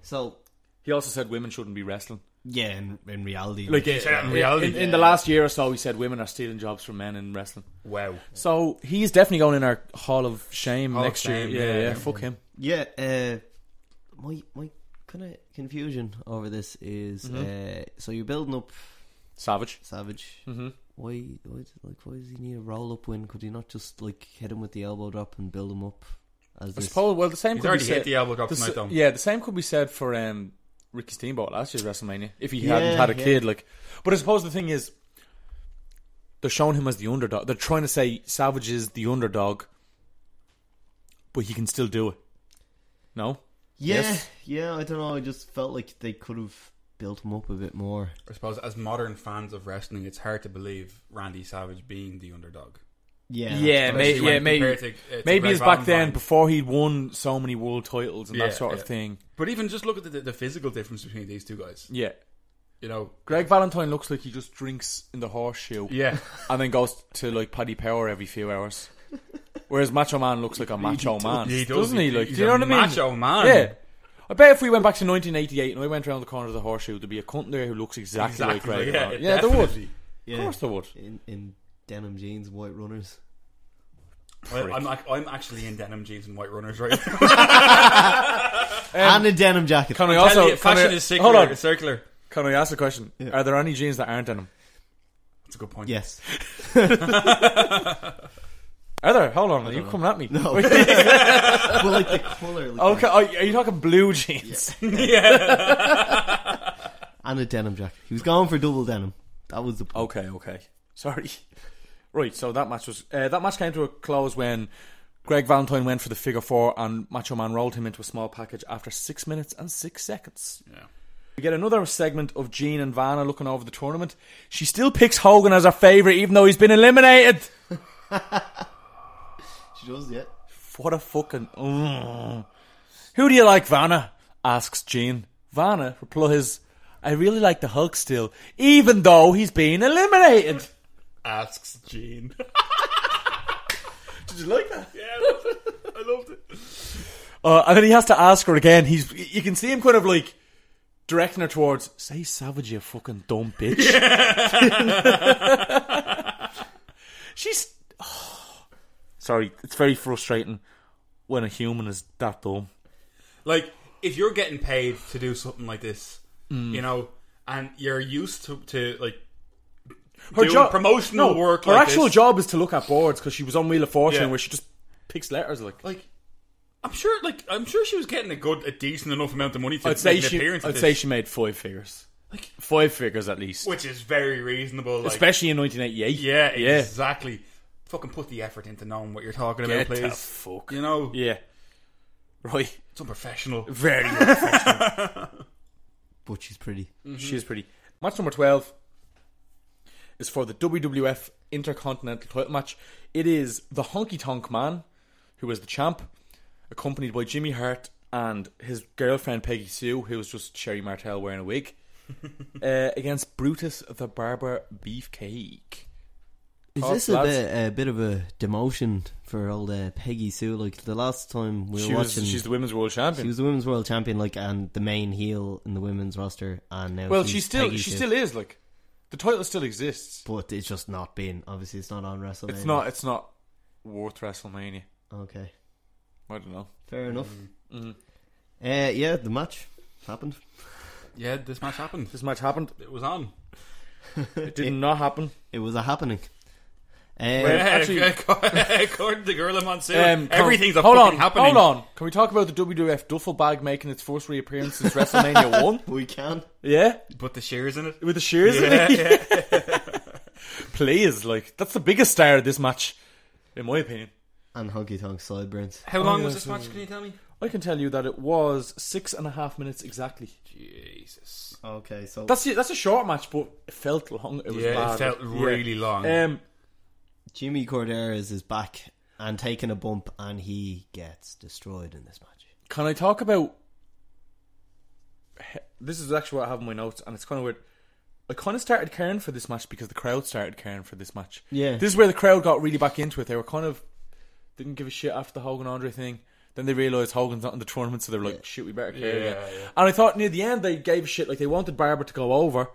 Speaker 5: So
Speaker 4: He also said women shouldn't be wrestling.
Speaker 5: yeah, in, in reality,
Speaker 4: Like
Speaker 5: like,
Speaker 6: that in reality.
Speaker 4: in, in the last year or so, he said women are stealing jobs from men in wrestling.
Speaker 6: Wow.
Speaker 4: So he's definitely going in our Hall of Shame
Speaker 6: Hall of
Speaker 4: next
Speaker 6: Shame,
Speaker 4: year. Yeah, yeah,
Speaker 6: yeah.
Speaker 4: fuck him.
Speaker 5: yeah. Uh, my my kind of
Speaker 4: Mm-hmm.
Speaker 5: confusion over this is uh, so you're building up
Speaker 4: Savage.
Speaker 5: Savage. Why, why, does- like, why does he need a roll up win? Could he not just like hit him with the elbow drop and build him up? As
Speaker 4: I
Speaker 5: this?
Speaker 4: suppose. Well, the same
Speaker 6: He's
Speaker 4: could
Speaker 6: already
Speaker 4: be said.
Speaker 6: hit the elbow drop
Speaker 4: the s-
Speaker 6: tonight, though.
Speaker 4: Yeah, the same could be said for um, Ricky Steamboat last year's WrestleMania if he hadn't
Speaker 5: Yeah,
Speaker 4: had a
Speaker 5: yeah.
Speaker 4: kid. Like, but I suppose the thing is, they're showing him as the underdog. They're trying to say Savage is the underdog, but he can still do it. No,
Speaker 5: yeah,
Speaker 4: Yes.
Speaker 5: yeah. I don't know. I just felt like they could have built him up a bit more.
Speaker 6: I suppose as modern fans of wrestling, it's hard to believe Randy Savage being the underdog.
Speaker 5: Yeah,
Speaker 4: yeah, may,
Speaker 6: Especially when
Speaker 4: yeah, maybe,
Speaker 6: compared to- uh, to
Speaker 4: maybe
Speaker 6: Greg
Speaker 4: it's back then
Speaker 6: Valentine.
Speaker 4: before he'd won so many world titles and
Speaker 6: Yeah,
Speaker 4: that sort
Speaker 6: yeah.
Speaker 4: of thing.
Speaker 6: But even just look at the, the physical difference between these two guys.
Speaker 4: Yeah,
Speaker 6: You know,
Speaker 4: Greg Valentine looks like he just drinks in the horseshoe.
Speaker 6: yeah,
Speaker 4: and then goes to like Paddy Power every few hours. Whereas Macho Man looks like a macho man,
Speaker 6: He does.
Speaker 4: does. not he?
Speaker 6: He-
Speaker 4: Like,
Speaker 6: he's
Speaker 4: do you know
Speaker 6: a
Speaker 4: what I mean?
Speaker 6: macho man.
Speaker 4: Yeah. I bet if we went back to 1988 and I went around the corner of the horseshoe, there'd be a cunt there who looks exactly, like
Speaker 6: exactly.
Speaker 4: Greg.
Speaker 6: Yeah,
Speaker 4: Valentine.
Speaker 6: it
Speaker 4: yeah, there would.
Speaker 6: definitely-
Speaker 5: yeah.
Speaker 4: Of course, there would.
Speaker 5: In, in denim jeans, white runners.
Speaker 6: Well, I'm like, I'm actually in denim jeans and white runners right now.
Speaker 5: and a denim jacket.
Speaker 4: Um, Can I
Speaker 6: Tell
Speaker 4: also
Speaker 6: you, fashion
Speaker 4: can I,
Speaker 6: is
Speaker 4: hold
Speaker 6: circular.
Speaker 4: on?
Speaker 6: It's circular.
Speaker 4: Can I ask a question? Are there any jeans that aren't denim?
Speaker 6: That's a good point.
Speaker 5: yes.
Speaker 4: Are there? Hold on, are you coming at me?
Speaker 5: No.
Speaker 4: Wait,
Speaker 5: But like the color. Like
Speaker 4: okay,
Speaker 5: that.
Speaker 4: are, are you talking blue jeans?
Speaker 5: And a denim jacket. He was going for double denim. That was the point.
Speaker 4: Okay, okay. Sorry. Right, so that match was uh, that match came to a close when Greg Valentine went for the figure four and Macho Man rolled him into a small package after six minutes and six seconds.
Speaker 6: Yeah.
Speaker 4: We get another segment of Jean and Vanna looking over the tournament. She still picks Hogan as her favourite, even though he's been eliminated.
Speaker 5: She does, yeah.
Speaker 4: What a fucking. Mm. Who do you like, Vanna? asks Jean. Vanna replies, "I really like the Hulk still, even though he's been eliminated."
Speaker 6: Asks Gene.
Speaker 4: Did you like that?
Speaker 6: yeah, I loved it. I loved it.
Speaker 4: Uh, and then he has to ask her again. He's you can see him kind of like directing her towards say savage you fucking dumb bitch. She's sorry, it's very frustrating when a human is that dumb.
Speaker 6: Like, if you're getting paid to do something like this,
Speaker 4: Mm.
Speaker 6: you know, and you're used to, to like doing
Speaker 4: job-
Speaker 6: promotional
Speaker 4: no,
Speaker 6: work,
Speaker 4: Her
Speaker 6: like
Speaker 4: actual
Speaker 6: this.
Speaker 4: job is to look at boards because she was on Wheel of Fortune
Speaker 6: Yeah.
Speaker 4: where she just picks letters like.
Speaker 6: like. I'm sure, like I'm sure, she was getting a good, a decent enough amount of money to
Speaker 4: I'd say
Speaker 6: make an
Speaker 4: she.
Speaker 6: appearance. at
Speaker 4: I'd
Speaker 6: this,
Speaker 4: say she made five figures. Like five figures at least,
Speaker 6: which is very reasonable. Like,
Speaker 4: especially in 1988.
Speaker 6: Yeah,
Speaker 4: yeah.
Speaker 6: exactly. Fucking put the effort into knowing what you're talking
Speaker 4: Get
Speaker 6: about, please.
Speaker 4: the fuck.
Speaker 6: You know,
Speaker 4: Yeah. Right.
Speaker 6: it's unprofessional.
Speaker 4: Very.
Speaker 5: But she's pretty.
Speaker 4: She is pretty. Match number 12 is for the WWF Intercontinental title match. It is the Honky Tonk Man, who is the champ, accompanied by Jimmy Hart and his girlfriend Peggy Sue, who was just Sherry Martel wearing a wig, uh, against Brutus the Barber Beefcake.
Speaker 5: Is
Speaker 4: Thoughts,
Speaker 5: this a
Speaker 4: lads?
Speaker 5: bit, a bit of a demotion for old uh, Peggy Sue? Like the last time we were
Speaker 4: She was,
Speaker 5: watching,
Speaker 4: she's the women's world champion.
Speaker 5: she was the women's world champion, like and the main heel in the women's roster, and now
Speaker 4: well,
Speaker 5: she's
Speaker 4: she still
Speaker 5: Peggy
Speaker 4: she
Speaker 5: Sue.
Speaker 4: still is like the title still exists.
Speaker 5: But it's just not been. Obviously, it's not on WrestleMania.
Speaker 4: It's not it's not worth WrestleMania.
Speaker 5: Okay,
Speaker 4: I don't know.
Speaker 5: fair enough.
Speaker 4: Mm-hmm.
Speaker 5: Uh, yeah, the match happened.
Speaker 6: Yeah, this match happened.
Speaker 4: This match happened.
Speaker 6: It was on.
Speaker 4: It did not happen.
Speaker 5: It was a happening. Uh,
Speaker 4: Actually-
Speaker 6: according to Gorilla Monsoon,
Speaker 4: Um, can-
Speaker 6: everything's a
Speaker 4: hold
Speaker 6: fucking
Speaker 4: on,
Speaker 6: happening.
Speaker 4: Hold on. Can we talk about the WWF duffel bag making its first reappearance since WrestleMania 1?
Speaker 5: we can.
Speaker 4: Yeah?
Speaker 6: Put the shears in it.
Speaker 4: With the shears in it? Please, like, that's the biggest star of this match, in my opinion.
Speaker 5: And Honky Tonk sideburns.
Speaker 6: How long was this
Speaker 4: Oh,
Speaker 6: match? Can you tell me?
Speaker 4: I can tell you that it was six and a half minutes exactly.
Speaker 6: Jesus.
Speaker 5: Okay, so
Speaker 4: That's a, that's a short match, but it felt long. It was
Speaker 6: Yeah, it
Speaker 4: bad.
Speaker 6: felt really long.
Speaker 4: Um,
Speaker 5: Jimmy Corderas is back and taking a bump, and he gets destroyed in this match.
Speaker 4: Can I talk about? This is actually what I have in my notes, and it's kind of weird. I kind of started caring for this match because the crowd started caring for this match.
Speaker 5: Yeah.
Speaker 4: this is where the crowd got really back into it. They were kind of didn't give a shit after the Hogan Andre thing. Then they realized Hogan's not in the tournament, so they were like, "Shit, we better care."
Speaker 6: Yeah,
Speaker 4: again."
Speaker 6: yeah.
Speaker 4: And I thought near the end they gave a shit, like they wanted Barber to go over,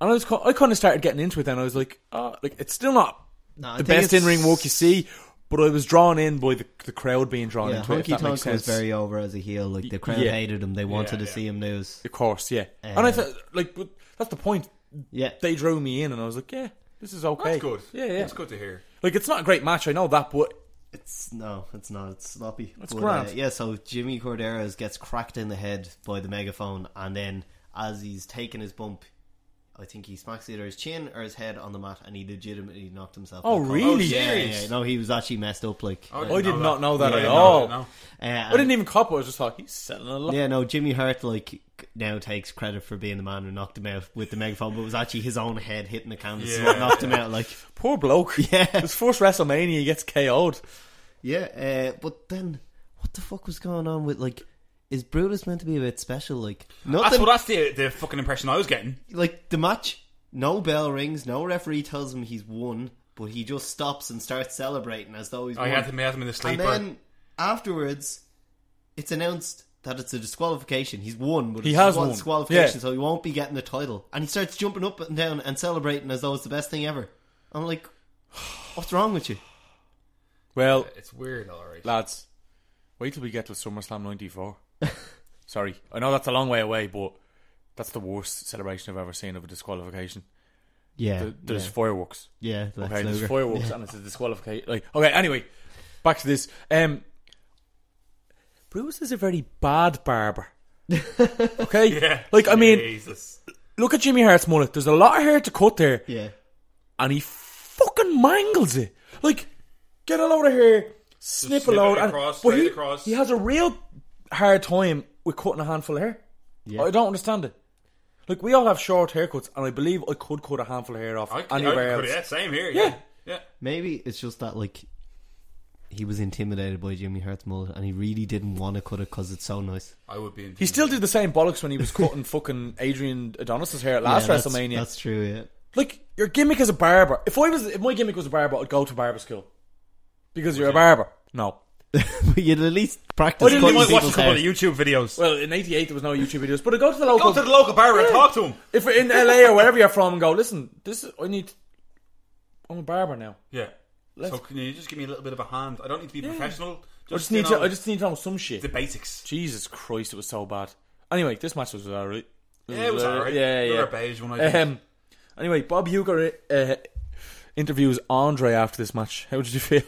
Speaker 4: and I was ki- I kind of started getting into it. Then I was like, "Oh, like it's still not
Speaker 5: No, I
Speaker 4: the
Speaker 5: think
Speaker 4: best
Speaker 5: it's-
Speaker 4: in ring work you see," but I was drawn in by the, the crowd being drawn
Speaker 5: Yeah,
Speaker 4: into it. If
Speaker 5: Honky
Speaker 4: that
Speaker 5: Tonk
Speaker 4: makes
Speaker 5: was
Speaker 4: sense.
Speaker 5: very over as a heel. Like the crowd
Speaker 4: yeah.
Speaker 5: hated him; they wanted to
Speaker 6: yeah.
Speaker 5: see him lose.
Speaker 4: Of course, yeah. and I
Speaker 5: Uh,
Speaker 4: thought, like, but that's the point.
Speaker 5: Yeah,
Speaker 4: They drew me in, and I was like, yeah. This is okay.
Speaker 6: That's good.
Speaker 4: Yeah, yeah.
Speaker 6: That's good to hear.
Speaker 4: Like it's not a great match, I know that, but
Speaker 5: It's no, it's not. It's sloppy.
Speaker 4: It's
Speaker 5: But, uh,
Speaker 4: grand.
Speaker 5: yeah, so Jimmy Corderas gets cracked in the head by the megaphone, and then as he's taking his bump, I think he smacks either his chin or his head on the mat, and he legitimately knocked himself.
Speaker 4: Oh,
Speaker 5: out cold.
Speaker 4: really? Oh.
Speaker 5: Yeah, yeah,
Speaker 4: Serious?
Speaker 5: yeah. No, he was actually messed up. Like, uh,
Speaker 4: I did not know that
Speaker 6: Yeah,
Speaker 4: at
Speaker 6: no,
Speaker 4: all.
Speaker 6: no.
Speaker 5: uh, and-
Speaker 4: I didn't even cop it. I was just like, he's selling a lot.
Speaker 5: Yeah, no, Jimmy Hart like now takes credit for being the man who knocked him out with the megaphone, but it was actually his own head hitting the canvas is what
Speaker 6: Yeah.
Speaker 5: knocked him out. Like,
Speaker 4: Poor bloke.
Speaker 5: Yeah.
Speaker 4: His first WrestleMania, he gets KO'd.
Speaker 5: yeah, uh, but then what the fuck was going on with like? Is Brutus meant to be a bit special? Like nothing.
Speaker 6: That's well. That's the the fucking impression I was getting.
Speaker 5: like the match, no bell rings, no referee tells him he's won, but he just stops and starts celebrating as though he's
Speaker 6: I
Speaker 5: won.
Speaker 6: had him, I had him in Oh, the
Speaker 5: and
Speaker 6: sleeper.
Speaker 5: then afterwards, it's announced that it's a disqualification. He's won, but
Speaker 4: He
Speaker 5: it's
Speaker 4: has
Speaker 5: a
Speaker 4: won.
Speaker 5: disqualification,
Speaker 4: Yeah.
Speaker 5: so he won't be getting the title. And he starts jumping up and down and celebrating as though it's the best thing ever. I'm like, what's wrong with you?
Speaker 4: Well,
Speaker 6: it's weird, all right.
Speaker 4: lads, wait till we get to SummerSlam 94. Sorry. I know that's a long way away, but that's the worst celebration I've ever seen of a disqualification.
Speaker 5: Yeah,
Speaker 4: Th- There's fireworks.
Speaker 5: yeah. Lex
Speaker 4: Okay, there's
Speaker 5: Luger.
Speaker 4: fireworks and it's a disqualification. Like, okay, anyway, back to this. Um, Bruce is a very bad barber. Okay? Like, I mean,
Speaker 6: Jesus.
Speaker 4: look at Jimmy Hart's mullet. There's a lot of hair to cut there,
Speaker 5: Yeah,
Speaker 4: and he fucking mangles it. Like, get a load of hair, snip a
Speaker 6: snip it
Speaker 4: load, and-
Speaker 6: across,
Speaker 4: but he,
Speaker 6: straight across.
Speaker 4: he has a real hard time with cutting a handful of hair. I don't understand it. Like, we all have short haircuts, and I believe I could cut a handful of hair off
Speaker 6: I, I
Speaker 4: anywhere
Speaker 6: could,
Speaker 4: else.
Speaker 6: yeah, same here.
Speaker 4: Yeah.
Speaker 6: Yeah. yeah.
Speaker 5: maybe it's just that like he was intimidated by Jimmy Hart's mullet, and he really didn't want to cut it because it's so nice.
Speaker 6: I would be. in
Speaker 4: He still did the same bollocks when he was cutting fucking Adrian Adonis's hair at last
Speaker 5: Yeah, that's-
Speaker 4: WrestleMania.
Speaker 5: That's true. Yeah.
Speaker 4: Like your gimmick is a barber. If I was, if my gimmick was a barber, I'd go to barber school because you're a barber. No,
Speaker 5: but you'd at least practice.
Speaker 4: Why didn't
Speaker 5: cutting
Speaker 4: you
Speaker 6: might watch a
Speaker 5: people's
Speaker 6: couple
Speaker 5: hair.
Speaker 6: of YouTube videos.
Speaker 4: Well, in '88 there was no YouTube videos, but I go to the local,
Speaker 6: Go to the local barber and talk to him.
Speaker 4: if you're in LA or wherever you're from, and go listen. This I need. I'm a barber now.
Speaker 6: Yeah. so can you just give me a little bit of a hand? I don't need to be professional. Just,
Speaker 4: I just need
Speaker 6: you know,
Speaker 4: to. I just need to know some shit.
Speaker 6: the basics.
Speaker 4: Jesus Christ, it was so bad. Anyway, this match was alright.
Speaker 6: Yeah, it was alright.
Speaker 4: Yeah,
Speaker 6: We
Speaker 4: yeah.
Speaker 6: were a beige one, I think.
Speaker 4: Um, anyway, Bob Uecker uh, interviews Andre after this match. How did you feel?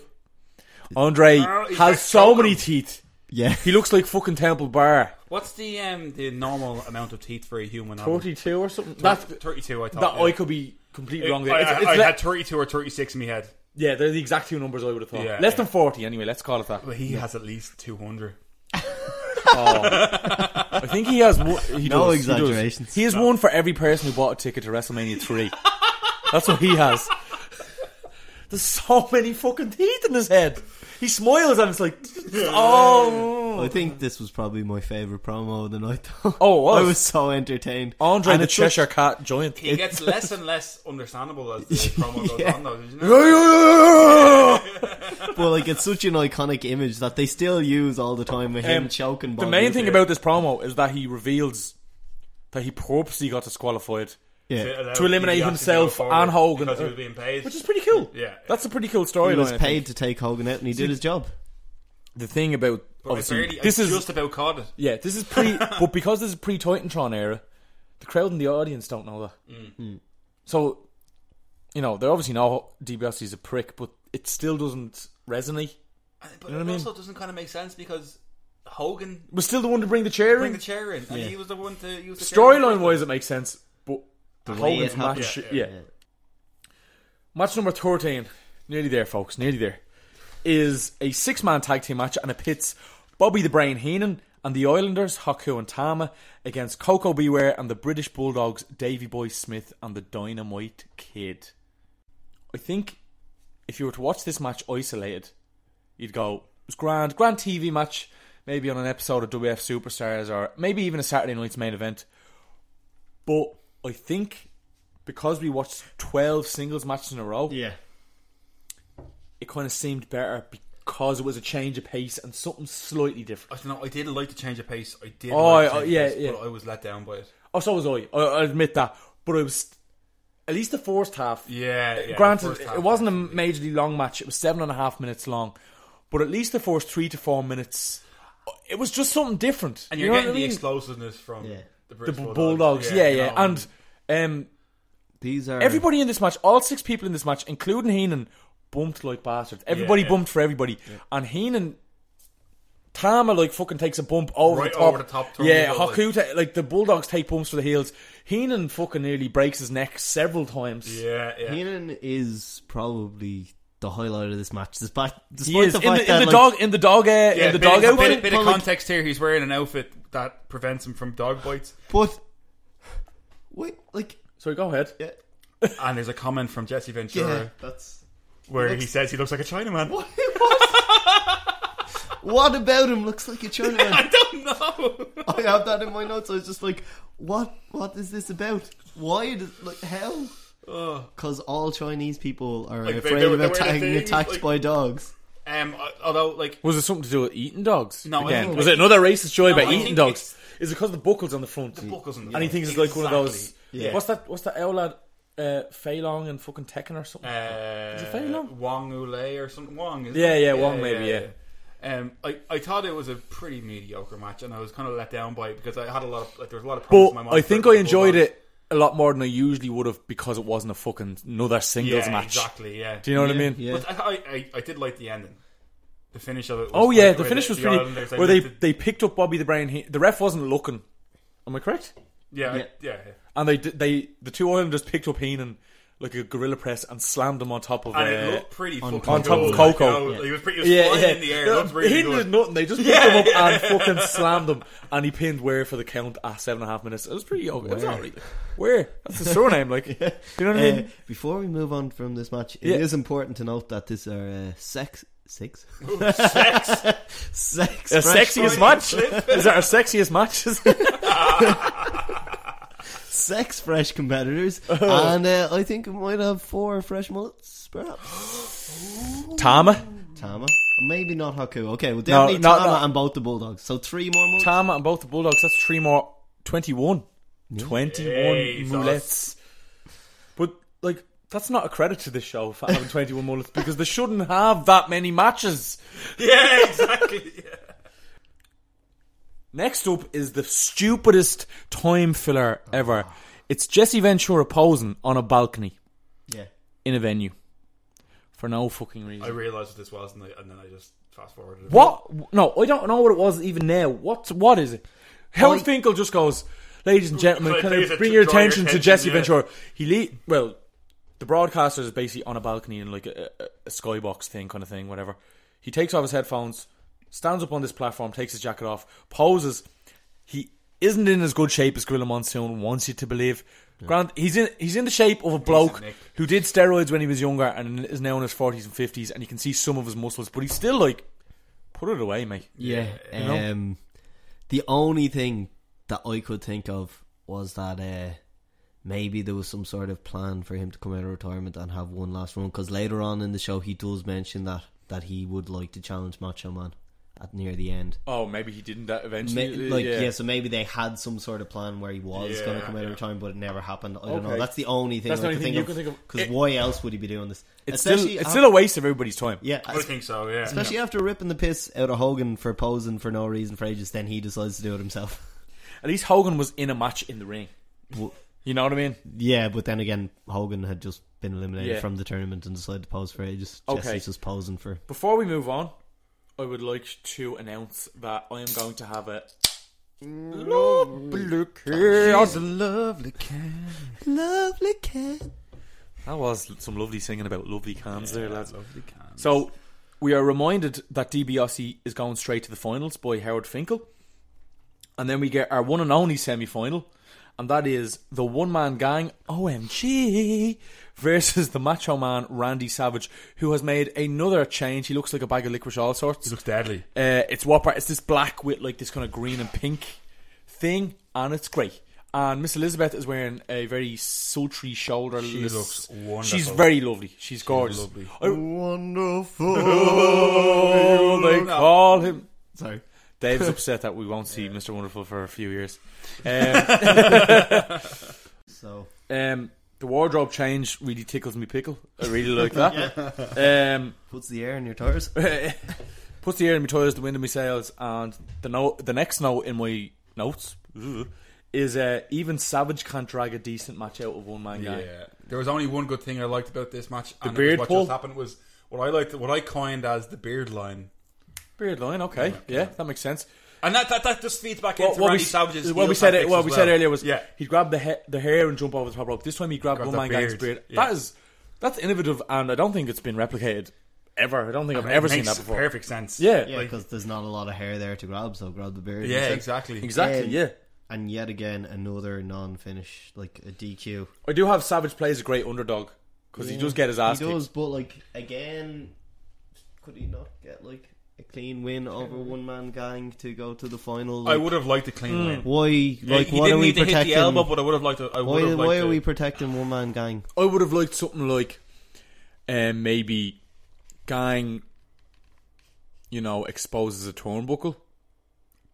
Speaker 4: Andre
Speaker 6: Oh, he's
Speaker 4: has
Speaker 6: just
Speaker 4: so
Speaker 6: choking.
Speaker 4: many teeth.
Speaker 5: Yeah.
Speaker 4: He looks like fucking Temple Bar.
Speaker 6: What's the um the normal amount of teeth for a human? animal?
Speaker 4: Forty-two or something. That's
Speaker 6: thirty-two. I
Speaker 4: that
Speaker 6: thought.
Speaker 4: I
Speaker 6: yeah.
Speaker 4: could be completely
Speaker 6: It-
Speaker 4: wrong. There.
Speaker 6: I,
Speaker 4: It's,
Speaker 6: I-
Speaker 4: it's
Speaker 6: I
Speaker 4: le-
Speaker 6: had thirty-two or thirty-six in my head.
Speaker 4: yeah, they're the exact two numbers I would have thought.
Speaker 6: Yeah,
Speaker 4: Less
Speaker 6: yeah.
Speaker 4: than forty, anyway. Let's call it that.
Speaker 6: But he has at least two hundred.
Speaker 4: I think he has. One, he does, he
Speaker 5: No
Speaker 4: does.
Speaker 5: exaggerations.
Speaker 4: He, has one for every person who bought a ticket to WrestleMania three. That's what he has. There's so many fucking teeth in his head. He smiles and it's like, oh,
Speaker 5: I think this was probably my favorite promo of the night. Though.
Speaker 4: Oh, it was?
Speaker 5: I was so entertained.
Speaker 4: Andre
Speaker 5: And
Speaker 4: the
Speaker 5: it's such-
Speaker 4: Cheshire Cat giant.
Speaker 6: He gets less and less understandable as the promo goes on, though. Did you know?
Speaker 4: the
Speaker 5: Well, like it's such an iconic image that they still use all the time with him
Speaker 4: Um,
Speaker 5: choking. Bob
Speaker 4: main
Speaker 5: Uecker.
Speaker 4: thing about this promo is that he reveals that he purposely got disqualified,
Speaker 5: yeah.
Speaker 4: To eliminate
Speaker 6: He actually
Speaker 4: himself
Speaker 6: go forward
Speaker 4: and Hogan.
Speaker 6: because he was being paid.
Speaker 4: which is pretty cool.
Speaker 6: Yeah.
Speaker 4: that's a pretty cool
Speaker 5: he
Speaker 4: storyline.
Speaker 5: was
Speaker 4: I think.
Speaker 5: paid to take Hogan out, and he did his job.
Speaker 4: The thing about
Speaker 6: But I
Speaker 4: obviously
Speaker 6: barely,
Speaker 4: this
Speaker 6: I
Speaker 4: is
Speaker 6: just about caught it.
Speaker 4: Yeah, this is pre, but because this is pre Titantron era, the crowd and the audience don't know that.
Speaker 6: Mm.
Speaker 5: Mm.
Speaker 4: So, you know, they obviously know DiBiase's a prick, but it still doesn't resonate.
Speaker 6: But
Speaker 4: what I
Speaker 6: it
Speaker 4: mean?
Speaker 6: also doesn't kind of make sense because Hogan
Speaker 4: Was still the one to bring the chair
Speaker 6: bring the
Speaker 4: in.
Speaker 6: chair in, and he was the one to use the chair in the
Speaker 4: Storyline
Speaker 6: first
Speaker 4: wise, it makes sense, but the
Speaker 5: way
Speaker 4: Hogan's
Speaker 5: it happened.
Speaker 4: match, yeah,
Speaker 6: Yeah,
Speaker 4: match number thirteen, nearly there, folks, nearly there, is a six-man tag team match, and it pits Bobby the Brain Heenan and the Islanders, Haku and Tama, against Coco Beware and the British Bulldogs, Davy Boy Smith and the Dynamite Kid. I think if you were to watch this match isolated, you'd go, it was grand, grand TV match, maybe on an episode of WF Superstars or maybe even a Saturday night's main event. But I think because we watched 12 singles matches in a row,
Speaker 5: Yeah,
Speaker 4: it kind of seemed better because it was a change of pace and something slightly different.
Speaker 6: I don't know. I did like the change of pace. I did.
Speaker 4: Oh,
Speaker 6: like
Speaker 4: I-
Speaker 6: the change of
Speaker 4: yeah,
Speaker 6: pace,
Speaker 4: yeah.
Speaker 6: But I was let down by it.
Speaker 4: Oh, so was I. I, I admit that. But it was, at least the first half,
Speaker 6: Yeah. yeah
Speaker 4: Granted, it wasn't a majorly long match. It was seven and a half minutes long, but at least the first three to four minutes, it was just something different.
Speaker 6: and
Speaker 4: You
Speaker 6: you're
Speaker 4: know
Speaker 6: getting
Speaker 4: what I
Speaker 6: the
Speaker 4: mean?
Speaker 6: explosiveness from
Speaker 5: Yeah.
Speaker 4: the
Speaker 6: the British
Speaker 4: Bulldogs, yeah, yeah,
Speaker 6: you know,
Speaker 4: and um,
Speaker 5: These are
Speaker 4: Everybody in this match, all six people in this match, including Heenan, bumped like bastards. Everybody
Speaker 6: yeah.
Speaker 4: bumped for everybody, and Heenan. Tama like fucking takes a bump over
Speaker 6: Right
Speaker 4: the top.
Speaker 6: over the top
Speaker 4: yeah,
Speaker 6: turnbuckle,
Speaker 4: Haku ta- like the Bulldogs take bumps for the heels. Heenan fucking nearly breaks his neck several times.
Speaker 6: Yeah, yeah.
Speaker 5: Heenan is probably the highlight of this match, despite
Speaker 4: He
Speaker 5: despite
Speaker 4: is
Speaker 5: the
Speaker 4: in the,
Speaker 5: fact that
Speaker 4: in the
Speaker 5: like,
Speaker 4: dog in the dog uh, in the
Speaker 6: bit,
Speaker 4: dog
Speaker 6: bit,
Speaker 4: outfit.
Speaker 6: bit, bit of
Speaker 5: Well, like-
Speaker 6: context here. He's wearing an outfit that prevents him from dog bites.
Speaker 5: But wait, like
Speaker 4: Sorry, go ahead.
Speaker 5: yeah,
Speaker 6: And there's a comment from Jesse
Speaker 5: yeah,
Speaker 6: Ventura
Speaker 5: that's
Speaker 6: where he says he looks like a Chinaman.
Speaker 5: what. what? What about him looks like a Chinaman?
Speaker 6: I don't know.
Speaker 5: I have that in my notes. I was just like, what? What is this about? Why? Does, like how? Because all Chinese people are
Speaker 6: Like, they-
Speaker 5: afraid
Speaker 6: they were-
Speaker 5: of
Speaker 6: they were the
Speaker 5: attacking,
Speaker 6: thing,
Speaker 5: attacked
Speaker 6: like-
Speaker 5: by dogs.
Speaker 6: Um, although like
Speaker 4: Was it something to do with eating dogs?
Speaker 6: No, I
Speaker 4: Again?
Speaker 6: think-
Speaker 4: was it another racist joy
Speaker 6: No,
Speaker 4: about
Speaker 6: I
Speaker 4: eating
Speaker 6: think
Speaker 4: dogs? Is it because the buckles on the front? The
Speaker 6: buckles on the
Speaker 4: and he
Speaker 6: front.
Speaker 4: thinks it's like one of those.
Speaker 6: Exactly. Yeah.
Speaker 4: What's that? What's that owl lad? Uh, Fei Long and fucking Tekken or something.
Speaker 6: Uh,
Speaker 4: it Phelan?
Speaker 6: Wang Ule or something. Wang, is
Speaker 4: Yeah, yeah, Wang maybe, yeah.
Speaker 6: Um, I, I thought it was a pretty mediocre match, and I was kind of let down by it because I had a lot of like there was a lot of. promise in my
Speaker 4: but
Speaker 6: mind
Speaker 4: I
Speaker 6: for
Speaker 4: think
Speaker 6: the
Speaker 4: I enjoyed
Speaker 6: Bulldogs.
Speaker 4: it a lot more than I usually would have because it wasn't a fucking another singles
Speaker 6: Yeah,
Speaker 4: match.
Speaker 6: exactly. Yeah.
Speaker 4: Do you know what I
Speaker 5: Yeah,
Speaker 4: mean?
Speaker 5: yeah.
Speaker 6: But I, I- I, I did like the ending. The finish of it. Was
Speaker 4: Oh yeah,
Speaker 6: where-
Speaker 4: the
Speaker 6: where
Speaker 4: finish was
Speaker 6: the
Speaker 4: pretty.
Speaker 6: Islanders,
Speaker 4: where they
Speaker 6: lifted-
Speaker 4: they picked up Bobby the Brain. He, the ref wasn't looking. Am I correct?
Speaker 6: yeah, I- yeah, yeah.
Speaker 4: And they did- they the two Islanders picked up Heenan like a gorilla press and slammed him on top of.
Speaker 6: And
Speaker 4: uh,
Speaker 6: it looked pretty on, fucking
Speaker 4: on top of
Speaker 6: good.
Speaker 4: Coco.
Speaker 6: Like, you know,
Speaker 4: Yeah.
Speaker 6: He was pretty. He was
Speaker 4: Yeah,
Speaker 6: flying
Speaker 4: yeah.
Speaker 6: in the air.
Speaker 4: No,
Speaker 6: It looked really
Speaker 4: he
Speaker 6: good.
Speaker 4: did nothing. They just picked him up and fucking slammed him, and he pinned Ware for the count at seven and a half minutes. It was pretty. Okay. It was
Speaker 5: Ware.
Speaker 4: alright. Ware, that's his surname. Like, you know what I
Speaker 5: Uh,
Speaker 4: mean?
Speaker 5: before we move on from this match, it is
Speaker 4: Yeah.
Speaker 5: important to note that this are uh, sex six
Speaker 6: Oh, Sex.
Speaker 5: sex
Speaker 4: The
Speaker 5: fresh
Speaker 4: sexiest
Speaker 5: fight-
Speaker 4: match. Is that our sexiest matches?
Speaker 5: sex fresh competitors,
Speaker 6: Uh-huh.
Speaker 5: and uh, I think we might have four fresh mullets, perhaps.
Speaker 4: Tama,
Speaker 5: Tama, maybe not Haku. Okay, well
Speaker 4: No,
Speaker 5: definitely
Speaker 4: no,
Speaker 5: Tama
Speaker 4: no.
Speaker 5: and both the Bulldogs. So three more mullets.
Speaker 4: Tama, and both the Bulldogs. That's three more. Twenty-one. Twenty-one
Speaker 6: Jesus.
Speaker 4: mulets. But like. That's not a credit to this show for having 21 mullets because they shouldn't have that many matches.
Speaker 6: yeah, exactly. Yeah.
Speaker 4: Next up is the stupidest time filler ever. It's Jesse Ventura posing on a balcony
Speaker 5: yeah,
Speaker 4: in a venue for no fucking
Speaker 6: I
Speaker 4: reason.
Speaker 6: realized what this was, and, I, and then I just fast forwarded. it.
Speaker 4: What? No, I don't know what it was even now. What? What is it? Howard Finkel just goes, ladies and gentlemen,
Speaker 6: Please,
Speaker 4: can
Speaker 6: please,
Speaker 4: I bring your
Speaker 6: draw your
Speaker 4: attention, to
Speaker 6: attention,
Speaker 4: Jesse
Speaker 6: yeah."
Speaker 4: Ventura? He le- well, the broadcaster is basically on a balcony in like a, a, a skybox thing, kind of thing, whatever. He takes off his headphones, stands up on this platform, takes his jacket off, poses. He isn't in as good shape as Gorilla Monsoon wants you to believe. Grant, he's in he's in the shape of a bloke
Speaker 6: Nick.
Speaker 4: who did steroids when he was younger and is now in his forties and fifties, and you can see some of his muscles, but he's still like, put it away, mate.
Speaker 5: yeah.
Speaker 4: You know?
Speaker 5: Um, the only thing that I could think of was that uh, maybe there was some sort of plan for him to come out of retirement and have one last run. Because later on in the show, he does mention that that he would like to challenge Macho Man at near the end.
Speaker 4: Oh, maybe he didn't that
Speaker 5: Ma-
Speaker 4: eventually.
Speaker 5: like yeah. so maybe they had some sort of plan where he was
Speaker 6: Yeah,
Speaker 5: going to come out
Speaker 6: yeah.
Speaker 5: of retirement, but it never happened. I don't know.
Speaker 4: Okay.
Speaker 5: That's the only thing
Speaker 4: That's the
Speaker 5: I
Speaker 4: only thing you can
Speaker 5: can think
Speaker 4: think
Speaker 5: of.
Speaker 4: of.
Speaker 5: Because
Speaker 4: It-
Speaker 5: why else would he be doing this?
Speaker 4: It's still
Speaker 5: Especially
Speaker 4: it's
Speaker 5: af-
Speaker 4: still a waste of everybody's time.
Speaker 5: yeah,
Speaker 6: I think so. Yeah.
Speaker 5: especially after ripping the piss out of Hogan for posing for no reason for ages. Then he decides to do it himself.
Speaker 4: At least Hogan was in a match in the ring. You know what I mean?
Speaker 5: yeah, but then again, Hogan had just been eliminated
Speaker 4: Yeah.
Speaker 5: from the tournament and decided to pose for ages.
Speaker 4: Okay.
Speaker 5: Jesse's just posing for.
Speaker 4: Before we move on, I would like to announce that I am going to have a lovely cat. lovely cat.
Speaker 5: Lovely cat.
Speaker 4: That was some lovely singing about lovely cans there, lads. Lovely cans. So we are reminded that DiBiase is going straight to the finals by Howard Finkel, and then we get our one and only semi-final, and that is the one-man gang OMG versus the Macho Man Randy Savage, who has made another change. He looks like a bag of licorice, all sorts.
Speaker 6: looks deadly.
Speaker 4: Uh, it's whopper. It's this black with like this kind of green and pink thing, and it's great. And Miss Elizabeth is wearing a very sultry shoulder.
Speaker 6: She looks wonderful.
Speaker 4: She's very lovely. She's gorgeous.
Speaker 6: lovely.
Speaker 4: I-
Speaker 5: Wonderful.
Speaker 4: oh, they call him.
Speaker 5: Sorry.
Speaker 4: Dave's upset that we won't see Mr. Wonderful for a few years. Um,
Speaker 5: So
Speaker 4: um, the wardrobe change really tickles me pickle. I really like that. Um,
Speaker 5: puts the air in your tires.
Speaker 4: puts the air in my tires, the wind in my sails, and the no- the next note in my notes is uh, even Savage can't drag a decent match out of one man
Speaker 6: Yeah.
Speaker 4: guy.
Speaker 6: There was only one good thing I liked about this match. The and it was
Speaker 4: beard
Speaker 6: what
Speaker 4: pull?
Speaker 6: just happened was what I liked, what I coined as the beard line,
Speaker 4: Beard line, okay, yeah, that makes sense.
Speaker 6: and that that, that just feeds back into
Speaker 4: what we,
Speaker 6: Randy Savage's.
Speaker 4: what
Speaker 6: heel
Speaker 4: we said, e-
Speaker 6: tactics
Speaker 4: what
Speaker 6: as
Speaker 4: we
Speaker 6: well.
Speaker 4: said earlier was
Speaker 6: yeah,
Speaker 4: he grabbed the he- the hair and jumped over the top rope. This time he grabbed
Speaker 6: Grabbed
Speaker 4: one man
Speaker 6: the
Speaker 4: guy's
Speaker 6: beard,
Speaker 4: beard.
Speaker 6: yeah.
Speaker 4: That is that's innovative, and I don't think it's been replicated ever. I don't think I've
Speaker 6: It
Speaker 4: ever seen
Speaker 6: makes
Speaker 4: that before.
Speaker 6: Perfect sense.
Speaker 4: Yeah,
Speaker 5: Yeah, because there's not a lot of hair there to grab, so grab the beard.
Speaker 6: yeah,
Speaker 5: instead.
Speaker 6: exactly.
Speaker 4: exactly.
Speaker 5: Um,
Speaker 4: yeah,
Speaker 5: And yet again, another non-finish, like a DQ.
Speaker 4: I do have Savage plays a great underdog because he does get his ass
Speaker 5: He
Speaker 4: kicked.
Speaker 5: does, but like again, could he not get like a clean win over one man gang to go to the final?
Speaker 6: I
Speaker 5: Like,
Speaker 6: would have liked a clean
Speaker 4: Hmm.
Speaker 6: line.
Speaker 5: why? Like,
Speaker 6: he
Speaker 5: what
Speaker 6: didn't
Speaker 5: are we
Speaker 6: need to hit
Speaker 5: protecting?
Speaker 6: the elbow, but I would have liked. To, I would
Speaker 5: why?
Speaker 6: have liked
Speaker 5: Why
Speaker 6: to,
Speaker 5: are we protecting one man gang?
Speaker 6: Oh,
Speaker 4: I would have liked something like um, maybe Gang, you know, exposes a turnbuckle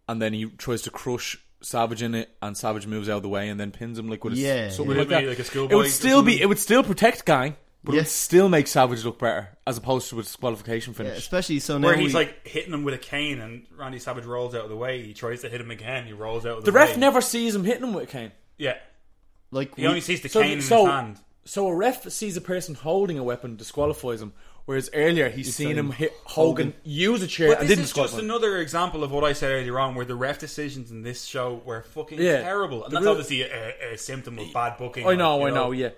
Speaker 4: and then he tries to crush Savage in it and Savage moves out of the way and then pins him like with a s-
Speaker 5: Yeah.
Speaker 4: something
Speaker 6: Would
Speaker 4: like
Speaker 6: it
Speaker 4: that.
Speaker 6: be like a schoolboy
Speaker 4: it would
Speaker 6: or
Speaker 4: still be
Speaker 6: something?
Speaker 4: it would still protect Gang, but it
Speaker 5: Yeah.
Speaker 4: would still make Savage look better as opposed to a disqualification
Speaker 5: Yeah,
Speaker 4: finish.
Speaker 5: especially so now
Speaker 6: Where he's
Speaker 5: we-
Speaker 6: like hitting him with a cane, and Randy Savage rolls out of the way. He tries to hit him again. He rolls out of the,
Speaker 4: the ref
Speaker 6: way.
Speaker 4: never sees him hitting him with a cane.
Speaker 6: Yeah,
Speaker 5: like
Speaker 6: he
Speaker 5: we-
Speaker 6: only sees the
Speaker 4: So-
Speaker 6: cane
Speaker 4: so-
Speaker 6: in his hand.
Speaker 4: So a ref sees a person holding a weapon, disqualifies him. Whereas earlier he's, seen
Speaker 5: seen
Speaker 4: him hit Hogan,
Speaker 5: Hogan.
Speaker 4: use a chair
Speaker 6: But
Speaker 4: and
Speaker 6: this
Speaker 4: didn't
Speaker 6: is just
Speaker 4: disqualify. him.
Speaker 6: another example of what I said earlier on, where the ref decisions in this show were fucking
Speaker 4: Yeah.
Speaker 6: terrible, and
Speaker 4: The
Speaker 6: that's
Speaker 4: real-
Speaker 6: obviously a, a, a symptom of bad booking.
Speaker 4: I know,
Speaker 6: like,
Speaker 4: I
Speaker 6: you
Speaker 4: know, yeah.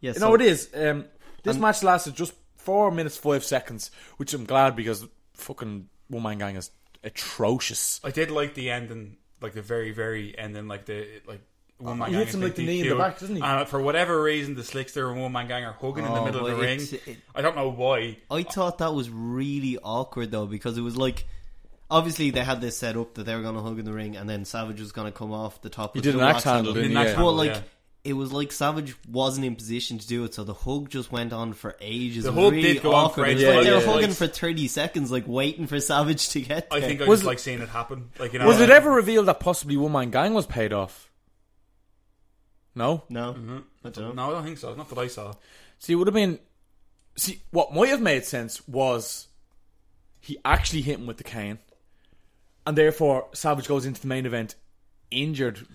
Speaker 5: yeah,
Speaker 4: No,
Speaker 5: so-
Speaker 4: it is. Um, this match lasted just four minutes five seconds, which I'm glad because fucking One Man Gang is atrocious.
Speaker 6: I did like the ending, like the very, very ending, like the like. One man
Speaker 4: he
Speaker 6: gang
Speaker 4: hits him, like, the knee in the back, doesn't he?
Speaker 6: And for whatever reason, the Slickster and One Man Gang are hugging in the
Speaker 5: Oh,
Speaker 6: middle of
Speaker 5: well,
Speaker 6: the ring.
Speaker 5: it's- it-
Speaker 6: I don't know why.
Speaker 5: I thought that was really awkward though because it was like obviously they had this set up that they were going to hug in the ring and then Savage was going to come off the top. He
Speaker 4: did an axe handle, didn't he?
Speaker 6: An axe
Speaker 4: Yeah.
Speaker 5: But
Speaker 6: handle,
Speaker 5: like
Speaker 6: yeah.
Speaker 5: it was like Savage wasn't in position to do it, so the hug just went on for ages.
Speaker 6: The
Speaker 5: It
Speaker 6: hug
Speaker 5: was really
Speaker 6: did go on
Speaker 5: awkward.
Speaker 6: for
Speaker 5: It was
Speaker 6: ages.
Speaker 5: like they
Speaker 4: Yeah,
Speaker 5: were
Speaker 4: yeah, yeah.
Speaker 5: hugging for thirty seconds, like waiting for Savage to get.
Speaker 6: I
Speaker 5: there.
Speaker 6: think I
Speaker 4: Was
Speaker 6: just
Speaker 4: it-
Speaker 6: like seeing it happen. Like you know,
Speaker 4: Was it
Speaker 6: uh,
Speaker 4: ever revealed that possibly One Man Gang was paid off? No.
Speaker 5: no,
Speaker 6: Mm-hmm.
Speaker 5: I don't know.
Speaker 6: No, I don't think so. Not that I saw.
Speaker 4: See, it would have been. See, what might have made sense was he actually hit him with the cane, and therefore Savage goes into the main event injured.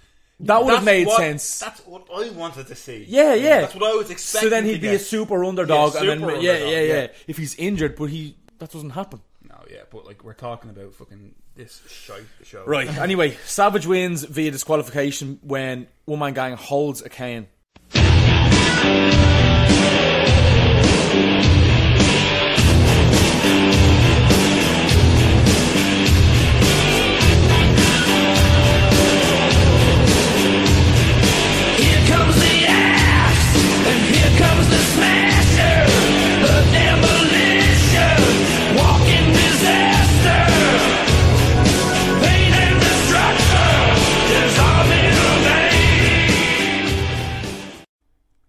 Speaker 4: That would have
Speaker 6: That's
Speaker 4: made
Speaker 6: what-
Speaker 4: sense.
Speaker 6: That's what I wanted to see.
Speaker 4: Yeah, yeah.
Speaker 6: That's what I was expecting.
Speaker 4: So then
Speaker 6: to
Speaker 4: he'd be
Speaker 6: get.
Speaker 4: a super underdog,
Speaker 6: Yeah,
Speaker 4: and
Speaker 6: super
Speaker 4: then yeah,
Speaker 6: underdog,
Speaker 4: yeah, yeah,
Speaker 6: yeah.
Speaker 4: If he's injured, but he that doesn't happen.
Speaker 6: No, yeah, but like we're talking about fucking this shite show.
Speaker 4: Right. anyway, Savage wins via disqualification when One Man Gang holds a cane.
Speaker 3: Here comes the axe, and here comes the smasher, the demolition, walking disaster, pain and destruction, dissolving away.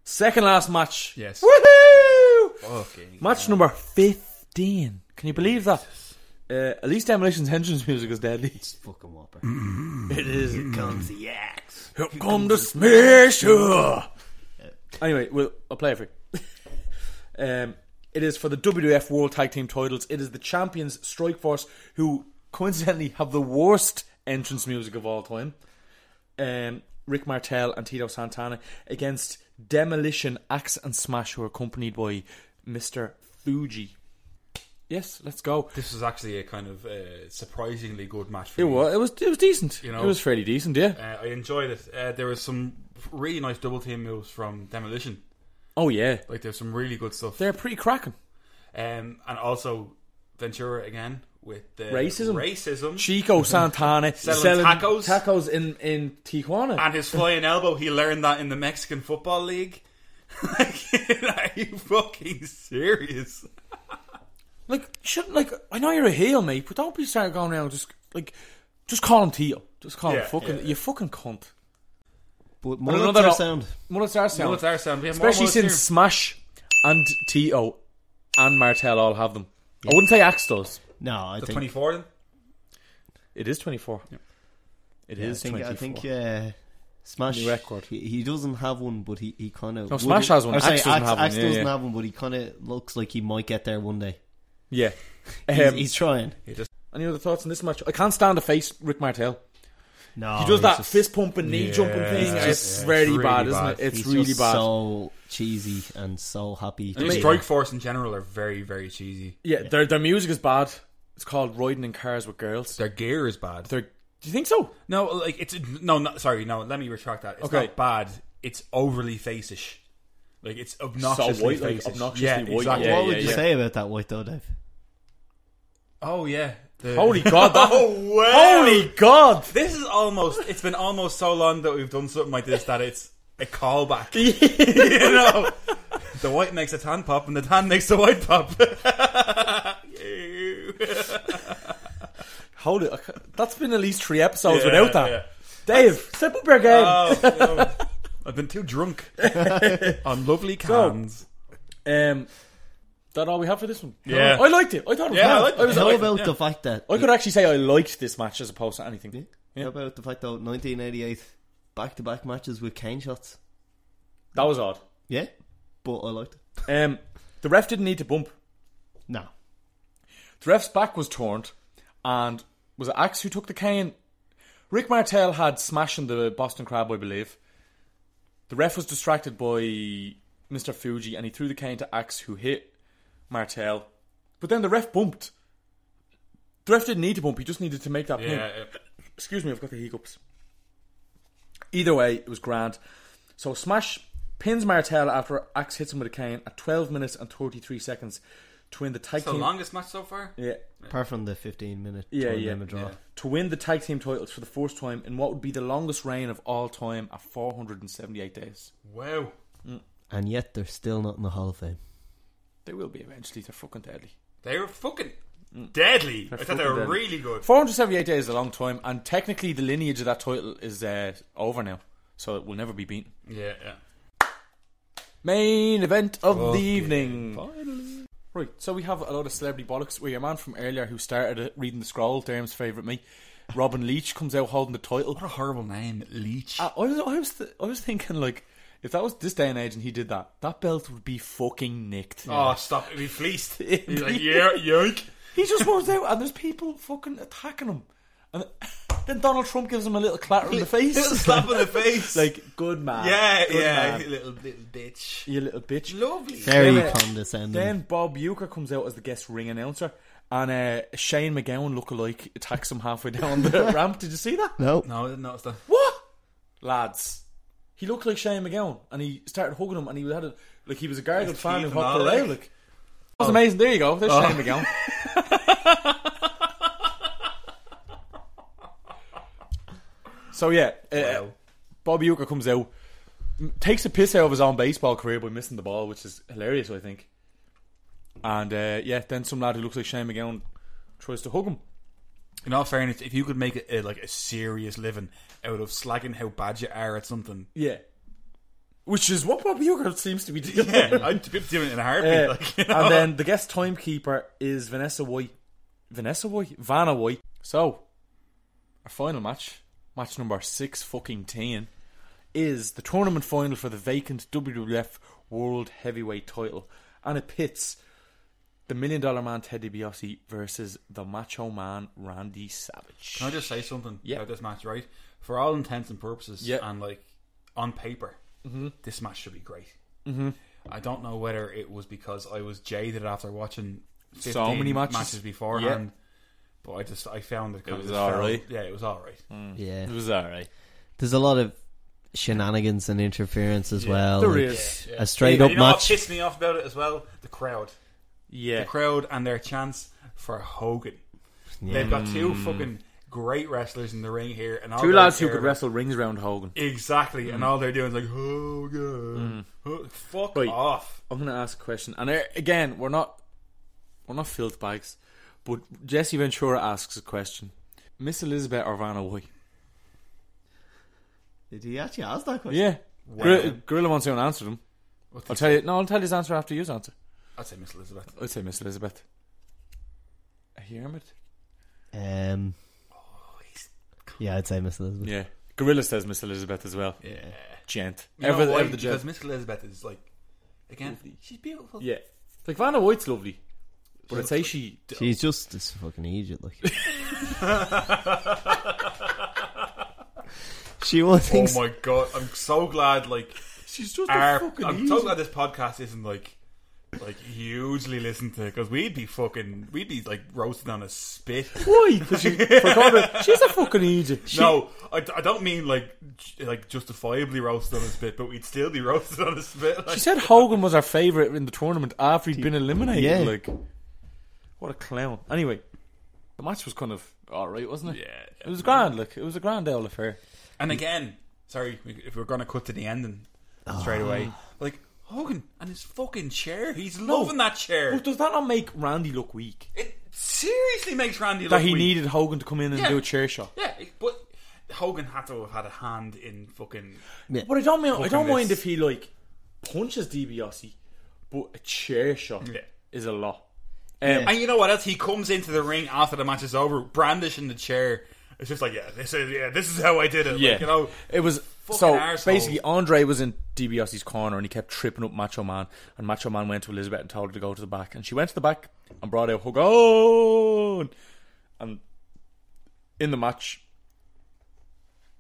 Speaker 4: Second last match.
Speaker 6: Yes.
Speaker 4: Woohoo!
Speaker 6: Fucking.
Speaker 4: Match number fifteen. Can you believe that? Uh, at least Demolition's entrance music is deadly.
Speaker 5: Fucking whopper.
Speaker 4: It is.
Speaker 5: comes the
Speaker 6: Mm-hmm.
Speaker 5: axe.
Speaker 4: Here come the smasher. Anyway, we'll, I'll play it for you. um, it is for the WWF World Tag Team titles. It is the champions Strikeforce, who coincidentally have the worst entrance music of all time. Um, Rick Martel and Tito Santana against Demolition, Axe and Smash, who are accompanied by Mr. Fuji. Yes, let's go.
Speaker 6: This was actually a kind of uh, surprisingly good match. For
Speaker 4: It
Speaker 6: me.
Speaker 4: was, it was, it was decent.
Speaker 6: You know-
Speaker 4: it was fairly decent, yeah.
Speaker 6: Uh, I enjoyed it. Uh, there was some really nice double team moves from Demolition.
Speaker 4: oh yeah,
Speaker 6: Like there's some really good stuff.
Speaker 4: they're pretty cracking.
Speaker 6: Um, and also Ventura again with the
Speaker 4: Racism.
Speaker 6: racism,
Speaker 4: Chico Santana
Speaker 6: Selling
Speaker 4: selling
Speaker 6: tacos. Ah.
Speaker 4: tacos in in Tijuana.
Speaker 6: and his flying elbow. He learned that in the Mexican football league. Like, are you fucking serious?
Speaker 4: like, shouldn't like I know you're a heel, mate, but don't be starting going around just like just call him Tito. Just call him
Speaker 6: Yeah,
Speaker 4: fucking
Speaker 6: yeah.
Speaker 4: you fucking cunt.
Speaker 5: But
Speaker 4: I
Speaker 5: more
Speaker 4: don't know
Speaker 5: than
Speaker 4: that
Speaker 5: their
Speaker 4: I'll-
Speaker 5: sound.
Speaker 4: Well, it's our sound.
Speaker 6: Well, it's our sound. We have more
Speaker 4: Especially
Speaker 6: Mullets
Speaker 4: since
Speaker 6: here.
Speaker 4: Smash and Tito and Martel all have them. I wouldn't say Axe does.
Speaker 5: No, I
Speaker 6: The
Speaker 5: think.
Speaker 6: twenty four.
Speaker 4: It is twenty four. It
Speaker 5: I
Speaker 4: is
Speaker 5: think.
Speaker 4: twenty four.
Speaker 5: I think. Uh, Smash
Speaker 4: New record.
Speaker 5: He, he doesn't have one, but he, he kind of.
Speaker 4: No, Smash has one.
Speaker 5: Or, sorry,
Speaker 4: Axe doesn't have one. Yeah,
Speaker 5: doesn't
Speaker 4: yeah.
Speaker 5: have one, but he kind of looks like he might get there one day.
Speaker 4: yeah.
Speaker 5: He's,
Speaker 4: Um,
Speaker 5: he's trying.
Speaker 4: Any other thoughts on this match? I can't stand the face Rick Martel.
Speaker 5: No,
Speaker 4: he does
Speaker 5: Oh, he's
Speaker 4: that
Speaker 5: just-
Speaker 4: fist pumping, knee jumping
Speaker 6: Yeah,
Speaker 4: thing.
Speaker 6: it's
Speaker 4: It's,
Speaker 6: just- yeah,
Speaker 4: really
Speaker 6: it's really
Speaker 4: bad, isn't
Speaker 6: bad.
Speaker 4: it? It's
Speaker 5: He's
Speaker 4: really
Speaker 5: just
Speaker 4: bad.
Speaker 5: So cheesy and so happy. to
Speaker 4: mean-
Speaker 5: be
Speaker 6: Strike
Speaker 5: there.
Speaker 6: Force in general are very, very cheesy.
Speaker 4: yeah, their their music is bad. It's called Riding in Cars with Girls.
Speaker 6: Their gear is bad.
Speaker 4: They're, do you think so?
Speaker 6: no, like it's no, no. Sorry, no. Let me retract that. It's
Speaker 4: Okay.
Speaker 6: not bad. It's overly facish. Like it's obnoxiously
Speaker 4: white, like,
Speaker 6: facish.
Speaker 4: obnoxiously
Speaker 6: yeah,
Speaker 4: white.
Speaker 6: Exactly.
Speaker 4: Yeah,
Speaker 5: What would you
Speaker 4: yeah.
Speaker 5: say about that white though, Dave?
Speaker 6: Oh yeah. The-
Speaker 4: Holy God! That,
Speaker 6: Oh, wow.
Speaker 4: Holy God!
Speaker 6: This is almost. It's been almost so long that we've done something like this that it's a callback. you know, the white makes a tan pop, and the tan makes the white pop.
Speaker 4: Holy, I ca- that's been at least three episodes
Speaker 6: Yeah,
Speaker 4: without that.
Speaker 6: yeah.
Speaker 4: Dave, step up your game.
Speaker 6: Oh, no. I've been too drunk on lovely cans.
Speaker 4: um, that all we have for this one?
Speaker 6: Yeah.
Speaker 4: I liked it. I thought it was
Speaker 6: Yeah, I
Speaker 4: mad.
Speaker 6: liked
Speaker 4: I,
Speaker 6: it.
Speaker 4: was,
Speaker 5: How
Speaker 4: I,
Speaker 5: about the fact that
Speaker 4: I could actually say I liked this match as opposed to anything.
Speaker 5: How about the fact though, 1988 back-to-back matches with cane shots?
Speaker 4: That was odd.
Speaker 5: Yeah, but I liked it.
Speaker 4: Um, the ref didn't need to bump.
Speaker 5: No,
Speaker 4: The ref's back was turned, and was it Axe who took the cane? Rick Martel had smashing the Boston Crab, I believe. The ref was distracted by Mr. Fuji, and he threw the cane to Axe, who hit Martel. But then the ref bumped. The ref didn't need to bump; he just needed to make that pin.
Speaker 6: Yeah,
Speaker 4: Excuse me, I've got the hiccups. Either way, it was grand. So Smash pins Martel after Axe hits him with a cane at 12 minutes and 33 seconds to win the tag
Speaker 6: it's the
Speaker 4: team.
Speaker 6: longest match so far.
Speaker 4: Yeah,
Speaker 5: apart from the 15-minute
Speaker 4: yeah,
Speaker 5: time
Speaker 4: yeah,
Speaker 5: limit draw.
Speaker 4: yeah. To win the tag team titles for the first time in what would be the longest reign of all time at 478 days.
Speaker 6: Wow.
Speaker 5: and yet they're still not in the Hall of Fame.
Speaker 4: They will be eventually. They're fucking deadly.
Speaker 6: They were fucking deadly. I thought they
Speaker 4: Mm. fucking
Speaker 6: were
Speaker 4: deadly.
Speaker 6: really good.
Speaker 4: 478 days is a long time, and technically the lineage of that title is uh, over now, so it will never be beaten.
Speaker 6: Yeah, yeah.
Speaker 4: Main event of the evening. Right, so we have a lot of celebrity bollocks. Where your man from earlier who started it, reading the scroll, Derm's favourite me, Robin Leach comes out holding the title.
Speaker 6: What a horrible name, Leech.
Speaker 4: I, I was, I was, th- I was thinking like, if that was this day and age and he did that, that belt would be fucking nicked.
Speaker 6: Oh, stop. It'd be fleeced.
Speaker 4: It'd
Speaker 6: He's like,
Speaker 4: be-
Speaker 6: yeah, yoink.
Speaker 4: He just runs out and there's people fucking attacking him, and then Donald Trump gives him a little clatter in the
Speaker 6: Little
Speaker 4: face.
Speaker 6: slap in the face.
Speaker 4: like, good man.
Speaker 6: yeah,
Speaker 4: good
Speaker 6: yeah.
Speaker 4: man.
Speaker 6: Little, little bitch.
Speaker 4: You little bitch.
Speaker 6: Lovely.
Speaker 5: Very
Speaker 4: Yeah.
Speaker 5: condescending.
Speaker 4: Then Bob Euchre comes out as the guest ring announcer, and uh, Shane McGowan look-alike attacks him halfway down the ramp. Did you see that?
Speaker 5: no,
Speaker 6: No, I didn't notice that.
Speaker 4: What, lads? He looked like Shane McGowan, and he started hugging him, and he had a like he was a gargled fan who
Speaker 6: teeth and
Speaker 4: hugged
Speaker 6: all
Speaker 4: the
Speaker 6: that.
Speaker 4: rail. Like, Oh. that was amazing. There you go. There's Shane McGowan. so yeah, uh, Bob Uecker comes out, m- takes a piss out of his own baseball career by missing the ball, which is hilarious, I think. And uh, yeah, then some lad who looks like Shane McGowan tries to hug him.
Speaker 6: In all fairness, if you could make a, a, like a serious living out of slagging how bad you are at something,
Speaker 4: Yeah. Which is what Bob Uecker seems to be doing.
Speaker 6: yeah, I'd be doing it in a heartbeat.
Speaker 4: Uh,
Speaker 6: like, you know?
Speaker 4: and then the guest timekeeper is Vanessa White. Vanessa White? Vanna White. So, our final match, match number six fucking ten, is the tournament final for the vacant WWF World Heavyweight title. And it pits the Million Dollar Man Ted DiBiase versus the Macho Man Randy Savage.
Speaker 6: Can I just say something
Speaker 4: Yeah.
Speaker 6: about this match, right? For all intents and purposes,
Speaker 4: Yeah. Mm-hmm.
Speaker 6: and like on paper, this match should be great. Mm-hmm. I don't know whether it was because I was jaded after watching 15
Speaker 4: So many matches.
Speaker 6: beforehand, but I just I found it kind
Speaker 4: was
Speaker 6: of just felt-
Speaker 4: alright.
Speaker 6: Yeah, it was all right.
Speaker 5: yeah.
Speaker 4: was alright.
Speaker 5: There's a lot of shenanigans and interference as well.
Speaker 4: There
Speaker 5: Like,
Speaker 4: is.
Speaker 5: a straight up
Speaker 6: you know
Speaker 5: match.
Speaker 6: What pissed me off about it as well? The crowd,
Speaker 4: Yeah.
Speaker 6: the crowd, and their chance for Hogan. They've got two fucking great wrestlers in the ring here, and all
Speaker 4: Two
Speaker 6: they
Speaker 4: lads who
Speaker 6: care
Speaker 4: could
Speaker 6: about-
Speaker 4: wrestle rings around Hogan.
Speaker 6: Exactly, and all they're doing is like, oh god, Oh, fuck
Speaker 4: Right.
Speaker 6: off.
Speaker 4: I'm gonna ask a question, and uh, again, we're not we're not filled bags, but Jesse Ventura asks a question: Miss Elizabeth or Vanna White?
Speaker 5: Did he actually ask that question?
Speaker 4: Yeah, Gor- Gorilla wants you to answer them. I'll tell you. No, I'll tell you his answer after you answer.
Speaker 6: I'd say Miss Elizabeth.
Speaker 4: I'd say Miss Elizabeth. A hermit.
Speaker 5: Um, yeah, I'd say Miss Elizabeth.
Speaker 4: Yeah, Gorilla says Miss Elizabeth as well.
Speaker 6: Yeah,
Speaker 4: Gent.
Speaker 6: you
Speaker 4: ever,
Speaker 6: know why?
Speaker 4: ever the gent.
Speaker 6: because Miss Elizabeth is like, again, she's beautiful.
Speaker 4: Yeah, like Vanna White's lovely, but I'd say she.
Speaker 5: She's just this fucking idiot. Like She won things.
Speaker 6: Oh my god! I'm so glad. Like
Speaker 4: She's just
Speaker 6: our,
Speaker 4: a fucking
Speaker 6: I'm
Speaker 4: easy.
Speaker 6: so glad this podcast isn't like like hugely listened to because we'd be fucking we'd be like roasting on a spit.
Speaker 4: Why? Because she forgot it. She's a fucking idiot. She-
Speaker 6: no, I, I don't mean like j- like justifiably roasted on a spit, but we'd still be roasted on a spit. Like,
Speaker 4: She said Hogan was her favourite in the tournament after he'd been eliminated.
Speaker 5: Yeah.
Speaker 4: Like, what a clown. Anyway, the match was kind of alright, wasn't it?
Speaker 6: Yeah.
Speaker 4: It was grand, look. It was a grand old affair.
Speaker 6: and again, sorry if we're gonna cut to the ending straight away. Like Hogan and his fucking chair, he's loving that chair.
Speaker 4: But does that not make Randy look weak?
Speaker 6: It seriously makes Randy
Speaker 4: that
Speaker 6: look
Speaker 4: he
Speaker 6: weak.
Speaker 4: needed Hogan to come in and
Speaker 6: Yeah.
Speaker 4: do a chair shot.
Speaker 6: Yeah, but Hogan had to have had a hand in fucking.
Speaker 4: But I don't mind. I don't
Speaker 6: Fucking
Speaker 4: mind
Speaker 6: this.
Speaker 4: if he like punches DiBiase, but a chair shot
Speaker 6: Yeah.
Speaker 4: is a lot. Um,
Speaker 6: And you know what else? He comes into the ring after the match is over, brandishing the chair. It's just like, yeah, this is yeah, this is how I did it.
Speaker 4: Yeah,
Speaker 6: like, you know,
Speaker 4: it was
Speaker 6: fucking
Speaker 4: so
Speaker 6: arsehole.
Speaker 4: basically. Andre was in DiBiase's corner and he kept tripping up Macho Man, and Macho Man went to Elizabeth and told her to go to the back, and she went to the back and brought out Hogan, and in the match,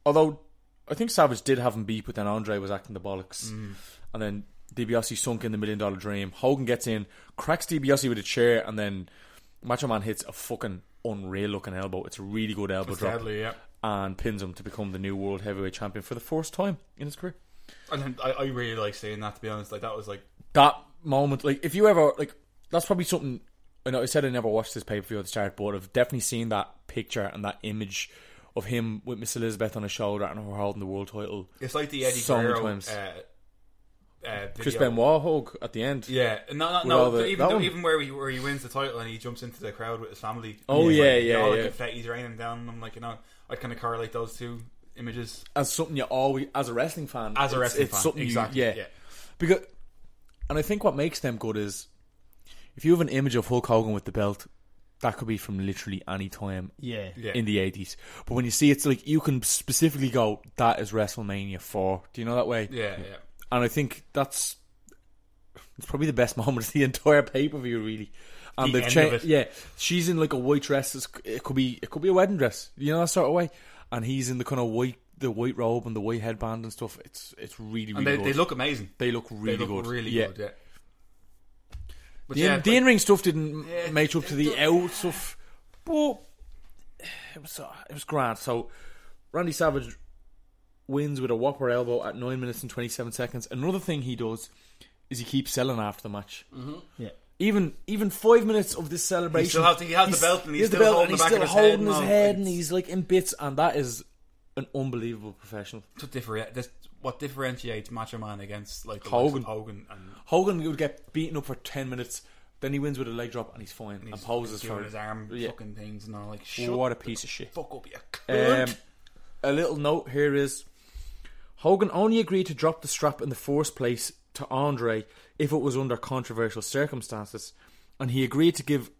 Speaker 4: although I think Savage did have him beat, but then Andre was acting the bollocks,
Speaker 6: Mm.
Speaker 4: and then DiBiase sunk in the million dollar dream. Hogan gets in, cracks DiBiase with a chair, and then Macho Man hits a fucking unreal looking elbow. It's a really good elbow drop
Speaker 6: Sadly, yeah.
Speaker 4: and pins him to become the new world heavyweight champion for the first time in his career.
Speaker 6: And then I, I really like saying that. To be honest, like that was like
Speaker 4: That moment, like if you ever like, that's probably something. I know I said I never watched this pay per view at the start, but I've definitely seen that picture and that image of him with Miss Elizabeth on his shoulder and her holding the world title.
Speaker 6: it's like the Eddie
Speaker 4: So many
Speaker 6: Guerrero.
Speaker 4: times.
Speaker 6: Uh, uh,
Speaker 4: Chris
Speaker 6: video.
Speaker 4: Benoit hug at the end.
Speaker 6: Yeah, no, no,
Speaker 4: all
Speaker 6: no.
Speaker 4: the-
Speaker 6: even
Speaker 4: that
Speaker 6: though,
Speaker 4: one.
Speaker 6: even where he where he wins the title and he jumps into the crowd with his family.
Speaker 4: Oh,
Speaker 6: It's
Speaker 4: yeah,
Speaker 6: like,
Speaker 4: yeah,
Speaker 6: All the
Speaker 4: yeah.
Speaker 6: confetti's raining down, and I'm like, you know, I kind of correlate those two images.
Speaker 4: as something you always, as a wrestling fan,
Speaker 6: As a
Speaker 4: Uh, it's-
Speaker 6: wrestling
Speaker 4: it's
Speaker 6: fan,
Speaker 4: something you-
Speaker 6: exactly, yeah.
Speaker 4: because, and I think what makes them good is if you have an image of Hulk Hogan with the belt, that could be from literally any time
Speaker 5: yeah.
Speaker 6: Yeah.
Speaker 4: in the 80s. But when you see it's like you can specifically go that is WrestleMania 4. Do you know that way?
Speaker 6: Yeah, yeah.
Speaker 4: And I think that's it's probably the best moment of the entire pay-per-view really. And
Speaker 6: The
Speaker 4: they've
Speaker 6: end
Speaker 4: changed
Speaker 6: of it.
Speaker 4: yeah, she's in like a white dress. It's, it could be it could be a wedding dress. You know that sort of way. And he's in the kind of white the white robe and the white headband and stuff. It's it's really
Speaker 6: And
Speaker 4: really
Speaker 6: they,
Speaker 4: good.
Speaker 6: they look amazing.
Speaker 4: they look really
Speaker 6: they look
Speaker 4: good.
Speaker 6: really
Speaker 4: yeah.
Speaker 6: good. Yeah. But
Speaker 4: The,
Speaker 6: yeah,
Speaker 4: in, the
Speaker 6: like-
Speaker 4: in-ring stuff didn't
Speaker 6: Yeah,
Speaker 4: match up to the
Speaker 6: it
Speaker 4: out stuff, but it was uh, it was grand. So Randy Savage wins with a whopper elbow at nine minutes and twenty-seven seconds. Another thing he does is he keeps selling after the match. Mm-hmm.
Speaker 5: Yeah.
Speaker 4: Even even five minutes of this celebration,
Speaker 6: still has to- he has the
Speaker 4: he's-
Speaker 6: belt and
Speaker 4: he
Speaker 6: he's
Speaker 4: has the
Speaker 6: still
Speaker 4: belt
Speaker 6: holding
Speaker 4: and he's
Speaker 6: the back
Speaker 4: still
Speaker 6: of his head
Speaker 4: holding
Speaker 6: and
Speaker 4: his
Speaker 6: all.
Speaker 4: head, and he's like in bits, and that is an unbelievable professional.
Speaker 6: to differentiate this, what differentiates Macho Man against like the
Speaker 4: Hogan.
Speaker 6: likes of Hogan and
Speaker 4: Hogan would get beaten up for ten minutes, then he wins with a leg drop, and he's fine and,
Speaker 6: he's
Speaker 4: poses
Speaker 6: doing
Speaker 4: for
Speaker 6: his arm
Speaker 4: Yeah.
Speaker 6: fucking things and all like shut
Speaker 4: What a
Speaker 6: the
Speaker 4: piece of shit.
Speaker 6: fuck up you
Speaker 4: Um,
Speaker 6: cunt.
Speaker 4: a little note here is Hogan only agreed to drop the strap in the first place to Andre if it was under controversial circumstances, and he agreed to give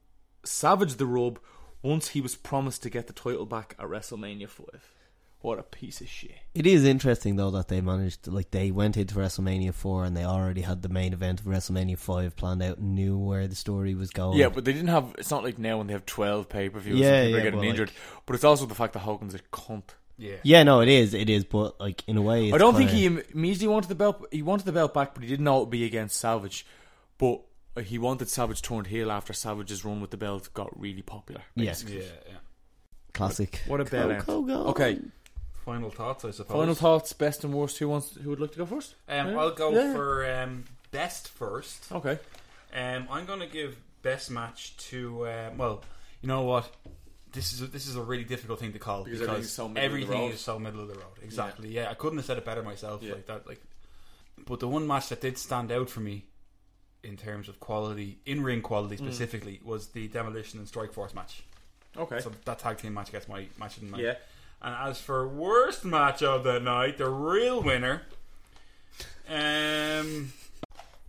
Speaker 4: Savage the rub once he was promised to get the title back at WrestleMania 5. What a piece of shit.
Speaker 5: It is interesting though that they managed, like they went into WrestleMania four and they already had the main event of WrestleMania five planned out, and knew where the story was going.
Speaker 4: Yeah, but they didn't have. It's not like now when they have 12 pay per views
Speaker 5: Yeah,
Speaker 4: and people are
Speaker 5: yeah,
Speaker 4: getting
Speaker 5: but
Speaker 4: injured. But it's also the fact that Hogan's a cunt.
Speaker 6: yeah.
Speaker 5: yeah, no, it is, it is, but like in a way, it's
Speaker 4: I don't
Speaker 5: kinda-
Speaker 4: think he im- immediately wanted the belt. He wanted the belt back, but he didn't know it would be against Savage. But he wanted Savage turned heel after Savage's run with the belt got really popular.
Speaker 5: Yeah,
Speaker 6: yeah, yeah.
Speaker 5: classic.
Speaker 4: What a bell end.
Speaker 5: Hulk Hogan.
Speaker 4: Okay,
Speaker 6: Final thoughts, I suppose.
Speaker 4: final thoughts, best and worst. Who wants? Who would like to go first?
Speaker 6: Um,
Speaker 4: Yeah.
Speaker 6: I'll go
Speaker 4: Yeah. Oh.
Speaker 6: for um, best first.
Speaker 4: Okay,
Speaker 6: Um, I'm gonna give best match to um, well, you know what? This is a, this is a really difficult thing to call
Speaker 4: Because
Speaker 6: because,
Speaker 4: everything's so middle of the
Speaker 6: everything
Speaker 4: road.
Speaker 6: is so middle of the road. Exactly. Yeah, I couldn't have said it better myself.
Speaker 4: Yeah.
Speaker 6: Like that. Like, but the one match that did stand out for me in terms of quality, in ring quality
Speaker 4: Mm.
Speaker 6: specifically, was the demolition and strike force match.
Speaker 4: okay.
Speaker 6: So that tag team match gets my match of the night.
Speaker 4: Yeah.
Speaker 6: And as for worst match of the night, the real winner, um,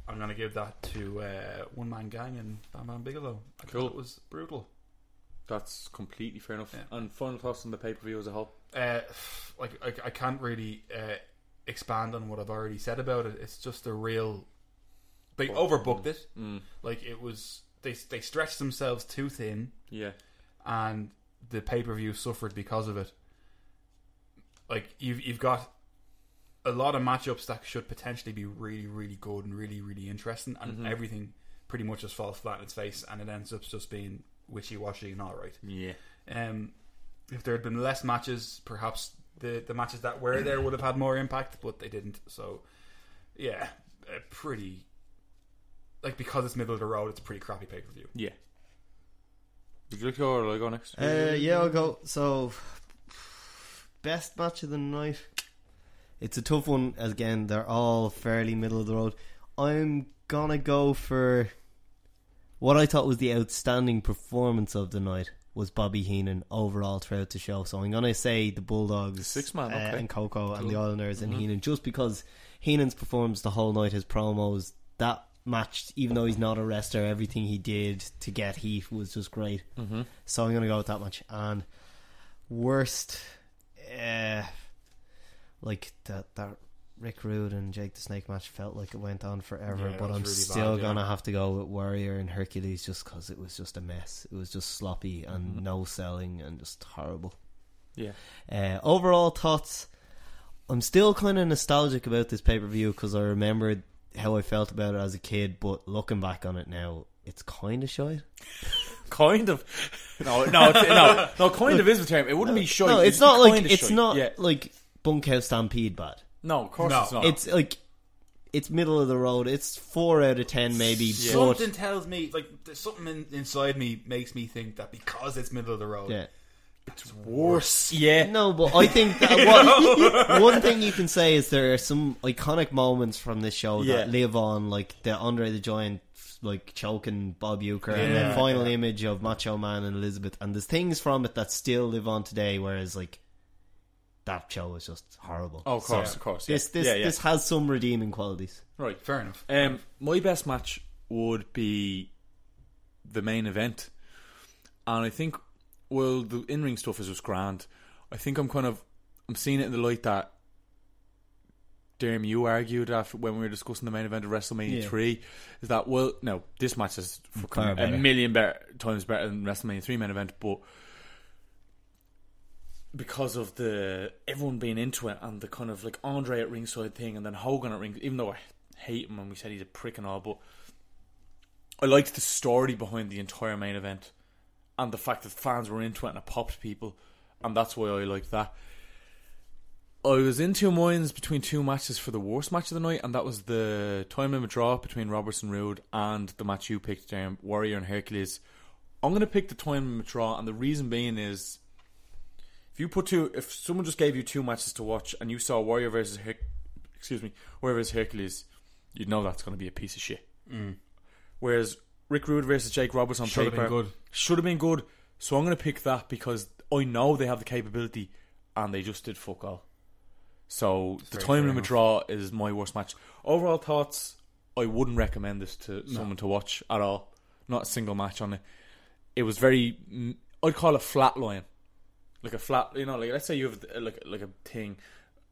Speaker 6: I'm gonna give that to uh, One Man Gang and Bam Bam Bigelow. I
Speaker 4: Cool.
Speaker 6: thought it was brutal.
Speaker 4: That's completely fair enough.
Speaker 6: Yeah.
Speaker 4: And final thoughts on the pay per view as a whole.
Speaker 6: Uh, like I, I can't really uh, expand on what I've already said about it. It's just a real. They overbooked it. Like it was. They they stretched themselves too thin.
Speaker 4: Yeah,
Speaker 6: and the pay per view suffered because of it. Like you've you've got a lot of matchups that should potentially be really really good and really really interesting, and everything pretty much just falls flat in its face, and it ends up just being wishy washy and all right.
Speaker 4: Yeah.
Speaker 6: Um, if there had been less matches, perhaps the the matches that were there would have had more impact, but they didn't. So, yeah, a pretty like because it's middle of the road, it's a pretty crappy pay per view.
Speaker 4: Yeah. Did you go or I go next?
Speaker 5: Uh, yeah, I'll go. So, best match of the night. It's a tough one. as Again, they're all fairly middle of the road. I'm gonna go for what I thought was the outstanding performance of the night was Bobby Heenan overall throughout the show. So I'm gonna say the Bulldogs,
Speaker 4: Six man,
Speaker 5: uh,
Speaker 4: okay.
Speaker 5: and Coco and the Islanders and Heenan, just because Heenan's performance the whole night, his promos, that match, even though he's not a wrestler, everything he did to get Heath was just great. Mm-hmm. So I'm going to go with that much. And worst, uh, like that that Rick Rude and Jake the Snake match felt like it went on forever,
Speaker 6: Yeah,
Speaker 5: but
Speaker 6: that was
Speaker 5: I'm
Speaker 6: really
Speaker 5: still
Speaker 6: bad, yeah.
Speaker 5: gonna have to go with Warrior and Hercules just because it was just a mess. It was just sloppy and no selling and just horrible.
Speaker 4: Yeah.
Speaker 5: Uh, overall thoughts. I'm still kind of nostalgic about this pay per view because I remembered how I felt about it as a kid, but looking back on it now, it's kind of shite.
Speaker 4: Kind of. No, no, it's- no, no. Kind of is the term. It wouldn't be shite.
Speaker 5: uh, No, it's,
Speaker 4: just
Speaker 5: not like
Speaker 4: kinda
Speaker 5: it's
Speaker 4: shite.
Speaker 5: not
Speaker 4: Yeah.
Speaker 5: like bunkhouse stampede bad.
Speaker 4: No, of course
Speaker 6: No.
Speaker 4: it's not.
Speaker 5: It's like it's middle of the road. It's four out of ten maybe. But
Speaker 6: Something tells me, like there's something in, inside me makes me think that because it's middle of the road,
Speaker 5: yeah.
Speaker 6: it's worse.
Speaker 4: yeah.
Speaker 5: No, but I think that one, one thing you can say is there are some iconic moments from this show
Speaker 4: Yeah.
Speaker 5: that live on, like the Andre the Giant like choking Bob Euchre and
Speaker 6: Yeah.
Speaker 5: the final image of Macho Man and Elizabeth, and there's things from it that still live on today. Whereas like that show was just horrible.
Speaker 4: Oh, of course, of course. Yeah.
Speaker 5: this this
Speaker 4: yeah, yeah.
Speaker 5: this has some redeeming qualities.
Speaker 4: right.
Speaker 6: Fair enough.
Speaker 4: Um, my best match would be the main event, and I think well, the in ring stuff is just grand. I think I'm kind of I'm seeing it in the light that. Derm, you argued after when we were discussing the main event of WrestleMania
Speaker 5: Yeah.
Speaker 4: three, is that well, no, this match is
Speaker 5: Far
Speaker 4: fucking a
Speaker 5: better.
Speaker 4: million better, times better than WrestleMania three main event, but because of the everyone being into it and the kind of like Andre at ringside thing and then Hogan at ring even though I hate him and we said he's a prick and all but I liked the story behind the entire main event and the fact that fans were into it and it popped people and that's why I liked that I was in two minds between two matches for the worst match of the night and that was the time limit draw between Robertson Road and the match you picked um, Warrior and Hercules I'm going to pick the time limit draw and the reason being is if you put two, if someone just gave you two matches to watch and you saw Warrior versus Her- excuse me, Warrior versus Hercules, you'd know that's going to be a piece of shit. Whereas Rick Rude versus Jake Roberts on
Speaker 6: Mm. Should've
Speaker 4: paper
Speaker 6: been good.
Speaker 4: should have been good. So I'm going to pick that because I know they have the capability, and they just did fuck all. So the time limit draw is my worst match. Overall thoughts: I wouldn't recommend this to someone to watch at all. Not a single match on it. It was very, mm, I'd call it flat line like a flat you know like let's say you have uh, like like a thing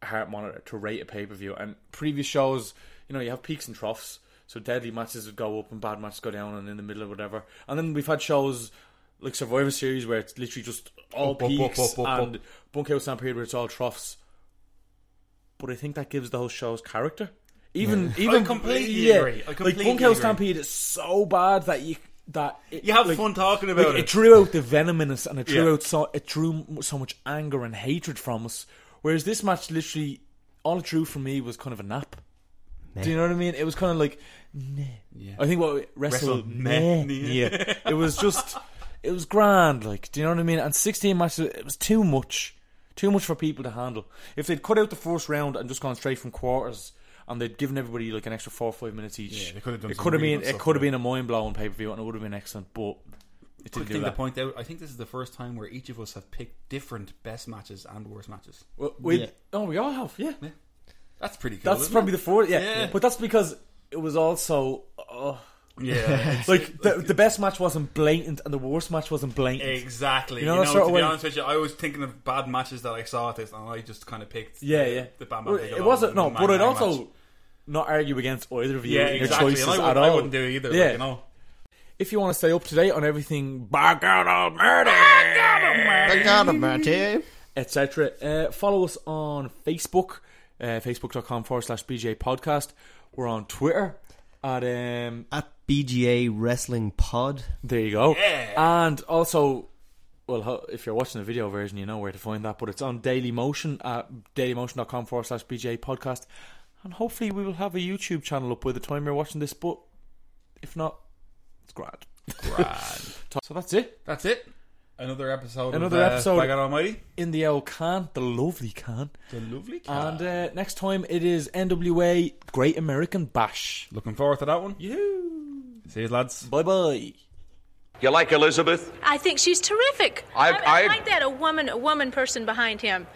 Speaker 4: a heart monitor to rate a pay-per-view and previous shows you know you have peaks and troughs so deadly matches would go up and bad matches go down and in the middle or whatever and then we've had shows like survivor series where it's literally just all
Speaker 6: Up, up, up,
Speaker 4: peaks
Speaker 6: up, up, up.
Speaker 4: and bunkhouse stampede where it's all troughs but i think that gives the whole show's character even even
Speaker 6: I completely
Speaker 4: yeah,
Speaker 6: agree. I completely
Speaker 4: like bunkhouse
Speaker 6: agree.
Speaker 4: stampede is so bad that you that it,
Speaker 6: You have
Speaker 4: like,
Speaker 6: fun talking
Speaker 4: like,
Speaker 6: about
Speaker 4: it.
Speaker 6: it.
Speaker 4: drew out the venom in us, and it drew
Speaker 6: Yeah.
Speaker 4: out so it drew m- so much anger and hatred from us. Whereas this match, literally, all it drew from me was kind of a nap. Do you know what I mean? It was kind of like, nah. I think what wrestle,
Speaker 6: Wrestle-
Speaker 4: meh.
Speaker 6: meh.
Speaker 4: yeah. It was just, it was grand. Like, do you know what I mean? And sixteen matches, it was too much, too much for people to handle. If they'd cut out the first round and just gone straight from quarters. And they'd given everybody like an extra four or five minutes each.
Speaker 6: Yeah, they could've done
Speaker 4: it
Speaker 6: some
Speaker 4: could have
Speaker 6: really
Speaker 4: been
Speaker 6: good
Speaker 4: it
Speaker 6: stuff
Speaker 4: could have
Speaker 6: with
Speaker 4: been a mind blowing pay per view and it would have been excellent, but it didn't
Speaker 6: Quick
Speaker 4: do
Speaker 6: thing to
Speaker 4: that.
Speaker 6: point out: I think this is the first time where each of us have picked different best matches and worst matches.
Speaker 4: Well, we,
Speaker 5: Yeah.
Speaker 4: Oh, we all have, yeah.
Speaker 6: That's pretty cool.
Speaker 4: That's
Speaker 6: isn't
Speaker 4: probably
Speaker 6: it?
Speaker 4: the fourth, yeah.
Speaker 6: Yeah.
Speaker 4: But that's because it was also. Uh,
Speaker 6: yeah. it's-
Speaker 4: like, the, the best match wasn't blatant and the worst match wasn't blatant. You
Speaker 6: Exactly. You
Speaker 4: know,
Speaker 6: know,
Speaker 4: that sort of
Speaker 6: to
Speaker 4: way-
Speaker 6: be honest with you, I was thinking of bad matches that I saw at this, and I just kind of picked.
Speaker 4: yeah,
Speaker 6: the,
Speaker 4: yeah.
Speaker 6: The Bam Bam
Speaker 4: Well,
Speaker 6: Bigelow
Speaker 4: it wasn't, no,
Speaker 6: and
Speaker 4: but
Speaker 6: Man
Speaker 4: I'd
Speaker 6: Man
Speaker 4: also
Speaker 6: match.
Speaker 4: not argue against either of you,
Speaker 6: Yeah,
Speaker 4: your
Speaker 6: exactly.
Speaker 4: choices
Speaker 6: and I,
Speaker 4: at
Speaker 6: wouldn't-
Speaker 4: all.
Speaker 6: I wouldn't do either.
Speaker 4: Yeah.
Speaker 6: Like, you know.
Speaker 4: If you want to stay up to date on everything Back Out of Murder,
Speaker 5: I got him, Marty.
Speaker 4: etc. Uh, follow us on Facebook, uh, facebook.com forward slash BJ podcast. We're on Twitter at um,
Speaker 5: At BGA Wrestling Pod.
Speaker 4: there you go. And also, well, ho- if you're watching the video version, you know where to find that. But it's on Daily Motion at dailymotion.com forward slash BJ podcast. And hopefully, we will have a YouTube channel up by the time you're watching this. But if not, it's grand. so that's it.
Speaker 6: That's it. Another episode.
Speaker 4: Another
Speaker 6: of, uh,
Speaker 4: episode.
Speaker 6: By God Almighty.
Speaker 4: In the old can, the lovely can.
Speaker 6: The lovely. Cat.
Speaker 4: And uh, next time it is NWA Great American Bash.
Speaker 6: Looking forward to that one.
Speaker 4: You.
Speaker 6: See you, lads.
Speaker 4: Bye bye.
Speaker 1: You like Elizabeth?
Speaker 10: I think she's terrific.
Speaker 1: I-
Speaker 10: I, I
Speaker 1: I-
Speaker 10: like that a woman, a woman person behind him.